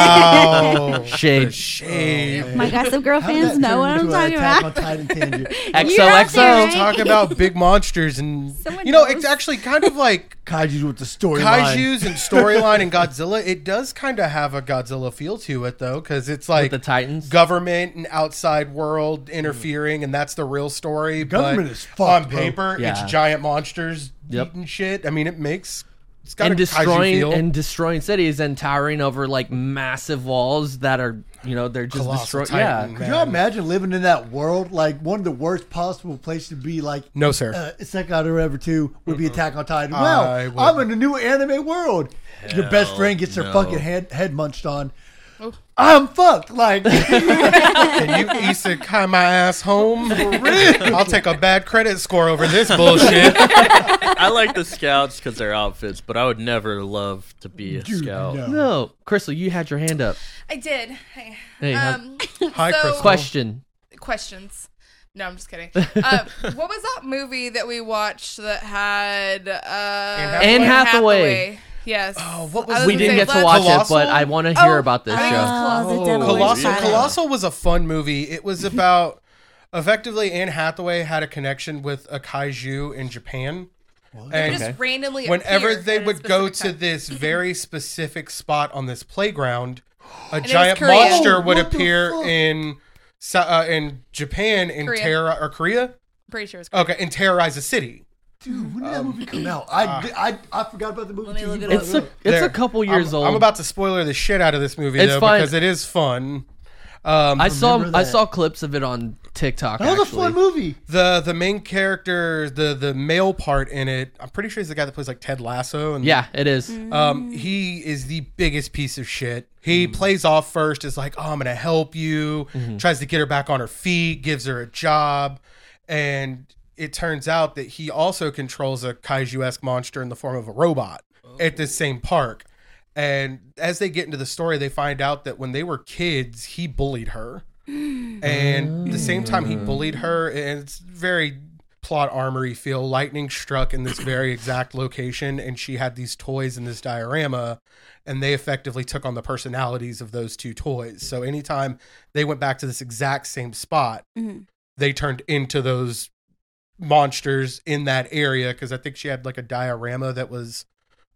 [SPEAKER 1] wow.
[SPEAKER 6] Shade.
[SPEAKER 1] Shade.
[SPEAKER 4] My Gossip Girl
[SPEAKER 3] How'd that
[SPEAKER 4] fans know
[SPEAKER 3] turn
[SPEAKER 4] what I'm
[SPEAKER 3] into an
[SPEAKER 4] talking
[SPEAKER 3] Attack
[SPEAKER 4] about.
[SPEAKER 3] on Titan tangent?
[SPEAKER 4] You're out there,
[SPEAKER 6] XOXO.
[SPEAKER 4] right?
[SPEAKER 1] Talk about big monsters and
[SPEAKER 4] Someone
[SPEAKER 1] you know,
[SPEAKER 4] knows.
[SPEAKER 1] it's actually kind of like
[SPEAKER 3] Kaiju's with the storyline.
[SPEAKER 1] kaiju's and storyline and Godzilla. It does kind of have a Godzilla feel to it though, because it's like
[SPEAKER 6] The Titans.
[SPEAKER 1] government and outside world interfering, and that's the real story.
[SPEAKER 3] Government
[SPEAKER 1] but
[SPEAKER 3] is fucked,
[SPEAKER 1] on
[SPEAKER 3] bro.
[SPEAKER 1] paper.
[SPEAKER 6] Yeah.
[SPEAKER 1] It's giant monsters
[SPEAKER 6] Yep.
[SPEAKER 1] eating shit. I mean, it makes it's got
[SPEAKER 6] and
[SPEAKER 1] a kaiju
[SPEAKER 6] destroying
[SPEAKER 1] feel.
[SPEAKER 6] and destroying cities and towering over like massive walls that are you know they're just
[SPEAKER 1] Colossal
[SPEAKER 6] destroyed.
[SPEAKER 1] Titan,
[SPEAKER 6] Yeah,
[SPEAKER 1] man.
[SPEAKER 3] Could y'all imagine living in that world? Like one of the worst possible places to be. Like
[SPEAKER 1] No, sir.
[SPEAKER 3] uh, Second or ever two would be Attack on Titan.
[SPEAKER 1] I
[SPEAKER 3] Wow,
[SPEAKER 1] would-
[SPEAKER 3] I'm in a new anime world. Your best friend gets her
[SPEAKER 2] no.
[SPEAKER 3] fucking head head munched on.
[SPEAKER 7] Oh.
[SPEAKER 3] I'm fucked. Like
[SPEAKER 1] Can you isekai my ass home? I'll take a bad credit score over this bullshit.
[SPEAKER 2] I like the scouts because their outfits, but I would never love to be a scout.
[SPEAKER 3] no.
[SPEAKER 6] No, Crystal, you had your hand up.
[SPEAKER 7] I did. Hey.
[SPEAKER 6] Hey, huh?
[SPEAKER 7] Um,
[SPEAKER 1] Hi,
[SPEAKER 7] so,
[SPEAKER 1] Crystal.
[SPEAKER 6] Question.
[SPEAKER 7] questions. No, I'm just kidding. Uh, what was that movie that we watched that had uh,
[SPEAKER 1] Hathaway?
[SPEAKER 7] Anne
[SPEAKER 6] Anne Hathaway.
[SPEAKER 7] Yes.
[SPEAKER 1] Oh, what
[SPEAKER 7] I
[SPEAKER 1] was-
[SPEAKER 6] We
[SPEAKER 7] gonna
[SPEAKER 6] didn't
[SPEAKER 7] say,
[SPEAKER 6] get to
[SPEAKER 7] let's-
[SPEAKER 6] watch
[SPEAKER 1] Colossal?
[SPEAKER 6] it, but I want to hear
[SPEAKER 7] Oh,
[SPEAKER 6] about this
[SPEAKER 7] I think it
[SPEAKER 6] show.
[SPEAKER 7] was
[SPEAKER 4] Oh, the devil
[SPEAKER 1] Colossal,
[SPEAKER 4] inside.
[SPEAKER 1] Colossal was a fun movie. It was about effectively Anne Hathaway had a connection with a kaiju in Japan.
[SPEAKER 7] They
[SPEAKER 1] And
[SPEAKER 7] Just randomly.
[SPEAKER 1] whenever
[SPEAKER 7] appeared
[SPEAKER 1] they
[SPEAKER 7] at a
[SPEAKER 1] would go to
[SPEAKER 7] specific time.
[SPEAKER 1] this very specific spot on this playground, a
[SPEAKER 7] was
[SPEAKER 1] giant
[SPEAKER 7] Korea.
[SPEAKER 1] monster
[SPEAKER 3] Oh,
[SPEAKER 1] would
[SPEAKER 3] what the
[SPEAKER 1] appear
[SPEAKER 3] fuck?
[SPEAKER 1] in Sa- uh, in Japan and
[SPEAKER 7] Korea.
[SPEAKER 1] terror or Korea.
[SPEAKER 7] pretty sure it was.
[SPEAKER 1] Okay, and terrorize a city.
[SPEAKER 3] dude, when did that movie come out? I, I, I forgot about the movie.
[SPEAKER 7] Let me
[SPEAKER 3] too.
[SPEAKER 7] look
[SPEAKER 3] You
[SPEAKER 7] it
[SPEAKER 3] brought
[SPEAKER 6] It's a
[SPEAKER 3] up.
[SPEAKER 6] it's
[SPEAKER 1] There.
[SPEAKER 6] a couple years
[SPEAKER 1] I'm,
[SPEAKER 6] old.
[SPEAKER 1] I'm about to spoiler the shit out of this movie
[SPEAKER 6] It's
[SPEAKER 1] though
[SPEAKER 6] fine.
[SPEAKER 1] because it is fun. Um,
[SPEAKER 6] I saw
[SPEAKER 3] Remember
[SPEAKER 6] I
[SPEAKER 3] that.
[SPEAKER 6] saw clips of it on TikTok.
[SPEAKER 3] That was a
[SPEAKER 6] actually.
[SPEAKER 3] fun movie.
[SPEAKER 1] the the main character, the the male part in it, I'm pretty sure he's the guy that plays like Ted Lasso. And
[SPEAKER 6] Yeah, it is.
[SPEAKER 7] Mm-hmm.
[SPEAKER 1] Um, he is the biggest piece of shit. He plays off first, is like, "Oh, I'm gonna help you." Tries to get her back on her feet, gives her a job, and it turns out that he also controls a kaiju esque monster in the form of a robot at the same park. And as they get into the story, they find out that when they were kids, he bullied her. And the same time he bullied her, and it's very plot armory feel. Lightning struck in this very exact location, and she had these toys in this diorama, and they effectively took on the personalities of those two toys. So anytime they went back to this exact same spot,
[SPEAKER 4] Mhm.
[SPEAKER 1] they turned into those monsters in that area because I think she had like a diorama that was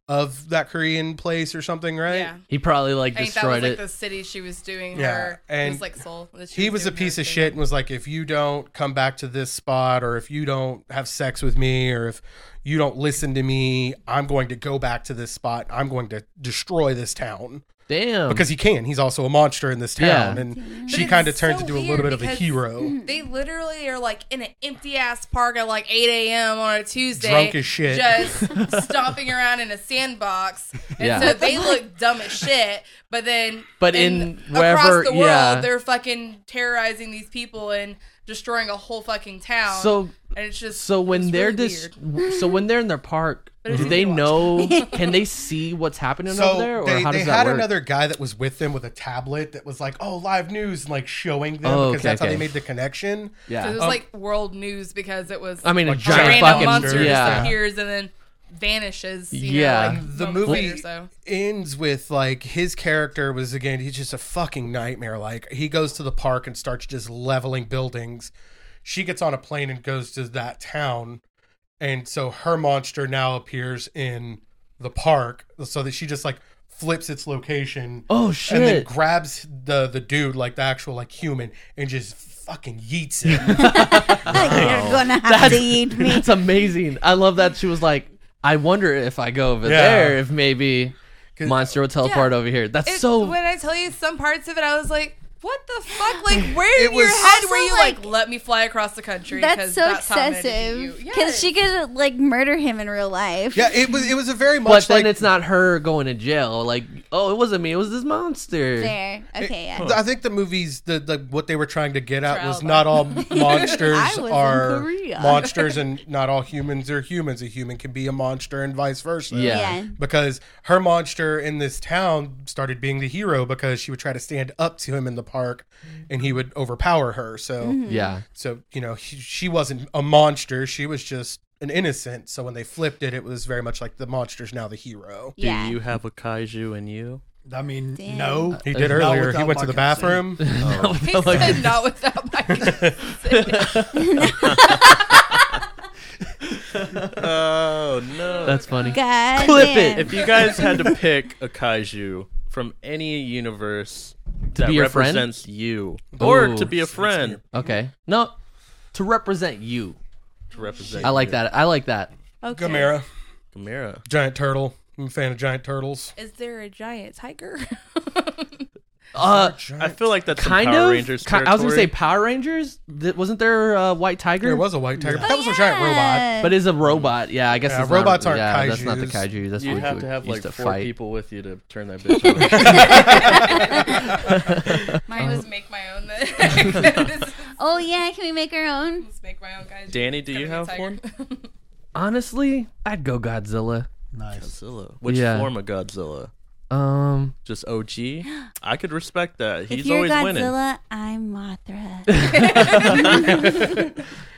[SPEAKER 1] of that Korean place or something, right?
[SPEAKER 7] Yeah.
[SPEAKER 6] He probably like
[SPEAKER 7] I think that was
[SPEAKER 6] destroyed
[SPEAKER 7] like
[SPEAKER 6] it.
[SPEAKER 7] the city she was doing
[SPEAKER 1] Yeah,
[SPEAKER 7] her. it
[SPEAKER 1] and
[SPEAKER 7] was like soul. that she
[SPEAKER 1] He was a
[SPEAKER 7] doing her
[SPEAKER 1] piece of
[SPEAKER 7] thing.
[SPEAKER 1] shit and was like, if you don't come back to this spot, or if you don't have sex with me, or if you don't listen to me, I'm going to go back to this spot. I'm going to destroy this town
[SPEAKER 6] Damn.
[SPEAKER 1] because he can. He's also a monster in this
[SPEAKER 6] Yeah.
[SPEAKER 1] town, and
[SPEAKER 7] But
[SPEAKER 1] she
[SPEAKER 7] it's
[SPEAKER 1] kind of turns
[SPEAKER 7] so
[SPEAKER 1] into a
[SPEAKER 7] weird
[SPEAKER 1] little bit of a
[SPEAKER 7] because-
[SPEAKER 1] hero.
[SPEAKER 6] Mm.
[SPEAKER 7] They literally are like in an empty ass park at like 8 a.m. on a Tuesday.
[SPEAKER 1] Drunk as shit.
[SPEAKER 7] Just stomping around in a sandbox. And
[SPEAKER 6] Yeah.
[SPEAKER 7] so they look dumb as shit. But then.
[SPEAKER 6] But in wherever-
[SPEAKER 7] Across the world,
[SPEAKER 6] yeah.
[SPEAKER 7] they're fucking terrorizing these people and destroying a whole fucking town.
[SPEAKER 6] So-
[SPEAKER 7] And it's just.
[SPEAKER 6] so when
[SPEAKER 7] it's
[SPEAKER 6] they're
[SPEAKER 7] really
[SPEAKER 6] dis-
[SPEAKER 7] weird.
[SPEAKER 6] w- so when they're in their park, do
[SPEAKER 7] easy
[SPEAKER 6] they
[SPEAKER 7] to watch.
[SPEAKER 6] know? can they see what's happening over there, or
[SPEAKER 1] they,
[SPEAKER 6] how
[SPEAKER 1] they
[SPEAKER 6] does that
[SPEAKER 1] had
[SPEAKER 6] work?
[SPEAKER 1] another guy that was with them with a tablet that was like, "Oh, live news," and like showing them
[SPEAKER 6] Oh,
[SPEAKER 1] because
[SPEAKER 6] okay,
[SPEAKER 1] that's how
[SPEAKER 6] okay.
[SPEAKER 1] they made the connection.
[SPEAKER 7] So it was
[SPEAKER 1] Um,
[SPEAKER 6] yeah.
[SPEAKER 7] like world news because it was.
[SPEAKER 6] I mean, a
[SPEAKER 1] Like
[SPEAKER 6] giant
[SPEAKER 7] random
[SPEAKER 6] fucking
[SPEAKER 7] monster
[SPEAKER 6] yeah.
[SPEAKER 7] disappears and then vanishes. You
[SPEAKER 6] Yeah.
[SPEAKER 7] know, like
[SPEAKER 1] the
[SPEAKER 7] moments
[SPEAKER 1] movie
[SPEAKER 7] later, so.
[SPEAKER 1] ends with like his character was again he's just a fucking nightmare like he goes to the park and starts just leveling buildings she gets on a plane and goes to that town and so her monster now appears in the park so that she just like flips its location
[SPEAKER 6] Oh
[SPEAKER 1] and then
[SPEAKER 6] shit!
[SPEAKER 1] grabs the the dude like the actual like human and just fucking yeets it
[SPEAKER 3] Oh.
[SPEAKER 4] You're gonna have to eat me.
[SPEAKER 6] That's amazing. I love that she was like, I wonder if I go over
[SPEAKER 1] Yeah.
[SPEAKER 6] there, if maybe
[SPEAKER 1] 'Cause-
[SPEAKER 6] monster will teleport
[SPEAKER 7] Yeah.
[SPEAKER 6] over here. That's
[SPEAKER 7] It-
[SPEAKER 6] so.
[SPEAKER 7] when I tell you some parts of it, I was like, "What the fuck? Like, where
[SPEAKER 1] It
[SPEAKER 7] in your
[SPEAKER 1] was-
[SPEAKER 7] head were
[SPEAKER 4] Also,
[SPEAKER 7] you like,
[SPEAKER 4] like,
[SPEAKER 7] let me fly across the country?"
[SPEAKER 4] That's
[SPEAKER 7] 'cause
[SPEAKER 4] so
[SPEAKER 7] how I'm gonna defeat
[SPEAKER 4] excessive.
[SPEAKER 7] you."
[SPEAKER 4] Because
[SPEAKER 7] Yes.
[SPEAKER 4] she could like murder him in real life.
[SPEAKER 1] yeah it was it was a very
[SPEAKER 6] but
[SPEAKER 1] much
[SPEAKER 6] then
[SPEAKER 1] like
[SPEAKER 6] it's not her going to jail. Like, oh, it wasn't me. It was this monster.
[SPEAKER 4] There. Okay. Yeah.
[SPEAKER 1] I think the movies, the, the what they were trying to get at was
[SPEAKER 7] Trial
[SPEAKER 1] not all
[SPEAKER 4] I
[SPEAKER 1] monsters
[SPEAKER 4] was in
[SPEAKER 1] are
[SPEAKER 4] Korea.
[SPEAKER 1] monsters, and not all humans are humans. A human can be a monster, and vice versa.
[SPEAKER 6] Yeah.
[SPEAKER 4] Yeah.
[SPEAKER 1] Because her monster in this town started being the hero because she would try to stand up to him in the park, and he would overpower her. So,
[SPEAKER 4] Mm-hmm.
[SPEAKER 6] Yeah.
[SPEAKER 1] so you know, he, she wasn't a monster; she was just an innocent. So when they flipped it, it was very much like the monster's now the hero.
[SPEAKER 2] Do
[SPEAKER 4] Yeah.
[SPEAKER 2] you have a kaiju in you?
[SPEAKER 3] I mean,
[SPEAKER 4] Damn.
[SPEAKER 3] no.
[SPEAKER 1] He did
[SPEAKER 3] Not
[SPEAKER 1] earlier. He
[SPEAKER 3] without
[SPEAKER 1] went to
[SPEAKER 3] my
[SPEAKER 1] the
[SPEAKER 3] consent.
[SPEAKER 1] bathroom.
[SPEAKER 7] He said not without my consent.
[SPEAKER 2] Oh no.
[SPEAKER 6] That's funny.
[SPEAKER 4] God
[SPEAKER 6] Clip
[SPEAKER 4] damn.
[SPEAKER 6] it.
[SPEAKER 2] if you guys had to pick a kaiju from any universe that
[SPEAKER 6] be your friend?
[SPEAKER 2] represents you, or
[SPEAKER 6] Ooh.
[SPEAKER 2] to be a friend
[SPEAKER 6] Okay. No, to represent you.
[SPEAKER 2] to represent,
[SPEAKER 6] I like
[SPEAKER 2] you.
[SPEAKER 6] that. I like that.
[SPEAKER 4] Okay.
[SPEAKER 1] Gamera,
[SPEAKER 2] Gamera.
[SPEAKER 1] giant turtle. I'm a fan of giant turtles.
[SPEAKER 7] Is there a giant tiger?
[SPEAKER 6] Uh,
[SPEAKER 2] I feel like that's
[SPEAKER 6] kind
[SPEAKER 2] some Power
[SPEAKER 6] of.
[SPEAKER 2] Rangers.
[SPEAKER 6] Ki- I was gonna
[SPEAKER 2] territory.
[SPEAKER 6] say Power Rangers. Th- wasn't there uh, White Tiger?
[SPEAKER 1] There was a white tiger. but that was a giant robot.
[SPEAKER 4] Yeah.
[SPEAKER 6] but is a robot. Yeah, I guess
[SPEAKER 1] Yeah,
[SPEAKER 6] it's
[SPEAKER 1] robots
[SPEAKER 6] not,
[SPEAKER 1] aren't
[SPEAKER 6] yeah, That's not the
[SPEAKER 1] kaijus.
[SPEAKER 6] kaiju. That's
[SPEAKER 2] You
[SPEAKER 6] what
[SPEAKER 2] have
[SPEAKER 6] we
[SPEAKER 2] to have
[SPEAKER 6] used
[SPEAKER 2] like
[SPEAKER 6] to
[SPEAKER 2] four
[SPEAKER 6] fight.
[SPEAKER 2] people with you to turn that bitch over.
[SPEAKER 7] Mine was make my own. Then This is
[SPEAKER 4] oh yeah, can we make our own?
[SPEAKER 7] just make my own guys.
[SPEAKER 2] Danny, do you have one?
[SPEAKER 6] Honestly, I'd go Godzilla.
[SPEAKER 3] Nice.
[SPEAKER 2] Godzilla. Which
[SPEAKER 6] Yeah.
[SPEAKER 2] form of Godzilla?
[SPEAKER 6] Um,
[SPEAKER 2] Just OG? I could respect that. He's
[SPEAKER 4] if you're
[SPEAKER 2] always
[SPEAKER 4] Godzilla,
[SPEAKER 2] winning.
[SPEAKER 4] I'm Mothra.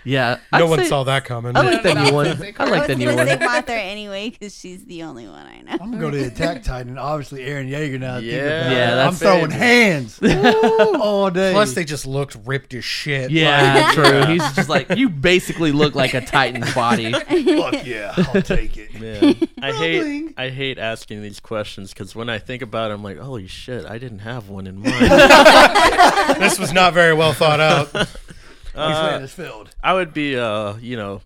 [SPEAKER 6] yeah.
[SPEAKER 1] No
[SPEAKER 6] I'd
[SPEAKER 1] one
[SPEAKER 6] say-
[SPEAKER 1] saw that coming.
[SPEAKER 6] I like the new one.
[SPEAKER 7] Physical.
[SPEAKER 6] I like the new
[SPEAKER 4] gonna say
[SPEAKER 6] one.
[SPEAKER 4] Mothra anyway because she's the only one I know.
[SPEAKER 3] I'm gonna go to the Attack Titan. Obviously, Aaron Yeager. Now, I think
[SPEAKER 2] Yeah.
[SPEAKER 3] about it.
[SPEAKER 6] Yeah,
[SPEAKER 3] I'm
[SPEAKER 6] that's
[SPEAKER 3] throwing
[SPEAKER 6] favorite.
[SPEAKER 3] hands Woo, all day.
[SPEAKER 1] Plus, they just looked ripped as shit.
[SPEAKER 6] Yeah, true. He's just like you. Basically, look like a Titan's body.
[SPEAKER 3] fuck yeah, I'll take it.
[SPEAKER 2] Man, I
[SPEAKER 3] Rolling.
[SPEAKER 2] hate I hate asking these questions because when I think about it, I'm like, holy shit, I didn't have one in mind.
[SPEAKER 1] Like, this was not very well thought out.
[SPEAKER 3] This
[SPEAKER 2] Uh,
[SPEAKER 3] land is filled.
[SPEAKER 2] I would be, uh, you know,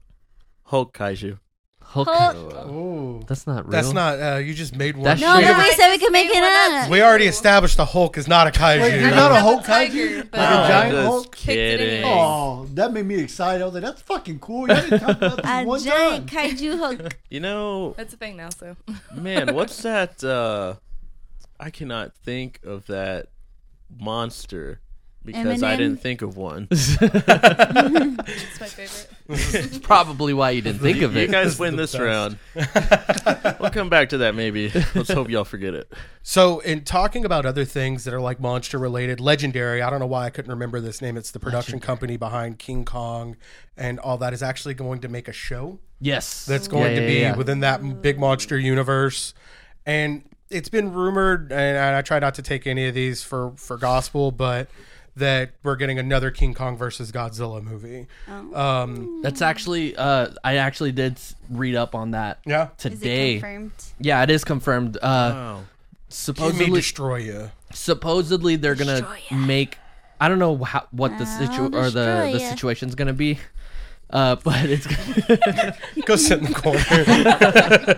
[SPEAKER 2] Hulk kaiju.
[SPEAKER 6] Hulk.
[SPEAKER 4] Hulk.
[SPEAKER 3] Oh,
[SPEAKER 6] That's not real.
[SPEAKER 1] That's not. Uh, you just made one.
[SPEAKER 6] That's
[SPEAKER 4] No,
[SPEAKER 6] shit.
[SPEAKER 4] but we
[SPEAKER 7] I
[SPEAKER 4] said we
[SPEAKER 7] just
[SPEAKER 4] could make
[SPEAKER 7] made
[SPEAKER 4] it
[SPEAKER 7] one up.
[SPEAKER 4] up.
[SPEAKER 1] We already established the Hulk is not a kaiju.
[SPEAKER 3] Wait, you're not a Hulk
[SPEAKER 7] tiger,
[SPEAKER 3] kaiju?
[SPEAKER 7] but-
[SPEAKER 3] Like
[SPEAKER 7] Oh,
[SPEAKER 3] a giant
[SPEAKER 2] just
[SPEAKER 3] Hulk?
[SPEAKER 2] kidding.
[SPEAKER 3] Oh, that made me excited. I was like, that's fucking cool. You didn't talk about this
[SPEAKER 4] A
[SPEAKER 3] one
[SPEAKER 4] giant
[SPEAKER 3] time.
[SPEAKER 4] kaiju Hulk.
[SPEAKER 2] You know,
[SPEAKER 7] That's a thing now. So
[SPEAKER 2] man, what's that? Uh, I cannot think of that monster because I
[SPEAKER 4] Eminem.
[SPEAKER 2] didn't think of one.
[SPEAKER 7] It's my favorite.
[SPEAKER 6] Probably why you didn't think of
[SPEAKER 2] You
[SPEAKER 6] it.
[SPEAKER 2] guys win this round. we'll come back to that maybe. Let's hope y'all forget it.
[SPEAKER 1] So, in talking about other things that are like monster related, Legendary, I don't know why I couldn't remember this name. It's the production company behind King Kong and all that is actually going to make a show
[SPEAKER 6] Yes,
[SPEAKER 1] that's going
[SPEAKER 6] Yeah,
[SPEAKER 1] to
[SPEAKER 6] yeah,
[SPEAKER 1] be
[SPEAKER 6] yeah.
[SPEAKER 1] within that big monster universe. And it's been rumored, and I I try not to take any of these for, for gospel, but that we're getting another King Kong versus Godzilla movie.
[SPEAKER 4] Oh.
[SPEAKER 1] Um,
[SPEAKER 6] That's actually uh, I actually did s- read up on that.
[SPEAKER 1] yeah.
[SPEAKER 4] Is
[SPEAKER 6] today.
[SPEAKER 4] it confirmed?
[SPEAKER 6] Yeah, it is confirmed. Uh,
[SPEAKER 1] Oh.
[SPEAKER 2] Wow.
[SPEAKER 1] You mean
[SPEAKER 6] supposedly,
[SPEAKER 1] destroy you.
[SPEAKER 6] supposedly they're gonna make. I don't know how, what the situ
[SPEAKER 4] I'll
[SPEAKER 6] or the,
[SPEAKER 4] Uh, destroy
[SPEAKER 6] the
[SPEAKER 4] ya.
[SPEAKER 6] situation's gonna be, uh, but it's
[SPEAKER 1] Go sit in the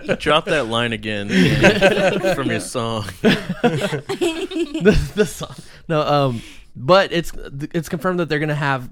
[SPEAKER 1] corner.
[SPEAKER 2] Drop that line again Dan, from your song.
[SPEAKER 6] the, the song. No, um, but it's it's confirmed that they're gonna have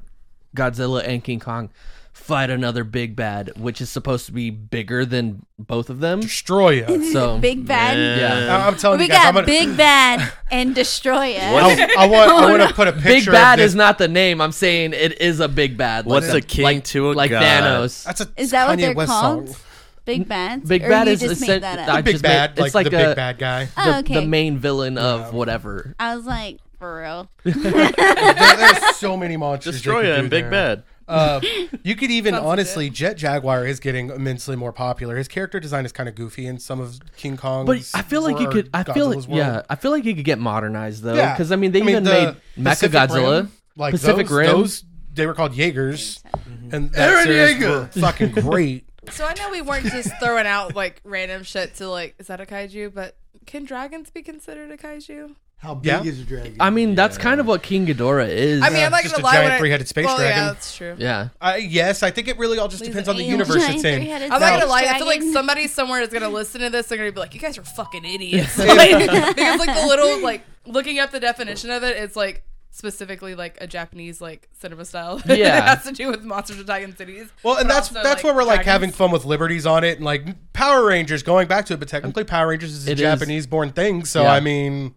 [SPEAKER 6] Godzilla and King Kong fight another big bad, which is supposed to be bigger than both of them.
[SPEAKER 1] destroy you.
[SPEAKER 6] So
[SPEAKER 4] Big bad.
[SPEAKER 2] Man.
[SPEAKER 1] I'm telling
[SPEAKER 4] We
[SPEAKER 1] you guys,
[SPEAKER 4] got
[SPEAKER 1] I'm gonna,
[SPEAKER 4] big bad and destroyer.
[SPEAKER 2] What?
[SPEAKER 1] I, I want. I want to put a picture.
[SPEAKER 6] Big bad
[SPEAKER 1] of this.
[SPEAKER 6] is not the name. I'm saying it is a big bad.
[SPEAKER 2] What's
[SPEAKER 6] like
[SPEAKER 2] a king
[SPEAKER 6] like,
[SPEAKER 2] to a
[SPEAKER 6] like
[SPEAKER 2] god?
[SPEAKER 6] Thanos?
[SPEAKER 1] That's a
[SPEAKER 4] Is that what
[SPEAKER 1] Kanye
[SPEAKER 4] they're
[SPEAKER 1] West
[SPEAKER 4] called?
[SPEAKER 1] song.
[SPEAKER 4] Big bad.
[SPEAKER 6] Big
[SPEAKER 4] or
[SPEAKER 6] bad
[SPEAKER 4] you
[SPEAKER 6] is
[SPEAKER 4] just
[SPEAKER 6] essen-
[SPEAKER 4] made that
[SPEAKER 6] I
[SPEAKER 4] up.
[SPEAKER 1] Big
[SPEAKER 6] just
[SPEAKER 1] bad,
[SPEAKER 6] made-
[SPEAKER 1] like,
[SPEAKER 6] it's like
[SPEAKER 1] the
[SPEAKER 6] a-
[SPEAKER 1] big bad guy.
[SPEAKER 6] the,
[SPEAKER 4] oh, okay.
[SPEAKER 6] the main villain of whatever.
[SPEAKER 4] I was like, for real.
[SPEAKER 1] There- There's so many monsters. they could
[SPEAKER 2] Destroyer
[SPEAKER 1] do
[SPEAKER 2] and Big
[SPEAKER 1] there.
[SPEAKER 2] Bad.
[SPEAKER 1] Uh, you could even honestly, Jet Jaguar is getting immensely more popular. His character design is kind of goofy in some of King Kong's.
[SPEAKER 6] But I feel like you
[SPEAKER 1] or
[SPEAKER 6] could. I feel
[SPEAKER 1] Godzilla's world.
[SPEAKER 6] like yeah. I feel like you could get modernized though,
[SPEAKER 1] Yeah.
[SPEAKER 6] because I mean they even
[SPEAKER 1] the
[SPEAKER 6] made Mecha
[SPEAKER 1] Pacific
[SPEAKER 6] Godzilla.
[SPEAKER 1] Rim, like
[SPEAKER 6] Pacific
[SPEAKER 1] those,
[SPEAKER 6] Rim.
[SPEAKER 1] Those they were called Jaegers, and that
[SPEAKER 3] Aaron
[SPEAKER 1] series
[SPEAKER 3] Yeager.
[SPEAKER 1] were fucking great.
[SPEAKER 7] So I know we weren't just throwing out like random shit to like, is that a kaiju? But can dragons be considered a kaiju?
[SPEAKER 3] How big
[SPEAKER 1] Yeah.
[SPEAKER 3] is a dragon?
[SPEAKER 6] I mean that's kind of what King Ghidorah is.
[SPEAKER 7] I mean, I'm not
[SPEAKER 1] just
[SPEAKER 7] gonna
[SPEAKER 1] a
[SPEAKER 7] lie.
[SPEAKER 1] giant
[SPEAKER 7] when I-
[SPEAKER 1] three-headed space
[SPEAKER 7] well,
[SPEAKER 1] dragon.
[SPEAKER 7] yeah, that's true.
[SPEAKER 6] yeah.
[SPEAKER 1] I yes, I think it really all just depends on the universe
[SPEAKER 4] Giant
[SPEAKER 1] it's in.
[SPEAKER 4] three-headed
[SPEAKER 7] I'm not gonna
[SPEAKER 4] space
[SPEAKER 7] lie. I feel like
[SPEAKER 4] dragon.
[SPEAKER 7] somebody somewhere is gonna listen to this. They're gonna be like, "You guys are fucking idiots," Like, because like the little like looking up the definition of it, it's like specifically like a Japanese like cinema style. it
[SPEAKER 6] Yeah.
[SPEAKER 7] has to do with monsters attacking cities.
[SPEAKER 1] Well, and
[SPEAKER 7] but
[SPEAKER 1] that's
[SPEAKER 7] also,
[SPEAKER 1] that's where we're like
[SPEAKER 7] dragons.
[SPEAKER 1] having fun with liberties on it, and like Power Rangers going back to it, but technically Power Rangers is a
[SPEAKER 6] It is.
[SPEAKER 1] Japanese-born thing, so
[SPEAKER 6] Yeah.
[SPEAKER 1] I mean,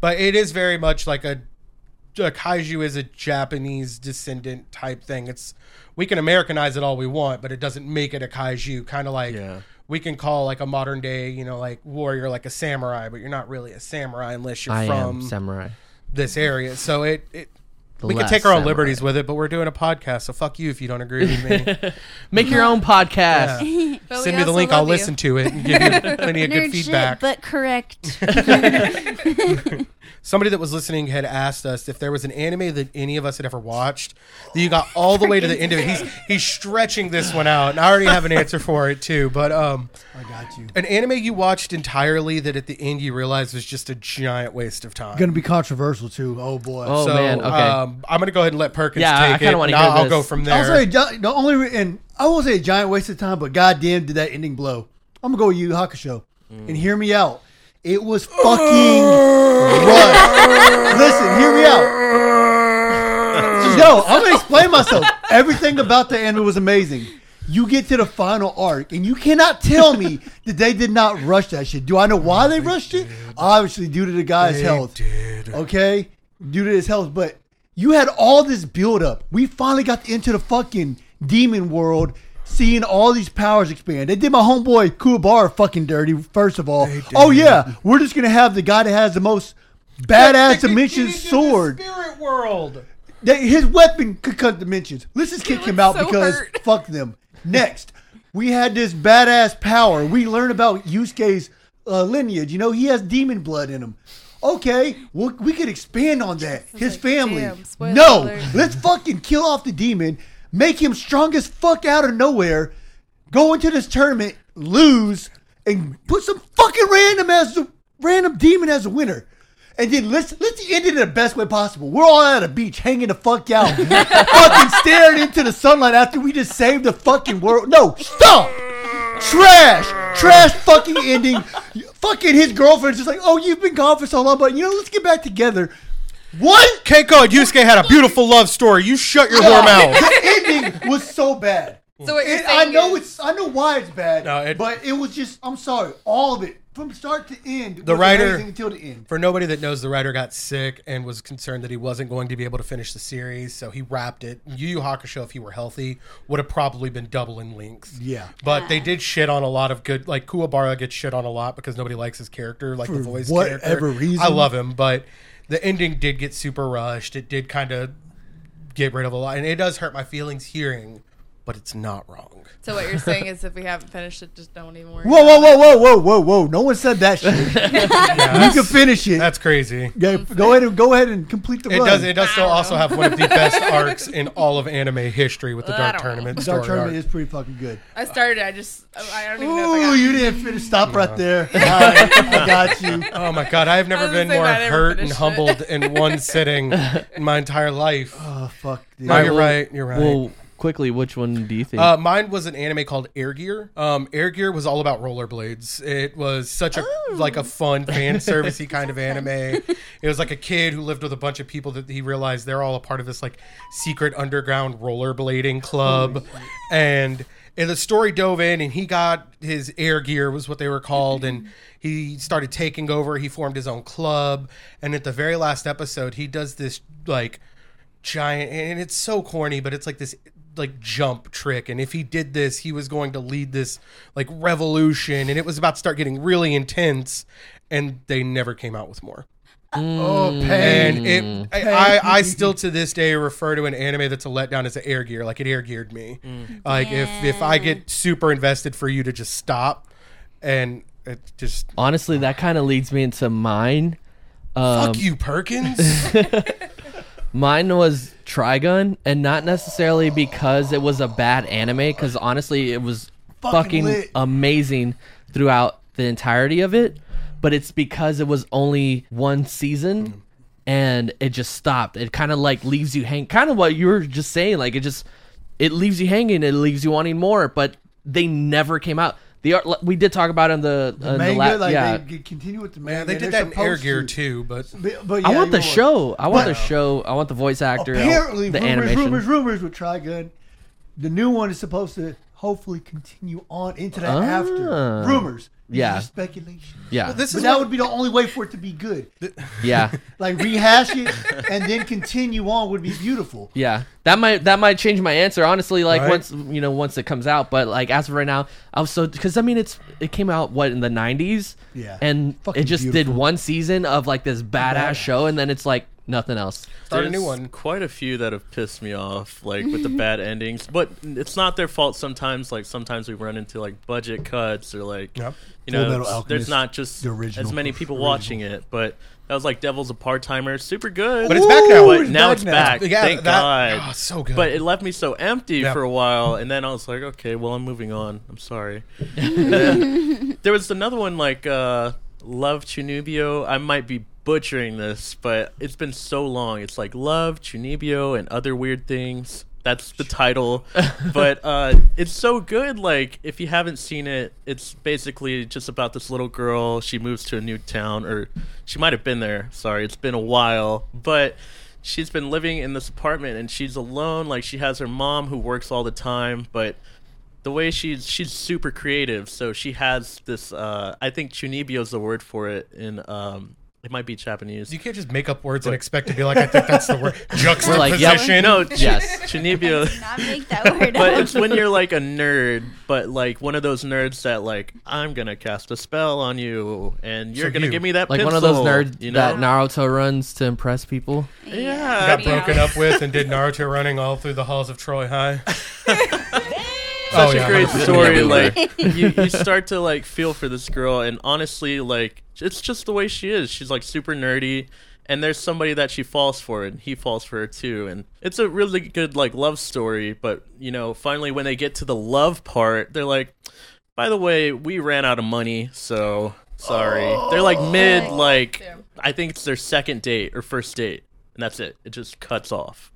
[SPEAKER 1] but it is very much like a, a kaiju is a Japanese descendant type thing. It's we can Americanize it all we want, but it doesn't make it a kaiju. Kind of like
[SPEAKER 2] Yeah.
[SPEAKER 1] we can call like a modern day, you know, like warrior like a samurai, but you're not really a samurai unless you're
[SPEAKER 6] I
[SPEAKER 1] from
[SPEAKER 6] am samurai.
[SPEAKER 1] this area. So it. it
[SPEAKER 6] The
[SPEAKER 1] we can
[SPEAKER 6] last
[SPEAKER 1] take our own
[SPEAKER 6] samurai.
[SPEAKER 1] liberties with it, but we're doing a podcast, so fuck you if you don't agree with me.
[SPEAKER 6] Make your own podcast.
[SPEAKER 1] Yeah.
[SPEAKER 7] But we
[SPEAKER 1] Send me the
[SPEAKER 7] also
[SPEAKER 1] link. I'll
[SPEAKER 7] Oh, love you.
[SPEAKER 1] listen to it and give you plenty of
[SPEAKER 4] Nerd
[SPEAKER 1] good
[SPEAKER 4] shit,
[SPEAKER 1] feedback.
[SPEAKER 4] but correct.
[SPEAKER 1] Somebody that was listening had asked us if there was an anime that any of us had ever watched that you got all the way to the end of it. He's he's stretching this one out, and I already have an answer for it too. But um,
[SPEAKER 3] I got you.
[SPEAKER 1] an anime you watched entirely that at the end you realized was just a giant waste of time.
[SPEAKER 3] Going to be controversial too. Oh boy.
[SPEAKER 6] Oh, man, okay.
[SPEAKER 1] um, I'm gonna go ahead and let Perkins
[SPEAKER 6] Yeah, I
[SPEAKER 1] take it.
[SPEAKER 6] kinda wanna
[SPEAKER 1] and
[SPEAKER 6] hear
[SPEAKER 1] I'll
[SPEAKER 6] this.
[SPEAKER 1] go from there.
[SPEAKER 3] I'll say gi- the only re- and I won't say a giant waste of time, but goddamn, did that ending blow? I'm gonna go with Yu Yu Hakusho,
[SPEAKER 1] Mm.
[SPEAKER 3] and hear me out. It was fucking rough. Listen, hear me out. Yo, I'm gonna explain myself. Everything about the anime was amazing. You get to the final arc, and you cannot tell me that they did not rush that shit. Do I know why they rushed it? Obviously, due to the guy's health okay, due to his health. But you had all this buildup. We finally got into the fucking demon world, seeing all these powers expand. They did my homeboy Kubar fucking dirty. First of all, oh yeah, we're just gonna have the guy that has the most badass dimension sword.
[SPEAKER 1] Spirit World.
[SPEAKER 3] That his weapon could cut dimensions. Let's just kick him out
[SPEAKER 7] so
[SPEAKER 3] because
[SPEAKER 7] hurt.
[SPEAKER 3] fuck them. Next, we had this badass power. We learn about Yusuke's uh, lineage. You know, he has demon blood in him. Okay, well, we could expand on that. His family.
[SPEAKER 7] damn, spoiler
[SPEAKER 3] no,
[SPEAKER 7] alert.
[SPEAKER 3] let's fucking kill off the demon, make him strong as fuck out of nowhere, go into this tournament, lose, and put some fucking random as the random demon as a winner. And then let's let's end it in the best way possible. We're all at a beach hanging the fuck out, fucking staring into the sunlight after we just saved the fucking world. No, stop trash, trash fucking ending. fucking his girlfriend's just like, oh, you've been gone for so long, but you know, let's get back together. What?
[SPEAKER 1] Keiko and Yusuke had a beautiful love story. You shut your whore mouth.
[SPEAKER 3] The ending was so bad.
[SPEAKER 7] So what you're
[SPEAKER 3] And I
[SPEAKER 7] saying
[SPEAKER 3] know
[SPEAKER 7] is-
[SPEAKER 3] it's, I know why it's bad,
[SPEAKER 1] No, it-
[SPEAKER 3] but it was just, I'm sorry, all of it from start to end.
[SPEAKER 1] The
[SPEAKER 3] was
[SPEAKER 1] writer-
[SPEAKER 3] amazing until the end.
[SPEAKER 1] For nobody that knows, the writer got sick and was concerned that he wasn't going to be able to finish the series, so he wrapped it. Yu Yu Hakusho, if he were healthy, would have probably been double in length.
[SPEAKER 3] Yeah.
[SPEAKER 1] But they did shit on a lot of good. Like Kuwabara gets shit on a lot because nobody likes his character, like the voice.
[SPEAKER 3] whatever
[SPEAKER 1] character.
[SPEAKER 3] reason.
[SPEAKER 1] I love him, but the ending did get super rushed. It did kind of get rid of a lot, and it does hurt my feelings hearing, but it's not wrong.
[SPEAKER 7] So what you're saying is, if we haven't finished it, just don't even worry.
[SPEAKER 3] Whoa, whoa, whoa, whoa, whoa, whoa, whoa! No one said that shit. you can finish it.
[SPEAKER 1] That's crazy.
[SPEAKER 3] Yeah, go ahead and go ahead and complete the
[SPEAKER 1] It
[SPEAKER 3] run.
[SPEAKER 1] does. It does still
[SPEAKER 7] I don't
[SPEAKER 1] also
[SPEAKER 7] know.
[SPEAKER 1] have one of the best arcs in all of anime history with the
[SPEAKER 7] I
[SPEAKER 1] Dark
[SPEAKER 7] don't know.
[SPEAKER 1] Tournament
[SPEAKER 3] The
[SPEAKER 1] story
[SPEAKER 3] Dark tournament
[SPEAKER 1] arc.
[SPEAKER 3] is pretty fucking good.
[SPEAKER 7] I started. I just I don't even know. If I
[SPEAKER 3] Ooh,
[SPEAKER 7] got
[SPEAKER 3] you didn't finish. Stop right there. All right, I got you.
[SPEAKER 1] Oh my god, I have
[SPEAKER 7] I
[SPEAKER 1] never
[SPEAKER 7] was
[SPEAKER 1] been
[SPEAKER 7] gonna say,
[SPEAKER 1] more
[SPEAKER 7] man, I never
[SPEAKER 1] hurt and
[SPEAKER 7] finished it.
[SPEAKER 1] humbled in one sitting in my entire life.
[SPEAKER 3] Oh fuck, dude.
[SPEAKER 1] No,
[SPEAKER 6] Alright,
[SPEAKER 1] you're
[SPEAKER 6] well-
[SPEAKER 1] right. You're right.
[SPEAKER 6] Well, quickly, which one do you think?
[SPEAKER 1] Uh, mine was an anime called Air Gear. Um, Air Gear was all about rollerblades. It was such a like a fun fan servicey kind of anime. It was like a kid who lived with a bunch of people that he realized they're all a part of this like secret underground rollerblading club, and. And the story dove in, and he got his air gear was what they were called, and he started taking over. He formed his own club, and at the very last episode, he does this like giant and it's so corny but it's like this like jump trick and if he did this he was going to lead this like revolution and it was about to start getting really intense and they never came out with more
[SPEAKER 3] Oh,
[SPEAKER 6] Mm,
[SPEAKER 3] pain.
[SPEAKER 1] and it I, I i still to this day refer to an anime that's a letdown as an air gear like it air geared me
[SPEAKER 3] Mm.
[SPEAKER 1] like if if i get super invested for you to just stop and it just
[SPEAKER 6] Honestly, that kind of leads me into mine. Um,
[SPEAKER 1] fuck you perkins
[SPEAKER 6] Mine was Trigun, and not necessarily because it was a bad anime, because honestly, it was
[SPEAKER 3] Fucking
[SPEAKER 6] fucking,
[SPEAKER 3] lit.
[SPEAKER 6] amazing throughout the entirety of it. But it's because it was only one
[SPEAKER 3] Mm.
[SPEAKER 6] season, and it just stopped. It kind of like leaves you hang. Kind of what you were just saying, like it just it leaves you hanging. It leaves you wanting more. But they never came out. The art we did talk about in the, in
[SPEAKER 3] manga,
[SPEAKER 6] the la-
[SPEAKER 3] like
[SPEAKER 6] yeah.
[SPEAKER 3] they could continue with the manga.
[SPEAKER 1] they did
[SPEAKER 3] They're
[SPEAKER 1] that in air
[SPEAKER 3] supposed
[SPEAKER 1] gear
[SPEAKER 3] to.
[SPEAKER 1] too but
[SPEAKER 3] But, but
[SPEAKER 6] I
[SPEAKER 3] yeah,
[SPEAKER 6] want the
[SPEAKER 3] you know,
[SPEAKER 6] show. I want
[SPEAKER 3] But-
[SPEAKER 6] the show. I want the voice actor. I want
[SPEAKER 3] Apparently,
[SPEAKER 6] the
[SPEAKER 3] rumors,
[SPEAKER 6] animation.
[SPEAKER 3] rumors, rumors with Trigun. The new one is supposed to hopefully continue on into that
[SPEAKER 6] Ah.
[SPEAKER 3] after. Rumors. These are
[SPEAKER 6] Yeah.
[SPEAKER 3] just speculation.
[SPEAKER 6] Yeah,
[SPEAKER 1] this
[SPEAKER 3] But
[SPEAKER 1] is
[SPEAKER 3] that
[SPEAKER 1] what-
[SPEAKER 3] would be the only way for it to be good.
[SPEAKER 6] yeah.
[SPEAKER 3] Like rehash it and then continue on would be beautiful.
[SPEAKER 6] Yeah, that might that might change my answer. Honestly, like
[SPEAKER 1] Right?
[SPEAKER 6] once you know once it comes out, but like as of right now, I'm so because I mean it's it came out what in the '90s,
[SPEAKER 3] Yeah.
[SPEAKER 6] and
[SPEAKER 3] Fucking
[SPEAKER 6] it just
[SPEAKER 3] beautiful.
[SPEAKER 6] did one season of like this badass, show, and then it's like nothing else.
[SPEAKER 1] start a new
[SPEAKER 2] There's
[SPEAKER 1] one
[SPEAKER 2] Quite a few that have pissed me off, like with the bad endings. But it's not their fault. Sometimes, like sometimes we run into like budget cuts or like
[SPEAKER 1] Yep.
[SPEAKER 2] you
[SPEAKER 3] Full
[SPEAKER 2] know,
[SPEAKER 3] Metal
[SPEAKER 2] s-
[SPEAKER 3] Alchemist,
[SPEAKER 2] there's not just
[SPEAKER 3] the original-
[SPEAKER 2] as many people
[SPEAKER 3] original.
[SPEAKER 2] watching it. But that was like Devil's a part timer, super good.
[SPEAKER 1] But it's back now.
[SPEAKER 2] But
[SPEAKER 1] It's
[SPEAKER 2] now
[SPEAKER 1] back
[SPEAKER 2] it's
[SPEAKER 1] now.
[SPEAKER 2] back.
[SPEAKER 1] Yeah,
[SPEAKER 2] Thank
[SPEAKER 1] that-
[SPEAKER 2] God.
[SPEAKER 1] oh, so good.
[SPEAKER 2] But it left me so empty
[SPEAKER 1] Yep.
[SPEAKER 2] for a while, and then I was like, okay, well, I'm moving on. I'm sorry. And then there was another one like uh, Love Chunibyo. I might be butchering this, but it's been so long. It's like Love Chunibyo and other weird things. That's the title, but uh, it's so good. Like if you haven't seen it, it's basically just about this little girl. She moves to a new town, or she might have been there. Sorry, it's been a while, but she's been living in this apartment and she's alone. Like she has her mom who works all the time, but the way she's she's super creative so she has this uh i think chunibyo is the word for it in um it might be japanese
[SPEAKER 1] You can't just make up words and expect to be like, I think that's the word. Juxtaposition.
[SPEAKER 6] like, yep.
[SPEAKER 2] no ch-
[SPEAKER 6] Yes.
[SPEAKER 2] chunibyo
[SPEAKER 4] Not make that word
[SPEAKER 2] but
[SPEAKER 4] up.
[SPEAKER 2] it's when you're like a nerd but like one of those nerds that like i'm gonna cast a spell on you and you're
[SPEAKER 1] So
[SPEAKER 2] gonna
[SPEAKER 1] you.
[SPEAKER 2] give me that
[SPEAKER 6] Like
[SPEAKER 2] pencil,
[SPEAKER 6] one of those nerds
[SPEAKER 2] you know
[SPEAKER 6] that Naruto runs to impress people.
[SPEAKER 2] yeah
[SPEAKER 1] Got
[SPEAKER 2] I mean,
[SPEAKER 1] broken up with and did Naruto running all through the halls of Troy High.
[SPEAKER 2] such
[SPEAKER 1] Oh, yeah,
[SPEAKER 2] a great
[SPEAKER 1] 100%.
[SPEAKER 2] story. like you, you start to like feel for this girl, and honestly, like it's just the way she is. She's like super nerdy, and there's somebody that she falls for, and he falls for her too. And it's a really good like love story. But you know, finally when they get to the love part, they're like, by the way, we ran out of money, so sorry. They're
[SPEAKER 4] Oh.
[SPEAKER 2] like mid, like I think it's their second date or first date, and that's it. It just cuts off.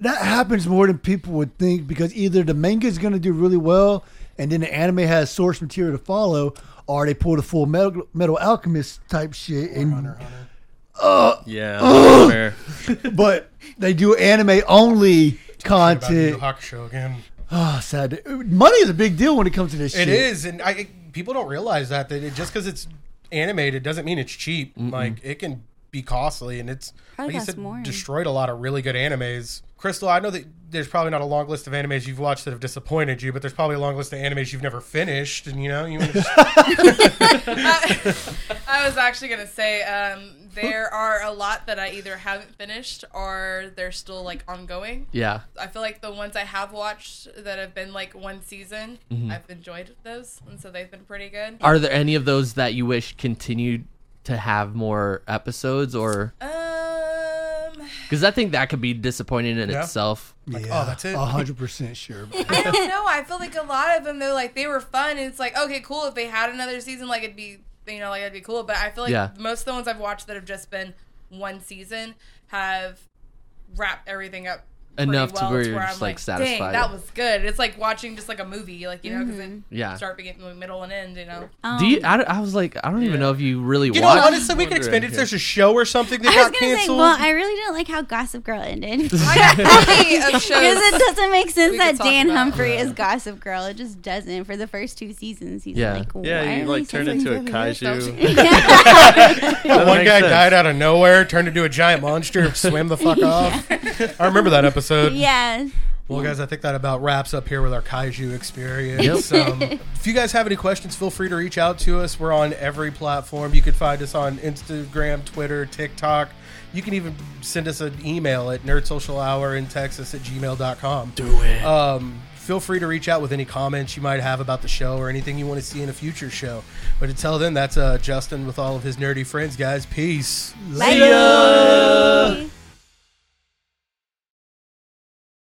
[SPEAKER 3] That happens more than people would think because either the manga is going to do really well and then the anime has source material to follow, or they pull the full metal, metal alchemist type shit. And,
[SPEAKER 2] Yeah, nightmare.
[SPEAKER 3] But they do anime only
[SPEAKER 1] About Yu Yu
[SPEAKER 3] content.
[SPEAKER 1] Hakusho again.
[SPEAKER 3] Oh, sad. Money is a big deal when it comes to this
[SPEAKER 1] It
[SPEAKER 3] shit.
[SPEAKER 1] is, and I people don't realize that that it, just because it's animated doesn't mean it's cheap. Like it can be costly, and it's like
[SPEAKER 4] Probably
[SPEAKER 1] you
[SPEAKER 4] costs
[SPEAKER 1] said,
[SPEAKER 4] more.
[SPEAKER 1] destroyed a lot of really good animes. Crystal, I know that there's probably not a long list of animes you've watched that have disappointed you, but there's probably a long list of animes you've never finished, and you know you. wanna Just,
[SPEAKER 7] I, I was actually gonna say um, there are a lot that I either haven't finished or they're still like ongoing.
[SPEAKER 6] Yeah.
[SPEAKER 7] I feel like the ones I have watched that have been like one season,
[SPEAKER 6] Mm-hmm.
[SPEAKER 7] I've enjoyed those, and so they've been pretty good.
[SPEAKER 6] Are there any of those that you wish continued to have more episodes or
[SPEAKER 7] Um,
[SPEAKER 6] because I think that could be disappointing in
[SPEAKER 1] Yeah.
[SPEAKER 6] itself.
[SPEAKER 1] like,
[SPEAKER 3] Yeah,
[SPEAKER 1] oh, that's it.
[SPEAKER 3] A hundred percent sure.
[SPEAKER 7] I don't know. I feel like a lot of them, they're like they were fun, and it's like okay, cool. If they had another season, like it'd be you know like it'd be cool. But I feel like
[SPEAKER 6] Yeah.
[SPEAKER 7] most of the ones I've watched that have just been one season have wrapped everything up. pretty
[SPEAKER 6] Enough to
[SPEAKER 7] well
[SPEAKER 6] where
[SPEAKER 7] to
[SPEAKER 6] you're
[SPEAKER 7] I'm
[SPEAKER 6] just, like,
[SPEAKER 7] Dang,
[SPEAKER 6] satisfied. Mm-hmm.
[SPEAKER 7] that was good. It's like watching just like a movie, like you know, because then
[SPEAKER 6] Yeah.
[SPEAKER 7] start beginning, middle, and end. You know,
[SPEAKER 4] Um,
[SPEAKER 6] Do you? I, don't- I was like, I don't even know if you really
[SPEAKER 1] You know,
[SPEAKER 6] watch.
[SPEAKER 1] honestly, we can expand it if there's a show or something that
[SPEAKER 4] I was
[SPEAKER 1] got
[SPEAKER 4] gonna
[SPEAKER 1] canceled.
[SPEAKER 4] say, well, I really don't like how Gossip Girl ended.
[SPEAKER 7] I got plenty of
[SPEAKER 4] Because
[SPEAKER 7] shows.
[SPEAKER 4] it doesn't make sense
[SPEAKER 7] We could
[SPEAKER 4] that
[SPEAKER 7] talk
[SPEAKER 4] Dan
[SPEAKER 7] about-
[SPEAKER 4] Humphrey is Gossip Girl. It just doesn't. For the first two seasons, he's
[SPEAKER 6] Yeah.
[SPEAKER 4] like, why
[SPEAKER 2] Yeah,
[SPEAKER 4] are
[SPEAKER 2] you
[SPEAKER 4] we
[SPEAKER 2] like turn
[SPEAKER 4] so-
[SPEAKER 2] into a kaiju.
[SPEAKER 1] That one
[SPEAKER 2] makes
[SPEAKER 1] guy
[SPEAKER 2] sense.
[SPEAKER 1] died out of nowhere, turned into a giant monster, swam the fuck off. I remember that episode.
[SPEAKER 4] yeah.
[SPEAKER 1] Well, guys, I think that about wraps up here with our kaiju experience. Um, if you guys have any questions, feel free to reach out to us. We're on every platform. You can find us on Instagram, Twitter, TikTok. You can even send us an email at nerdsocialhour in Texas at gmail.com. Do it. Um, feel free to reach out with any comments you might have about the show or anything you want to see in a future show. But until then, that's uh, Justin with all of his nerdy friends, guys. Peace.
[SPEAKER 4] Bye.